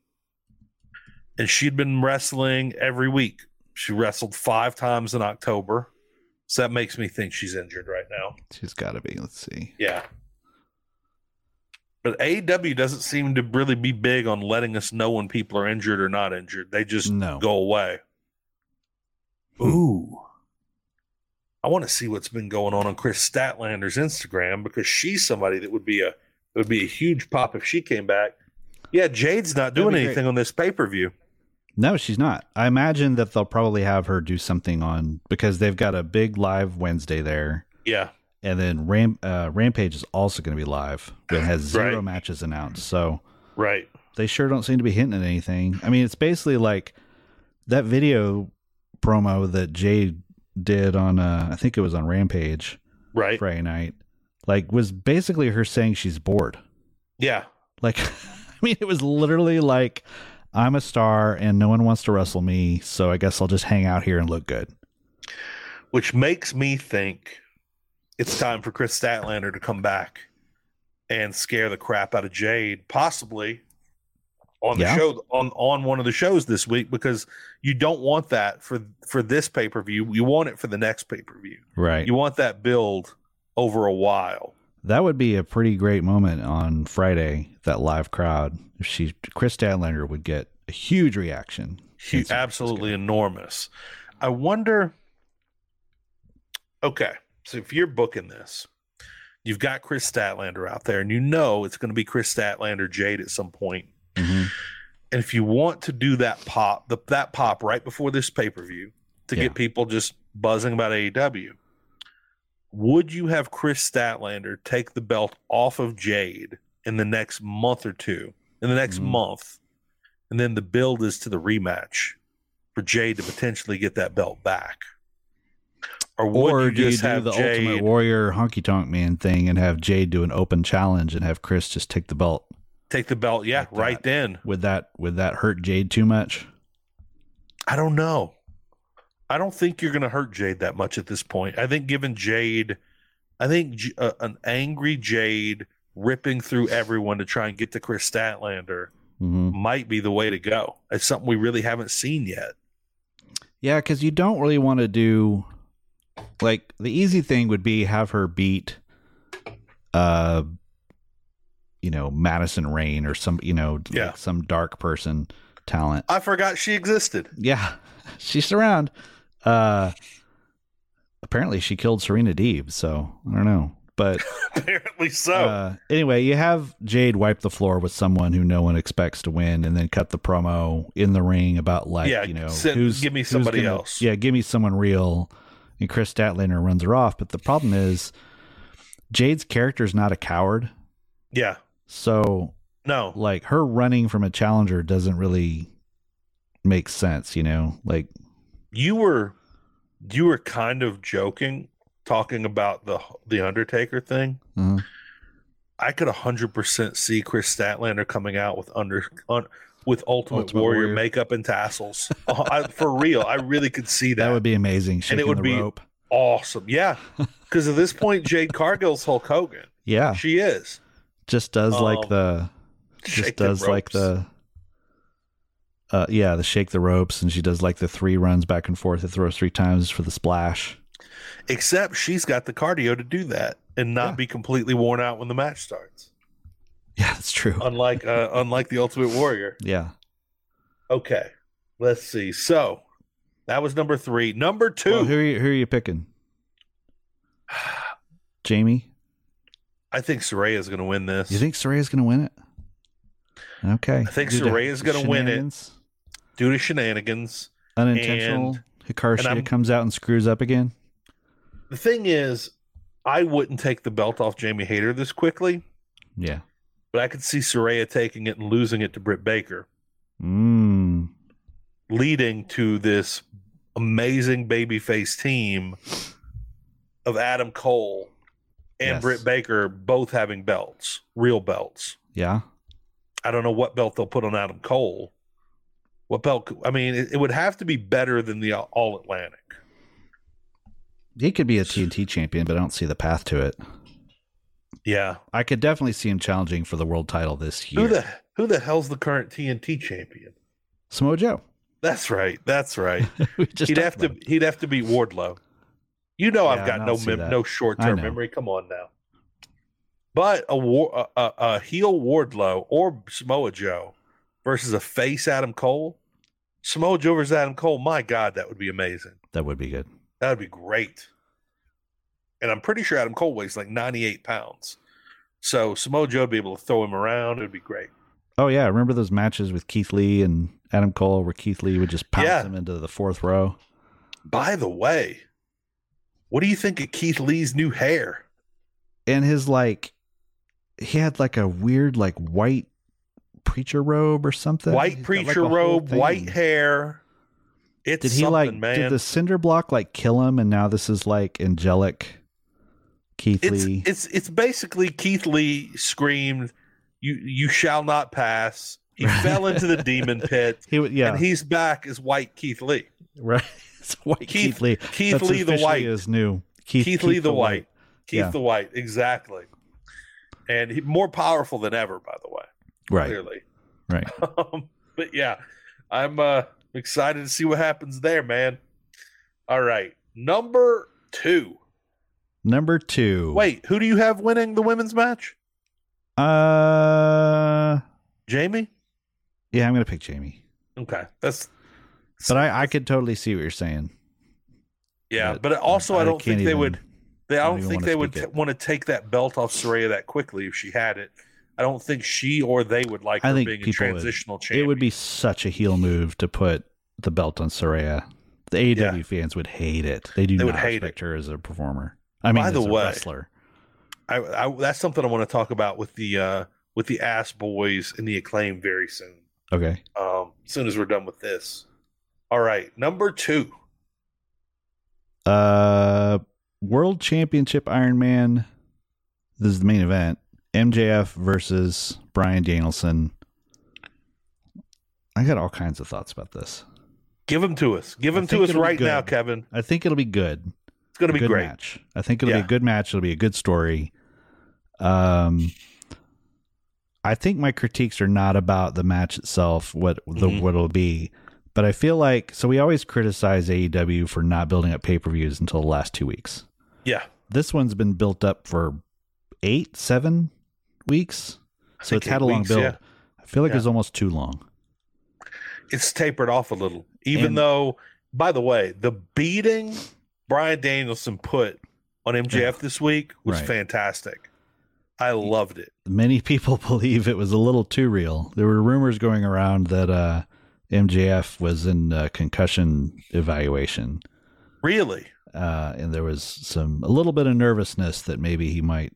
[SPEAKER 2] And she'd been wrestling every week. She wrestled 5 times in October. So that makes me think she's injured right now.
[SPEAKER 3] She's gotta be. Let's see.
[SPEAKER 2] Yeah. But AEW doesn't seem to really be big on letting us know when people are injured or not injured. They just
[SPEAKER 3] No.
[SPEAKER 2] go away. Ooh. I want to see what's been going on on Chris Statlander's Instagram because she's somebody that would be a it would be a huge pop if she came back. Yeah, Jade's not
[SPEAKER 3] That'd
[SPEAKER 2] doing
[SPEAKER 3] be great.
[SPEAKER 2] anything on this pay per view.
[SPEAKER 3] No, she's not. I imagine that they'll probably have her do something on because they've got a big live Wednesday there,
[SPEAKER 2] Yeah,
[SPEAKER 3] and then Ram, uh, Rampage is also going to be live. It has zero
[SPEAKER 2] Right.
[SPEAKER 3] matches announced, so
[SPEAKER 2] right.
[SPEAKER 3] they sure don't seem to be hinting at anything. I mean, it's basically like that video promo that Jade did on, uh, I think it was on Rampage
[SPEAKER 2] Right.
[SPEAKER 3] Friday night, like was basically her saying she's bored.
[SPEAKER 2] Yeah.
[SPEAKER 3] Like, I mean, it was literally like, I'm a star and no one wants to wrestle me, so I guess I'll just hang out here and look good.
[SPEAKER 2] which makes me think it's time for Chris Statlander to come back and scare the crap out of Jade, possibly on the
[SPEAKER 3] Yeah.
[SPEAKER 2] show on on one of the shows this week because you don't want that for for this pay per view. You want it for the next pay per view.
[SPEAKER 3] Right.
[SPEAKER 2] You want that build over a while.
[SPEAKER 3] That would be a pretty great moment on Friday, that live crowd. If she, Chris Statlander would get a huge reaction.
[SPEAKER 2] Hu-
[SPEAKER 3] It's- it's
[SPEAKER 2] absolutely enormous. I wonder. Okay, so if you're booking this, you've got Chris Statlander out there, and you know it's going to be Chris Statlander Jade at some point.
[SPEAKER 3] Mhm.
[SPEAKER 2] And if you want to do that pop, the, that pop right before this pay per view to
[SPEAKER 3] Yeah.
[SPEAKER 2] get people just buzzing about AEW, would you have Chris Statlander take the belt off of Jade in the next month or two, in the next
[SPEAKER 3] Mm.
[SPEAKER 2] month? And then the build is to the rematch for Jade to potentially get that belt back. Or would
[SPEAKER 3] Or
[SPEAKER 2] you
[SPEAKER 3] do you
[SPEAKER 2] just
[SPEAKER 3] do
[SPEAKER 2] have
[SPEAKER 3] the
[SPEAKER 2] Jade?
[SPEAKER 3] Ultimate Warrior honky tonk man thing and have Jade do an open challenge and have Chris just take the belt?
[SPEAKER 2] Take the belt, yeah,
[SPEAKER 3] like that?
[SPEAKER 2] right then.
[SPEAKER 3] Would that would that hurt Jade too much?
[SPEAKER 2] I don't know. I don't think you're going to hurt Jade that much at this point. I think given Jade, I think J- uh, an angry Jade ripping through everyone to try and get to Chris Statlander
[SPEAKER 3] Mm-hmm.
[SPEAKER 2] might be the way to go. It's something we really haven't seen yet.
[SPEAKER 3] Yeah, because you don't really want to do like the easy thing would be have her beat, uh, you know Madison Rain or some you know like
[SPEAKER 2] Yeah.
[SPEAKER 3] some dark person talent.
[SPEAKER 2] I forgot she existed.
[SPEAKER 3] Yeah, she's around. Uh, apparently she killed Serena Deeb, so I don't know, but.
[SPEAKER 2] Apparently so.
[SPEAKER 3] Uh, anyway, you have Jade wipe the floor with someone who no one expects to win, and then cut the promo in the ring about like
[SPEAKER 2] Yeah,
[SPEAKER 3] you know
[SPEAKER 2] send-
[SPEAKER 3] who's
[SPEAKER 2] give me
[SPEAKER 3] who's
[SPEAKER 2] somebody
[SPEAKER 3] gonna-
[SPEAKER 2] else.
[SPEAKER 3] Yeah, give me someone real. And Chris Statlander runs her off, but the problem is Jade's character is not a coward,
[SPEAKER 2] yeah.
[SPEAKER 3] so
[SPEAKER 2] No.
[SPEAKER 3] like her running from a challenger doesn't really make sense. You know, like
[SPEAKER 2] You were you were kind of joking talking about the the Undertaker thing.
[SPEAKER 3] uh,
[SPEAKER 2] I could 100% see Chris Statlander coming out with under un, with Ultimate,
[SPEAKER 3] Ultimate
[SPEAKER 2] Warrior,
[SPEAKER 3] Warrior.
[SPEAKER 2] makeup and tassels. Oh, I, for real, I really could see that.
[SPEAKER 3] that would be amazing. Shaking
[SPEAKER 2] would
[SPEAKER 3] the
[SPEAKER 2] be-
[SPEAKER 3] rope.
[SPEAKER 2] awesome. Yeah. Cuz at this point Jade Cargill's Hulk Hogan.
[SPEAKER 3] Yeah,
[SPEAKER 2] She is.
[SPEAKER 3] just does like
[SPEAKER 2] Um,
[SPEAKER 3] the just
[SPEAKER 2] Shake the
[SPEAKER 3] does
[SPEAKER 2] ropes.
[SPEAKER 3] like the uh yeah the shake the ropes and she does like the three runs back and forth it throws three times for the splash
[SPEAKER 2] Except she's got the cardio to do that and not
[SPEAKER 3] Yeah.
[SPEAKER 2] be completely worn out when the match starts.
[SPEAKER 3] yeah that's true
[SPEAKER 2] Unlike uh, unlike the Ultimate Warrior.
[SPEAKER 3] Oh, yeah
[SPEAKER 2] Okay, let's see. So that was number three. Number two.
[SPEAKER 3] Well, who are you who are you picking jamie
[SPEAKER 2] I think Soraya is going to win this.
[SPEAKER 3] you think Soraya's gonna win it okay
[SPEAKER 2] I think
[SPEAKER 3] Due to
[SPEAKER 2] Soraya's gonna win it.
[SPEAKER 3] shenanigans,
[SPEAKER 2] due to shenanigans?
[SPEAKER 3] unintentional
[SPEAKER 2] And- and
[SPEAKER 3] hikaru
[SPEAKER 2] I'm-
[SPEAKER 3] comes out and screws up again
[SPEAKER 2] The thing is, I wouldn't take the belt off Jamie Hayter this quickly,
[SPEAKER 3] yeah
[SPEAKER 2] but I could see Soraya taking it and losing it to Britt Baker,
[SPEAKER 3] mm
[SPEAKER 2] leading to this amazing babyface team of Adam Cole and
[SPEAKER 3] Yes.
[SPEAKER 2] Britt Baker both having belts, real belts.
[SPEAKER 3] yeah
[SPEAKER 2] I don't know what belt they'll put on Adam Cole. What belt? I mean, it, it would have to be better than the All Atlantic.
[SPEAKER 3] he could be a tnt champion but i don't see the path to it
[SPEAKER 2] Yeah.
[SPEAKER 3] I could definitely see him challenging for the world title this year.
[SPEAKER 2] Who the who the hell's the current TNT champion?
[SPEAKER 3] Samoa Joe.
[SPEAKER 2] That's right. That's right.
[SPEAKER 3] We just
[SPEAKER 2] he'd
[SPEAKER 3] talked
[SPEAKER 2] have to
[SPEAKER 3] about him.
[SPEAKER 2] he'd have to beat Wardlow. You know
[SPEAKER 3] Yeah,
[SPEAKER 2] I've got
[SPEAKER 3] I
[SPEAKER 2] no
[SPEAKER 3] don't see
[SPEAKER 2] mem-
[SPEAKER 3] that.
[SPEAKER 2] no
[SPEAKER 3] I
[SPEAKER 2] short-term
[SPEAKER 3] know.
[SPEAKER 2] memory. Come on now. But a war a, a, a heel Wardlow or Samoa Joe versus a face Adam Cole. Samoa Joe versus Adam Cole. My God, that would be amazing.
[SPEAKER 3] That would be good.
[SPEAKER 2] That would be great. And I'm pretty sure Adam Cole weighs like 98 pounds. So Samoa Joe would be able to throw him around. It would be great.
[SPEAKER 3] Oh yeah, remember those matches with Keith Lee and Adam Cole, where Keith Lee would just pounce
[SPEAKER 2] Yeah.
[SPEAKER 3] him into the fourth row.
[SPEAKER 2] By the way, what do you think of Keith Lee's new hair?
[SPEAKER 3] And his like, he had like a weird like white preacher robe or something.
[SPEAKER 2] white
[SPEAKER 3] He's got, like,
[SPEAKER 2] preacher
[SPEAKER 3] a whole
[SPEAKER 2] robe,
[SPEAKER 3] thing.
[SPEAKER 2] white hair. It's
[SPEAKER 3] Did he
[SPEAKER 2] something,
[SPEAKER 3] like?
[SPEAKER 2] man.
[SPEAKER 3] Did the cinder block like kill him? And now this is like angelic Keith
[SPEAKER 2] it's
[SPEAKER 3] Lee.
[SPEAKER 2] it's it's basically Keith Lee screamed, "You you shall not pass." He fell into the demon pit,
[SPEAKER 3] he would yeah
[SPEAKER 2] and he's back as white Keith Lee.
[SPEAKER 3] right. It's white Keith,
[SPEAKER 2] Keith-
[SPEAKER 3] Lee.
[SPEAKER 2] Keith
[SPEAKER 3] That's
[SPEAKER 2] Lee the
[SPEAKER 3] officially
[SPEAKER 2] white,
[SPEAKER 3] is new.
[SPEAKER 2] Keith, Lee the, white, Keith
[SPEAKER 3] Yeah.
[SPEAKER 2] the white, exactly. And he, more powerful than ever, by the way.
[SPEAKER 3] Right.
[SPEAKER 2] Clearly,
[SPEAKER 3] Right.
[SPEAKER 2] um, but yeah, I'm uh, excited to see what happens there, man. All right, number two.
[SPEAKER 3] Number two.
[SPEAKER 2] Wait, who do you have winning the women's match?
[SPEAKER 3] Uh,
[SPEAKER 2] Jamie?
[SPEAKER 3] yeah, I'm gonna pick Jamie,
[SPEAKER 2] Okay. That's
[SPEAKER 3] but I, I could totally see what you're saying.
[SPEAKER 2] yeah,
[SPEAKER 3] But
[SPEAKER 2] but also I, don't
[SPEAKER 3] can't
[SPEAKER 2] think they
[SPEAKER 3] even-
[SPEAKER 2] would they I don't,
[SPEAKER 3] don't even
[SPEAKER 2] think
[SPEAKER 3] wanna
[SPEAKER 2] they
[SPEAKER 3] speak
[SPEAKER 2] would t-
[SPEAKER 3] it.
[SPEAKER 2] want to take that belt off Soraya that quickly if she had it. I don't think she or they would like
[SPEAKER 3] I
[SPEAKER 2] her
[SPEAKER 3] think
[SPEAKER 2] being a
[SPEAKER 3] people would.
[SPEAKER 2] transitional champion.
[SPEAKER 3] It would be such a heel move to put the belt on Soraya. The AEW fans would hate it. They do
[SPEAKER 2] They
[SPEAKER 3] not
[SPEAKER 2] would hate
[SPEAKER 3] respect her as a performer. I mean,
[SPEAKER 2] By the
[SPEAKER 3] as a
[SPEAKER 2] way-
[SPEAKER 3] wrestler.
[SPEAKER 2] I, I that's something I want to talk about with the uh with the ass boys and the acclaim very soon.
[SPEAKER 3] Okay,
[SPEAKER 2] Um soon as we're done with this. All right, number 2.
[SPEAKER 3] uh, World Championship Iron Man. This is the main event. MJF versus Brian Danielson. I got all kinds of thoughts about this.
[SPEAKER 2] Give them to us. Give
[SPEAKER 3] I
[SPEAKER 2] them
[SPEAKER 3] think
[SPEAKER 2] to us
[SPEAKER 3] it'll be
[SPEAKER 2] right now,
[SPEAKER 3] good.
[SPEAKER 2] Kevin.
[SPEAKER 3] I think it'll be good.
[SPEAKER 2] It's going to be
[SPEAKER 3] a good
[SPEAKER 2] great.
[SPEAKER 3] match. I think it'll be
[SPEAKER 2] Yeah.
[SPEAKER 3] a good match. It'll be a good story. Um, I think my critiques are not about the match itself, what the
[SPEAKER 2] Mhm.
[SPEAKER 3] what it'll be, but I feel like so we always criticize AEW for not building up pay per views until the last two weeks.
[SPEAKER 2] Yeah.
[SPEAKER 3] This one's been built up for eight, seven weeks, so
[SPEAKER 2] think
[SPEAKER 3] it's had
[SPEAKER 2] eight
[SPEAKER 3] a long
[SPEAKER 2] weeks,
[SPEAKER 3] build.
[SPEAKER 2] yeah.
[SPEAKER 3] I feel like
[SPEAKER 2] Yeah.
[SPEAKER 3] it's almost too long.
[SPEAKER 2] it's tapered off a little. Even
[SPEAKER 3] And-
[SPEAKER 2] though, by the way, the beating Brian Danielson put on MJF this week was
[SPEAKER 3] Right.
[SPEAKER 2] fantastic. I loved it.
[SPEAKER 3] many people believe it was a little too real. There were rumors going around that uh, MJF was in uh, concussion evaluation,
[SPEAKER 2] Really?
[SPEAKER 3] uh, and there was some a little bit of nervousness that maybe he might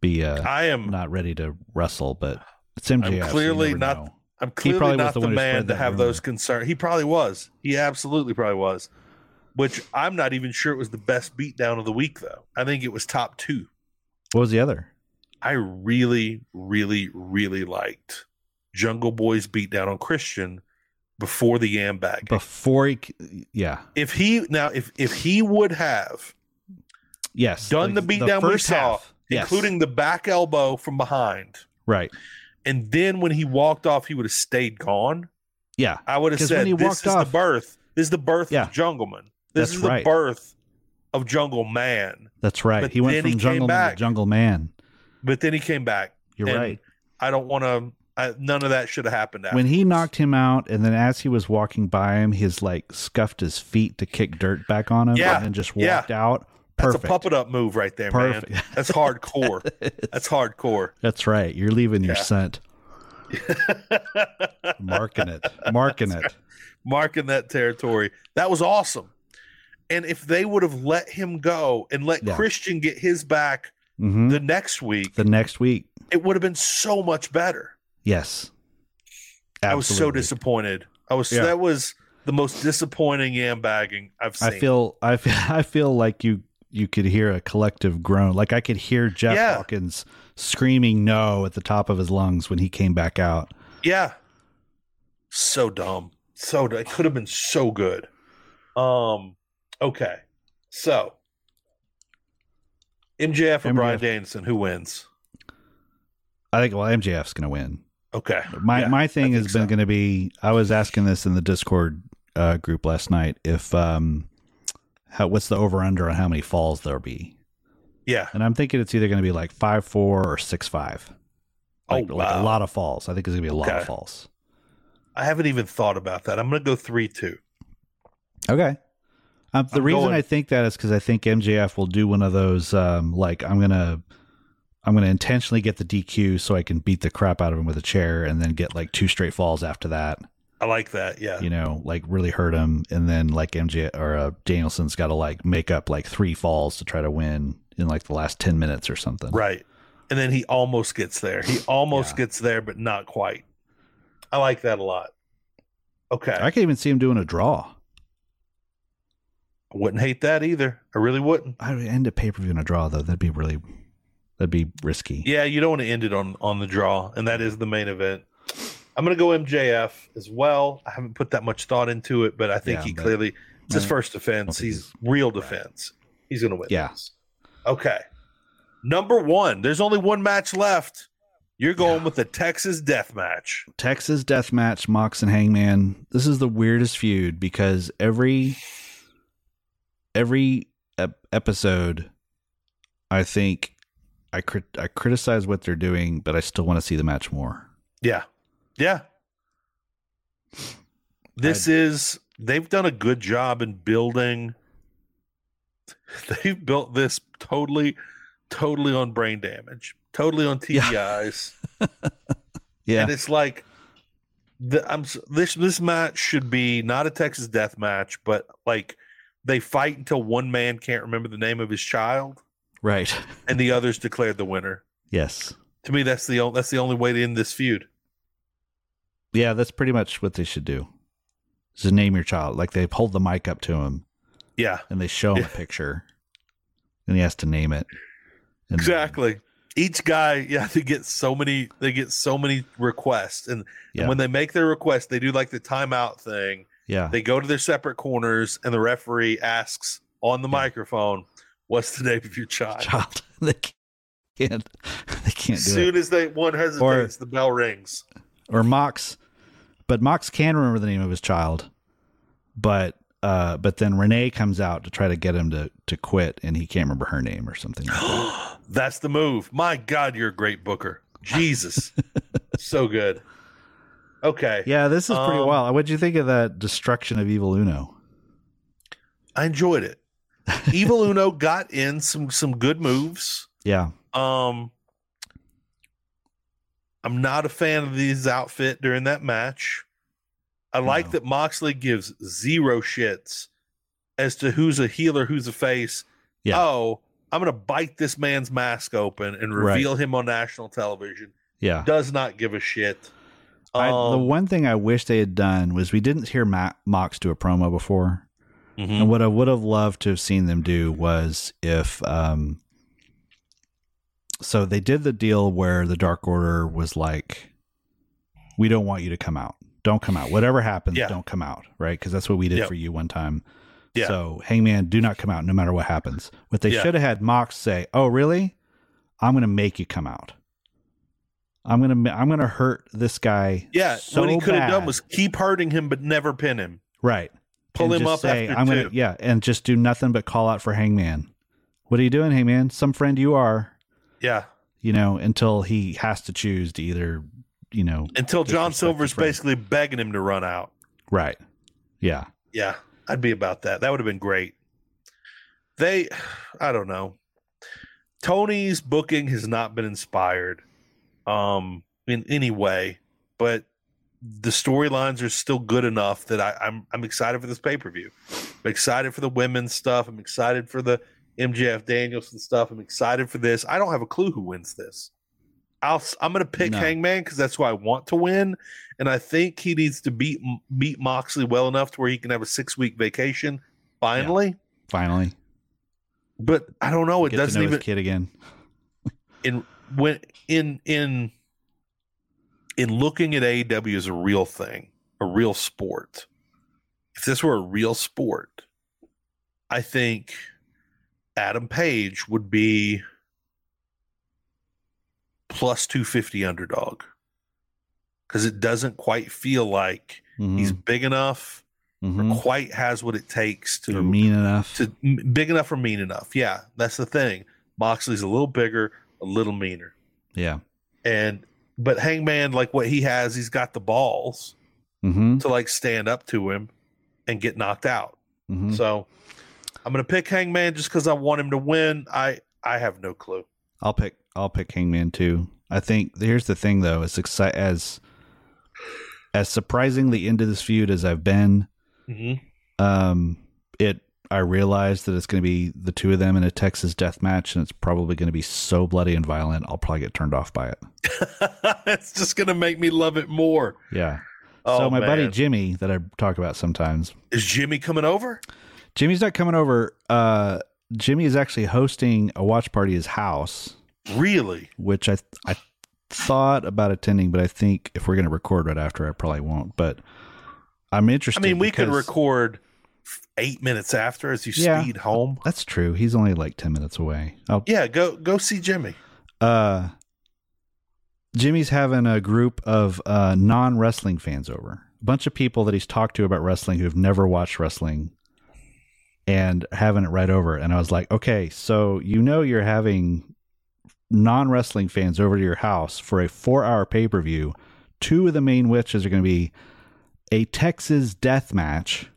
[SPEAKER 3] be uh,
[SPEAKER 2] I am
[SPEAKER 3] not ready to wrestle. But it's MJF. so you
[SPEAKER 2] clearly
[SPEAKER 3] never
[SPEAKER 2] not-
[SPEAKER 3] know.
[SPEAKER 2] I'm
[SPEAKER 3] probably
[SPEAKER 2] clearly
[SPEAKER 3] was
[SPEAKER 2] not
[SPEAKER 3] the
[SPEAKER 2] the,
[SPEAKER 3] one who
[SPEAKER 2] man
[SPEAKER 3] spread
[SPEAKER 2] to
[SPEAKER 3] that
[SPEAKER 2] have those
[SPEAKER 3] rumor.
[SPEAKER 2] concerns. He probably was. He absolutely probably was. Which I'm not even sure it was the best beatdown of the week though. I think it was top 2.
[SPEAKER 3] What was the other?
[SPEAKER 2] I really really really liked Jungle Boy's beatdown on Christian before the yam bag.
[SPEAKER 3] Before he, c- yeah,
[SPEAKER 2] if he now if if he would have
[SPEAKER 3] yes,
[SPEAKER 2] Done the beatdown we saw.
[SPEAKER 3] Yes.
[SPEAKER 2] including the back elbow from behind.
[SPEAKER 3] Right.
[SPEAKER 2] And then when he walked off, he would have stayed gone.
[SPEAKER 3] Yeah.
[SPEAKER 2] I would have
[SPEAKER 3] 'Cause
[SPEAKER 2] said,
[SPEAKER 3] when he
[SPEAKER 2] "This
[SPEAKER 3] walked
[SPEAKER 2] is the
[SPEAKER 3] off-
[SPEAKER 2] birth. This is the birth
[SPEAKER 3] Yeah.
[SPEAKER 2] of Jungleman. This
[SPEAKER 3] That's
[SPEAKER 2] is
[SPEAKER 3] right.
[SPEAKER 2] the birth of Jungle Man."
[SPEAKER 3] That's right.
[SPEAKER 2] But
[SPEAKER 3] he went
[SPEAKER 2] then
[SPEAKER 3] from
[SPEAKER 2] he came
[SPEAKER 3] jungle man to
[SPEAKER 2] back.
[SPEAKER 3] jungle man.
[SPEAKER 2] But then he came back.
[SPEAKER 3] You're
[SPEAKER 2] And
[SPEAKER 3] right.
[SPEAKER 2] I don't want to. None of that should have happened. After.
[SPEAKER 3] When he knocked him out, and then as he was walking by him, he's like scuffed his feet to kick dirt back on him,
[SPEAKER 2] Yeah.
[SPEAKER 3] and then just
[SPEAKER 2] Yeah.
[SPEAKER 3] walked out.
[SPEAKER 2] that's
[SPEAKER 3] Perfect.
[SPEAKER 2] a puppet up move right there,
[SPEAKER 3] Perfect.
[SPEAKER 2] man. That's hardcore. that's hardcore.
[SPEAKER 3] That's right. You're leaving your
[SPEAKER 2] Yeah.
[SPEAKER 3] scent. Marking it. Marking it.
[SPEAKER 2] marking that territory. That was awesome. And if they would have let him go and let
[SPEAKER 3] Yeah.
[SPEAKER 2] Christian get his back
[SPEAKER 3] hmm
[SPEAKER 2] the next week,
[SPEAKER 3] The next week.
[SPEAKER 2] it would have been so much better.
[SPEAKER 3] Yes.
[SPEAKER 2] I was so disappointed. I was
[SPEAKER 3] Yeah.
[SPEAKER 2] that was the most disappointing yam bagging I've seen.
[SPEAKER 3] I feel I feel I feel like you you could hear a collective groan. Like I could hear Jeff
[SPEAKER 2] Yeah.
[SPEAKER 3] Hawkins screaming no at the top of his lungs when he came back out.
[SPEAKER 2] yeah, so dumb. So d- it could have been so good. Um. Okay. So MJF or Brian
[SPEAKER 3] MJF.
[SPEAKER 2] Danielson, who wins?
[SPEAKER 3] I think well MJF's going to win.
[SPEAKER 2] Okay.
[SPEAKER 3] My
[SPEAKER 2] Yeah,
[SPEAKER 3] my thing
[SPEAKER 2] I
[SPEAKER 3] has
[SPEAKER 2] think
[SPEAKER 3] been
[SPEAKER 2] so.
[SPEAKER 3] going to be I was asking this in the Discord uh, group last night if um how what's the over under on how many falls there'll be.
[SPEAKER 2] Yeah.
[SPEAKER 3] And I'm thinking it's either going to be like 5 4 or 6 5. Like,
[SPEAKER 2] oh, wow.
[SPEAKER 3] like a lot of falls. I think it's going to be a lot
[SPEAKER 2] Okay.
[SPEAKER 3] of falls.
[SPEAKER 2] I haven't even thought about that. I'm going to go 3 2.
[SPEAKER 3] Okay. Um, the
[SPEAKER 2] I'm
[SPEAKER 3] reason
[SPEAKER 2] going-
[SPEAKER 3] I think that is because I think MJF will do one of those um, like I'm gonna I'm gonna intentionally get the DQ so I can beat the crap out of him with a chair and then get like two straight falls after that.
[SPEAKER 2] I like that. Yeah.
[SPEAKER 3] You know, like really hurt him, and then like MJ or uh, Danielson's got to like make up like three falls to try to win in like the last ten minutes or something.
[SPEAKER 2] Right. And then he almost gets there. He almost
[SPEAKER 3] Yeah.
[SPEAKER 2] gets there, but not quite. I like that a lot. Okay. I,
[SPEAKER 3] I can even see him doing a draw.
[SPEAKER 2] wouldn't hate that either. I really wouldn't.
[SPEAKER 3] I would end a pay per view in a draw though. That'd be really that'd be risky.
[SPEAKER 2] Yeah, you don't want to end it on on the draw, and that is the main event. I'm going to go MJF as well. I haven't put that much thought into it, but I think
[SPEAKER 3] Yeah,
[SPEAKER 2] he
[SPEAKER 3] but-
[SPEAKER 2] clearly it's his
[SPEAKER 3] Right.
[SPEAKER 2] first defense.
[SPEAKER 3] think
[SPEAKER 2] He's real defense. He's going to win.
[SPEAKER 3] Yeah.
[SPEAKER 2] this. Okay. Number one. There's only one match left. You're going
[SPEAKER 3] Yeah.
[SPEAKER 2] with the Texas Death Match.
[SPEAKER 3] Texas Deathmatch, Mox and Hangman. This is the weirdest feud because every every ep- episode, I think I crit- I criticize what they're doing, but I still want to see the match more.
[SPEAKER 2] Yeah. Yeah. This is they've done a good job in building they've built this totally totally on brain damage, totally on
[SPEAKER 3] Yeah.
[SPEAKER 2] TBIs.
[SPEAKER 3] Yeah,
[SPEAKER 2] And it's like the, I'm s- this this match should be not a Texas death match, but like they fight until one man can't remember the name of his child
[SPEAKER 3] right.
[SPEAKER 2] and the others declared the winner.
[SPEAKER 3] Yes,
[SPEAKER 2] To me that's the only that's the only way to end this feud.
[SPEAKER 3] yeah. That's pretty much what they should do. Is to name your child. Like they hold the mic up to him
[SPEAKER 2] Yeah.
[SPEAKER 3] and they show him a picture, and he has to name it. And-
[SPEAKER 2] Exactly. Each guy, yeah, they get so many they get so many requests. And
[SPEAKER 3] Yeah.
[SPEAKER 2] when they make their request, they do like the timeout thing.
[SPEAKER 3] Yeah.
[SPEAKER 2] They go to their separate corners and the referee asks on the microphone, What's the name of your child?
[SPEAKER 3] child. They can't. They can't
[SPEAKER 2] As
[SPEAKER 3] do it.
[SPEAKER 2] soon as they one hesitates, the bell rings.
[SPEAKER 3] Or Mox, but Mox can remember the name of his child, but uh, but then Renee comes out to try to get him to to quit, and he can't remember her name or something. like that.
[SPEAKER 2] That's the move. My God, you're a great booker. Jesus. so good. Okay.
[SPEAKER 3] yeah, this is pretty
[SPEAKER 2] Um,
[SPEAKER 3] wild. What'd you think of that destruction of Evil Uno?
[SPEAKER 2] I enjoyed it. Evil Uno got in some some good moves.
[SPEAKER 3] Yeah,
[SPEAKER 2] Um, I'm not a fan of his outfit during that match. I like
[SPEAKER 3] No.
[SPEAKER 2] that Moxley gives zero shits as to who's a healer, who's a face.
[SPEAKER 3] Yeah.
[SPEAKER 2] Oh, I'm going to bite this man's mask open and
[SPEAKER 3] Right.
[SPEAKER 2] reveal him on national television.
[SPEAKER 3] yeah.
[SPEAKER 2] Does not give a shit.
[SPEAKER 3] I, the
[SPEAKER 2] Um,
[SPEAKER 3] one thing I wish they had done was we didn't hear Ma Mox do a promo before.
[SPEAKER 2] mhm.
[SPEAKER 3] And what I would have loved to have seen them do was if um so they did the deal where the Dark Order was like we don't want you to come out. Don't come out. Whatever happens,
[SPEAKER 2] Yeah.
[SPEAKER 3] don't come out, right? Cuz that's what we did
[SPEAKER 2] Yep.
[SPEAKER 3] for you one time.
[SPEAKER 2] Yeah.
[SPEAKER 3] So, Hangman, do not come out no matter what happens. What they
[SPEAKER 2] Yeah.
[SPEAKER 3] should have had Mox say, "Oh, really? I'm going to make you come out. I'm gonna ma- I'm gonna hurt this guy.
[SPEAKER 2] Yeah,
[SPEAKER 3] so
[SPEAKER 2] what he could have done
[SPEAKER 3] bad."
[SPEAKER 2] was keep hurting him, but never pin him.
[SPEAKER 3] right.
[SPEAKER 2] Pull
[SPEAKER 3] and
[SPEAKER 2] him
[SPEAKER 3] just
[SPEAKER 2] up
[SPEAKER 3] say,
[SPEAKER 2] after
[SPEAKER 3] I'm
[SPEAKER 2] 2
[SPEAKER 3] gonna yeah, and just do nothing but call out for Hangman. What are you doing, Hangman? Some friend you are,
[SPEAKER 2] yeah,
[SPEAKER 3] you know, until he has to choose to either, you know,
[SPEAKER 2] until John
[SPEAKER 3] Disrespect
[SPEAKER 2] Silver's
[SPEAKER 3] his friend.
[SPEAKER 2] basically begging him to run out.
[SPEAKER 3] right, yeah,
[SPEAKER 2] Yeah, I'd be about that. That would have been great. They, I don't know. Tony's booking has not been inspired, um, in any way, but the storylines are still good enough that I, I'm I'm excited for this pay per view. I'm excited for the women's stuff. I'm excited for the MJF Danielson stuff. I'm excited for this. I don't have a clue who wins this. I'll s- I'm gonna pick
[SPEAKER 3] No.
[SPEAKER 2] Hangman because that's who I want to win, and I think he needs to beat beat Moxley well enough to where he can have a six week vacation finally.
[SPEAKER 3] finally
[SPEAKER 2] But I don't know. It
[SPEAKER 3] get to
[SPEAKER 2] doesn't
[SPEAKER 3] know
[SPEAKER 2] even
[SPEAKER 3] his kid again.
[SPEAKER 2] in when in in in looking at AEW as a real thing, a real sport. If this were a real sport, I think Adam Page would be plus 250 underdog because it doesn't quite feel like
[SPEAKER 3] Mhm,
[SPEAKER 2] he's big enough
[SPEAKER 3] mhm.
[SPEAKER 2] or quite has what it takes to
[SPEAKER 3] They're mean enough.
[SPEAKER 2] to m- big enough or mean enough. Yeah, that's the thing. Moxley's a little bigger, a little meaner,
[SPEAKER 3] yeah.
[SPEAKER 2] and but Hangman, like what he has, he's got the balls
[SPEAKER 3] Mm-hmm.
[SPEAKER 2] to like stand up to him and get knocked out.
[SPEAKER 3] hmm
[SPEAKER 2] So I'm gonna pick Hangman just because I want him to win. I I have no clue.
[SPEAKER 3] I'll pick I'll pick Hangman too. I think here's the thing though, as exci- as as surprisingly into this feud as I've been,
[SPEAKER 2] hmm
[SPEAKER 3] um, it I realized that it's going to be the two of them in a Texas death match, and it's probably going to be so bloody and violent. I'll probably get turned off by it.
[SPEAKER 2] it's just gonna make me love it more.
[SPEAKER 3] Yeah.
[SPEAKER 2] Oh,
[SPEAKER 3] so my buddy
[SPEAKER 2] man.
[SPEAKER 3] Jimmy that I talk about sometimes,
[SPEAKER 2] is Jimmy coming over?
[SPEAKER 3] Jimmy's not coming over. Uh, Jimmy is actually hosting a watch party at his house,
[SPEAKER 2] Really?
[SPEAKER 3] which I I thought about attending, but I think if we're going to record right after, I probably won't. But I'm
[SPEAKER 2] I
[SPEAKER 3] interested.
[SPEAKER 2] mean, we could
[SPEAKER 3] because-
[SPEAKER 2] record eight minutes after as you
[SPEAKER 3] Yeah.
[SPEAKER 2] speed home.
[SPEAKER 3] That's true. He's only like ten minutes away. Oh, I'll
[SPEAKER 2] Yeah, go go see Jimmy.
[SPEAKER 3] uh Jimmy's having a group of uh non wrestling fans over. A bunch of people that he's talked to about wrestling who've never watched wrestling and having it right over. And I was like, okay, so you know you're having non wrestling fans over to your house for a four hour pay per view. Two of the main witches are going to be a Texas death match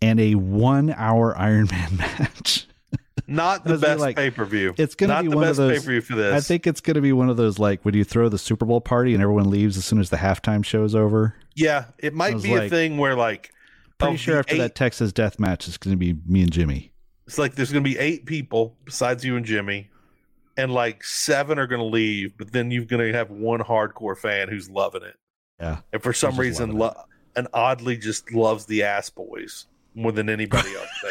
[SPEAKER 3] and a one hour Iron Man match.
[SPEAKER 2] Not the
[SPEAKER 3] Those are
[SPEAKER 2] best
[SPEAKER 3] like-
[SPEAKER 2] pay per view.
[SPEAKER 3] It's going to
[SPEAKER 2] Not
[SPEAKER 3] be
[SPEAKER 2] the
[SPEAKER 3] one
[SPEAKER 2] best
[SPEAKER 3] of those.
[SPEAKER 2] pay per view for this.
[SPEAKER 3] I think it's going to be one of those like when you throw the Super Bowl party and everyone leaves as soon as the halftime show is over.
[SPEAKER 2] yeah, it
[SPEAKER 3] I
[SPEAKER 2] might
[SPEAKER 3] was
[SPEAKER 2] be a
[SPEAKER 3] like-
[SPEAKER 2] thing where like
[SPEAKER 3] Pretty
[SPEAKER 2] of
[SPEAKER 3] sure
[SPEAKER 2] the
[SPEAKER 3] after
[SPEAKER 2] eight-
[SPEAKER 3] that Texas death match, it's going to be me and Jimmy.
[SPEAKER 2] it's like there's going to be eight people besides you and Jimmy, and like seven are going to leave, but then you're going to have one hardcore fan who's loving it,
[SPEAKER 3] Yeah,
[SPEAKER 2] and for some
[SPEAKER 3] just
[SPEAKER 2] reason,
[SPEAKER 3] loving
[SPEAKER 2] lo- and oddly just loves the Ass Boys more than anybody else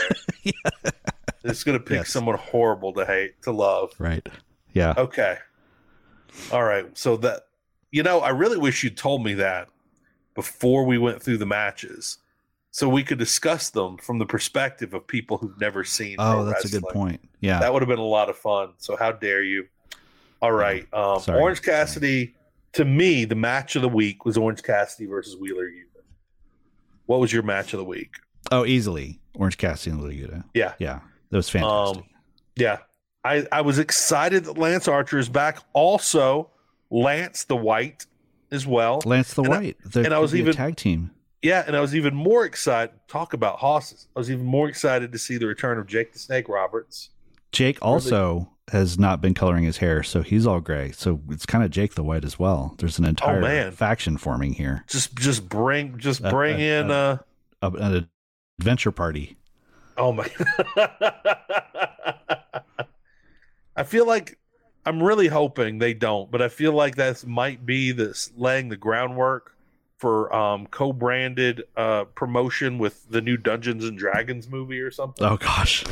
[SPEAKER 2] there. It's going to pick
[SPEAKER 3] Yes.
[SPEAKER 2] someone horrible to hate to love.
[SPEAKER 3] right. Yeah,
[SPEAKER 2] Okay. All right. So that you know, I really wish you told me that before we went through the matches, so we could discuss them from the perspective of people who've never seen.
[SPEAKER 3] Oh,
[SPEAKER 2] pro
[SPEAKER 3] that's a good
[SPEAKER 2] wrestling.
[SPEAKER 3] point. Yeah.
[SPEAKER 2] That would have been a lot of fun. So how dare you? All right. Um,
[SPEAKER 3] Sorry.
[SPEAKER 2] Orange Cassidy. To me, the match of the week was Orange Cassidy versus Wheeler Yuta. What was your match of the week?
[SPEAKER 3] oh, easily Orange Cassidy and Liguda.
[SPEAKER 2] Yeah.
[SPEAKER 3] Yeah, that was fantastic.
[SPEAKER 2] Um, Yeah. I, I was excited that Lance Archer is back. Also, Lance the White as well.
[SPEAKER 3] Lance the
[SPEAKER 2] and I-
[SPEAKER 3] White. There
[SPEAKER 2] and I
[SPEAKER 3] could
[SPEAKER 2] was
[SPEAKER 3] be a
[SPEAKER 2] even-
[SPEAKER 3] tag team.
[SPEAKER 2] Yeah, and I was even more excited. Talk about hosses. I was even more excited to see the return of Jake the Snake Roberts.
[SPEAKER 3] Jake also has not been coloring his hair, so he's all gray. So it's kind of Jake the White as well. There's an entire
[SPEAKER 2] Oh, man.
[SPEAKER 3] faction forming here.
[SPEAKER 2] Just just bring just
[SPEAKER 3] Uh,
[SPEAKER 2] bring
[SPEAKER 3] uh,
[SPEAKER 2] in
[SPEAKER 3] uh.
[SPEAKER 2] uh
[SPEAKER 3] A- an adventure party.
[SPEAKER 2] oh my I feel like I'm really hoping they don't, but I feel like that's might be this laying the groundwork for um co-branded uh promotion with the new Dungeons and Dragons movie or something,
[SPEAKER 3] Oh gosh.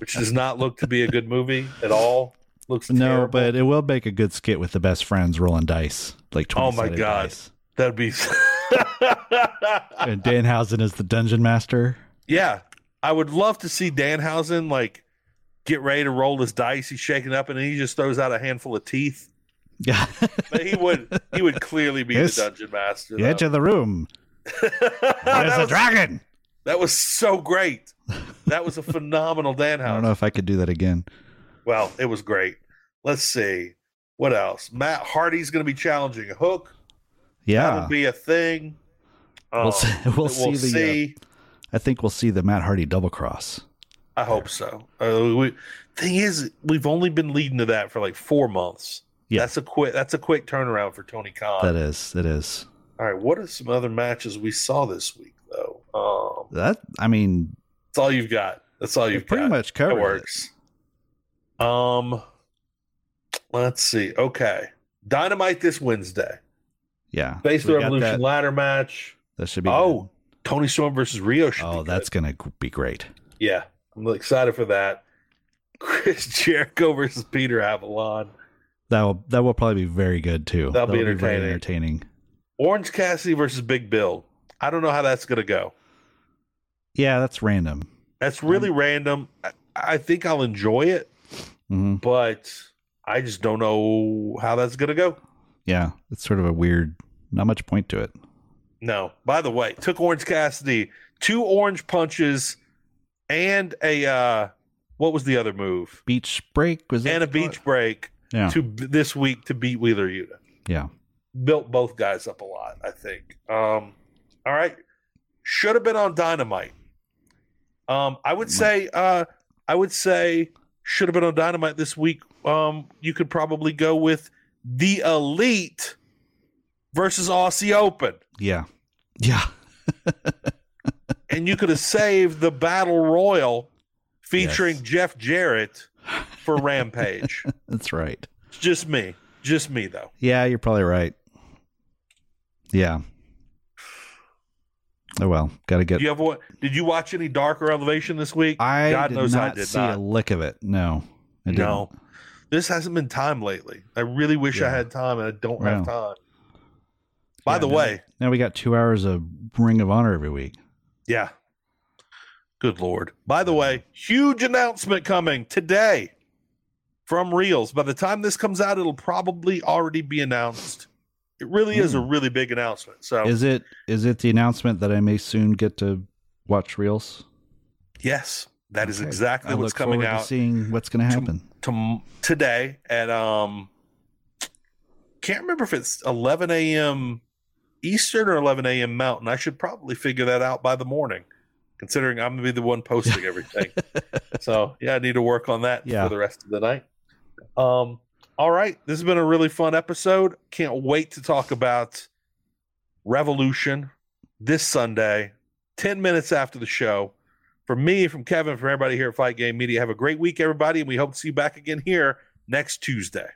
[SPEAKER 2] which does not look to be a good movie at all. Looks
[SPEAKER 3] No,
[SPEAKER 2] terrible.
[SPEAKER 3] but it will make a good skit with the best friends rolling dice, like
[SPEAKER 2] Oh
[SPEAKER 3] twenty.
[SPEAKER 2] my God.
[SPEAKER 3] dice.
[SPEAKER 2] That'd be.
[SPEAKER 3] And Danhausen is the dungeon master.
[SPEAKER 2] yeah, I would love to see Danhausen like get ready to roll his dice. He's shaking up, and then he just throws out a handful of teeth.
[SPEAKER 3] Yeah.
[SPEAKER 2] But he would he would clearly be
[SPEAKER 3] Yes.
[SPEAKER 2] the dungeon master.
[SPEAKER 3] Get
[SPEAKER 2] though.
[SPEAKER 3] to the room. There's
[SPEAKER 2] that,
[SPEAKER 3] a
[SPEAKER 2] was,
[SPEAKER 3] dragon.
[SPEAKER 2] that was so great. That was a phenomenal Dan
[SPEAKER 3] I don't
[SPEAKER 2] House.
[SPEAKER 3] know if I could do that again.
[SPEAKER 2] Well, it was great. Let's see what else. Matt Hardy's going to be challenging Hook. That'll
[SPEAKER 3] Yeah.
[SPEAKER 2] be a thing.
[SPEAKER 3] We'll
[SPEAKER 2] Um,
[SPEAKER 3] see, we'll see the. uh, I think we'll see the Matt Hardy double cross.
[SPEAKER 2] I hope so. Uh, we, thing is, we've only been leading to that for like four months.
[SPEAKER 3] Yeah.
[SPEAKER 2] that's a quick. That's a quick turnaround for Tony Khan.
[SPEAKER 3] That is. That is.
[SPEAKER 2] All right, what are some other matches we saw this week though? Um,
[SPEAKER 3] That. I mean,
[SPEAKER 2] that's all you've got. That's all
[SPEAKER 3] you
[SPEAKER 2] you've
[SPEAKER 3] pretty
[SPEAKER 2] got.
[SPEAKER 3] much
[SPEAKER 2] That
[SPEAKER 3] covered. It.
[SPEAKER 2] works. Um, let's see. Okay, Dynamite this Wednesday.
[SPEAKER 3] Yeah.
[SPEAKER 2] Face
[SPEAKER 3] we
[SPEAKER 2] the
[SPEAKER 3] got
[SPEAKER 2] Revolution
[SPEAKER 3] That.
[SPEAKER 2] ladder match.
[SPEAKER 3] That should be.
[SPEAKER 2] Oh, Tony Storm versus Rio.
[SPEAKER 3] good.
[SPEAKER 2] should
[SPEAKER 3] Oh,
[SPEAKER 2] be
[SPEAKER 3] that's gonna g- be great.
[SPEAKER 2] good. yeah. I'm excited for that. Chris Jericho versus Peter Avalon.
[SPEAKER 3] That will. That will probably be very good too.
[SPEAKER 2] That'll be
[SPEAKER 3] That'll very
[SPEAKER 2] entertaining.
[SPEAKER 3] entertaining.
[SPEAKER 2] Orange Cassidy versus Big Bill. I don't know how that's going to go.
[SPEAKER 3] Yeah, that's random.
[SPEAKER 2] That's really
[SPEAKER 3] Mm.
[SPEAKER 2] random. I, I think I'll enjoy it,
[SPEAKER 3] hmm
[SPEAKER 2] but I just don't know how that's going to go.
[SPEAKER 3] Yeah, it's sort of a weird. Not much point to it.
[SPEAKER 2] No. By the way, took Orange Cassidy two orange punches and a uh what was the other move?
[SPEAKER 3] Beach break was that
[SPEAKER 2] And a
[SPEAKER 3] what you call
[SPEAKER 2] beach break
[SPEAKER 3] it? Yeah.
[SPEAKER 2] to this week to beat Wheeler Yuta.
[SPEAKER 3] Yeah.
[SPEAKER 2] Built both guys up a lot, I think. Um all right. Should have been on Dynamite. Um I
[SPEAKER 3] Mm.
[SPEAKER 2] would say uh I would say should have been on Dynamite this week. Um you could probably go with the Elite versus Aussie Open.
[SPEAKER 3] Yeah. Yeah.
[SPEAKER 2] and you could have saved the battle royal featuring
[SPEAKER 3] Yes.
[SPEAKER 2] Jeff Jarrett for Rampage.
[SPEAKER 3] That's right.
[SPEAKER 2] It's just me. Just me though.
[SPEAKER 3] Yeah, you're probably right. Yeah. Oh well, gotta get.
[SPEAKER 2] Do you have what did you watch any dark or elevation this week?
[SPEAKER 3] I
[SPEAKER 2] God
[SPEAKER 3] did
[SPEAKER 2] knows I
[SPEAKER 3] not
[SPEAKER 2] did
[SPEAKER 3] see
[SPEAKER 2] not.
[SPEAKER 3] a lick of it. No, I didn't.
[SPEAKER 2] no. This hasn't been time lately. I really wish I
[SPEAKER 3] Yeah.
[SPEAKER 2] had time and I don't
[SPEAKER 3] Wow.
[SPEAKER 2] have time. By
[SPEAKER 3] Yeah,
[SPEAKER 2] the
[SPEAKER 3] no.
[SPEAKER 2] way,
[SPEAKER 3] Now we got two hours of Ring of Honor every week.
[SPEAKER 2] yeah. Good lord. By the way, huge announcement coming today from Reels. By the time this comes out, it'll probably already be announced. It really is a really big announcement. So
[SPEAKER 3] Hmm. Is it is it the announcement that I may soon get to watch reels?
[SPEAKER 2] Yes, that is
[SPEAKER 3] Okay.
[SPEAKER 2] exactly
[SPEAKER 3] I
[SPEAKER 2] what's
[SPEAKER 3] look
[SPEAKER 2] coming
[SPEAKER 3] forward to
[SPEAKER 2] out
[SPEAKER 3] seeing what's going to happen.
[SPEAKER 2] tom- today at um. Can't remember if it's 11 a.m. Eastern or 11 a.m. Mountain. I should probably figure that out by the morning, considering I'm gonna be the one posting everything. so yeah, I need to work on that
[SPEAKER 3] Yeah.
[SPEAKER 2] for the rest of the night. Um. All right, this has been a really fun episode. Can't wait to talk about Revolution this Sunday, 10 minutes after the show. From me, from Kevin, from everybody here at Fight Game Media, have a great week, everybody, and we hope to see you back again here next Tuesday.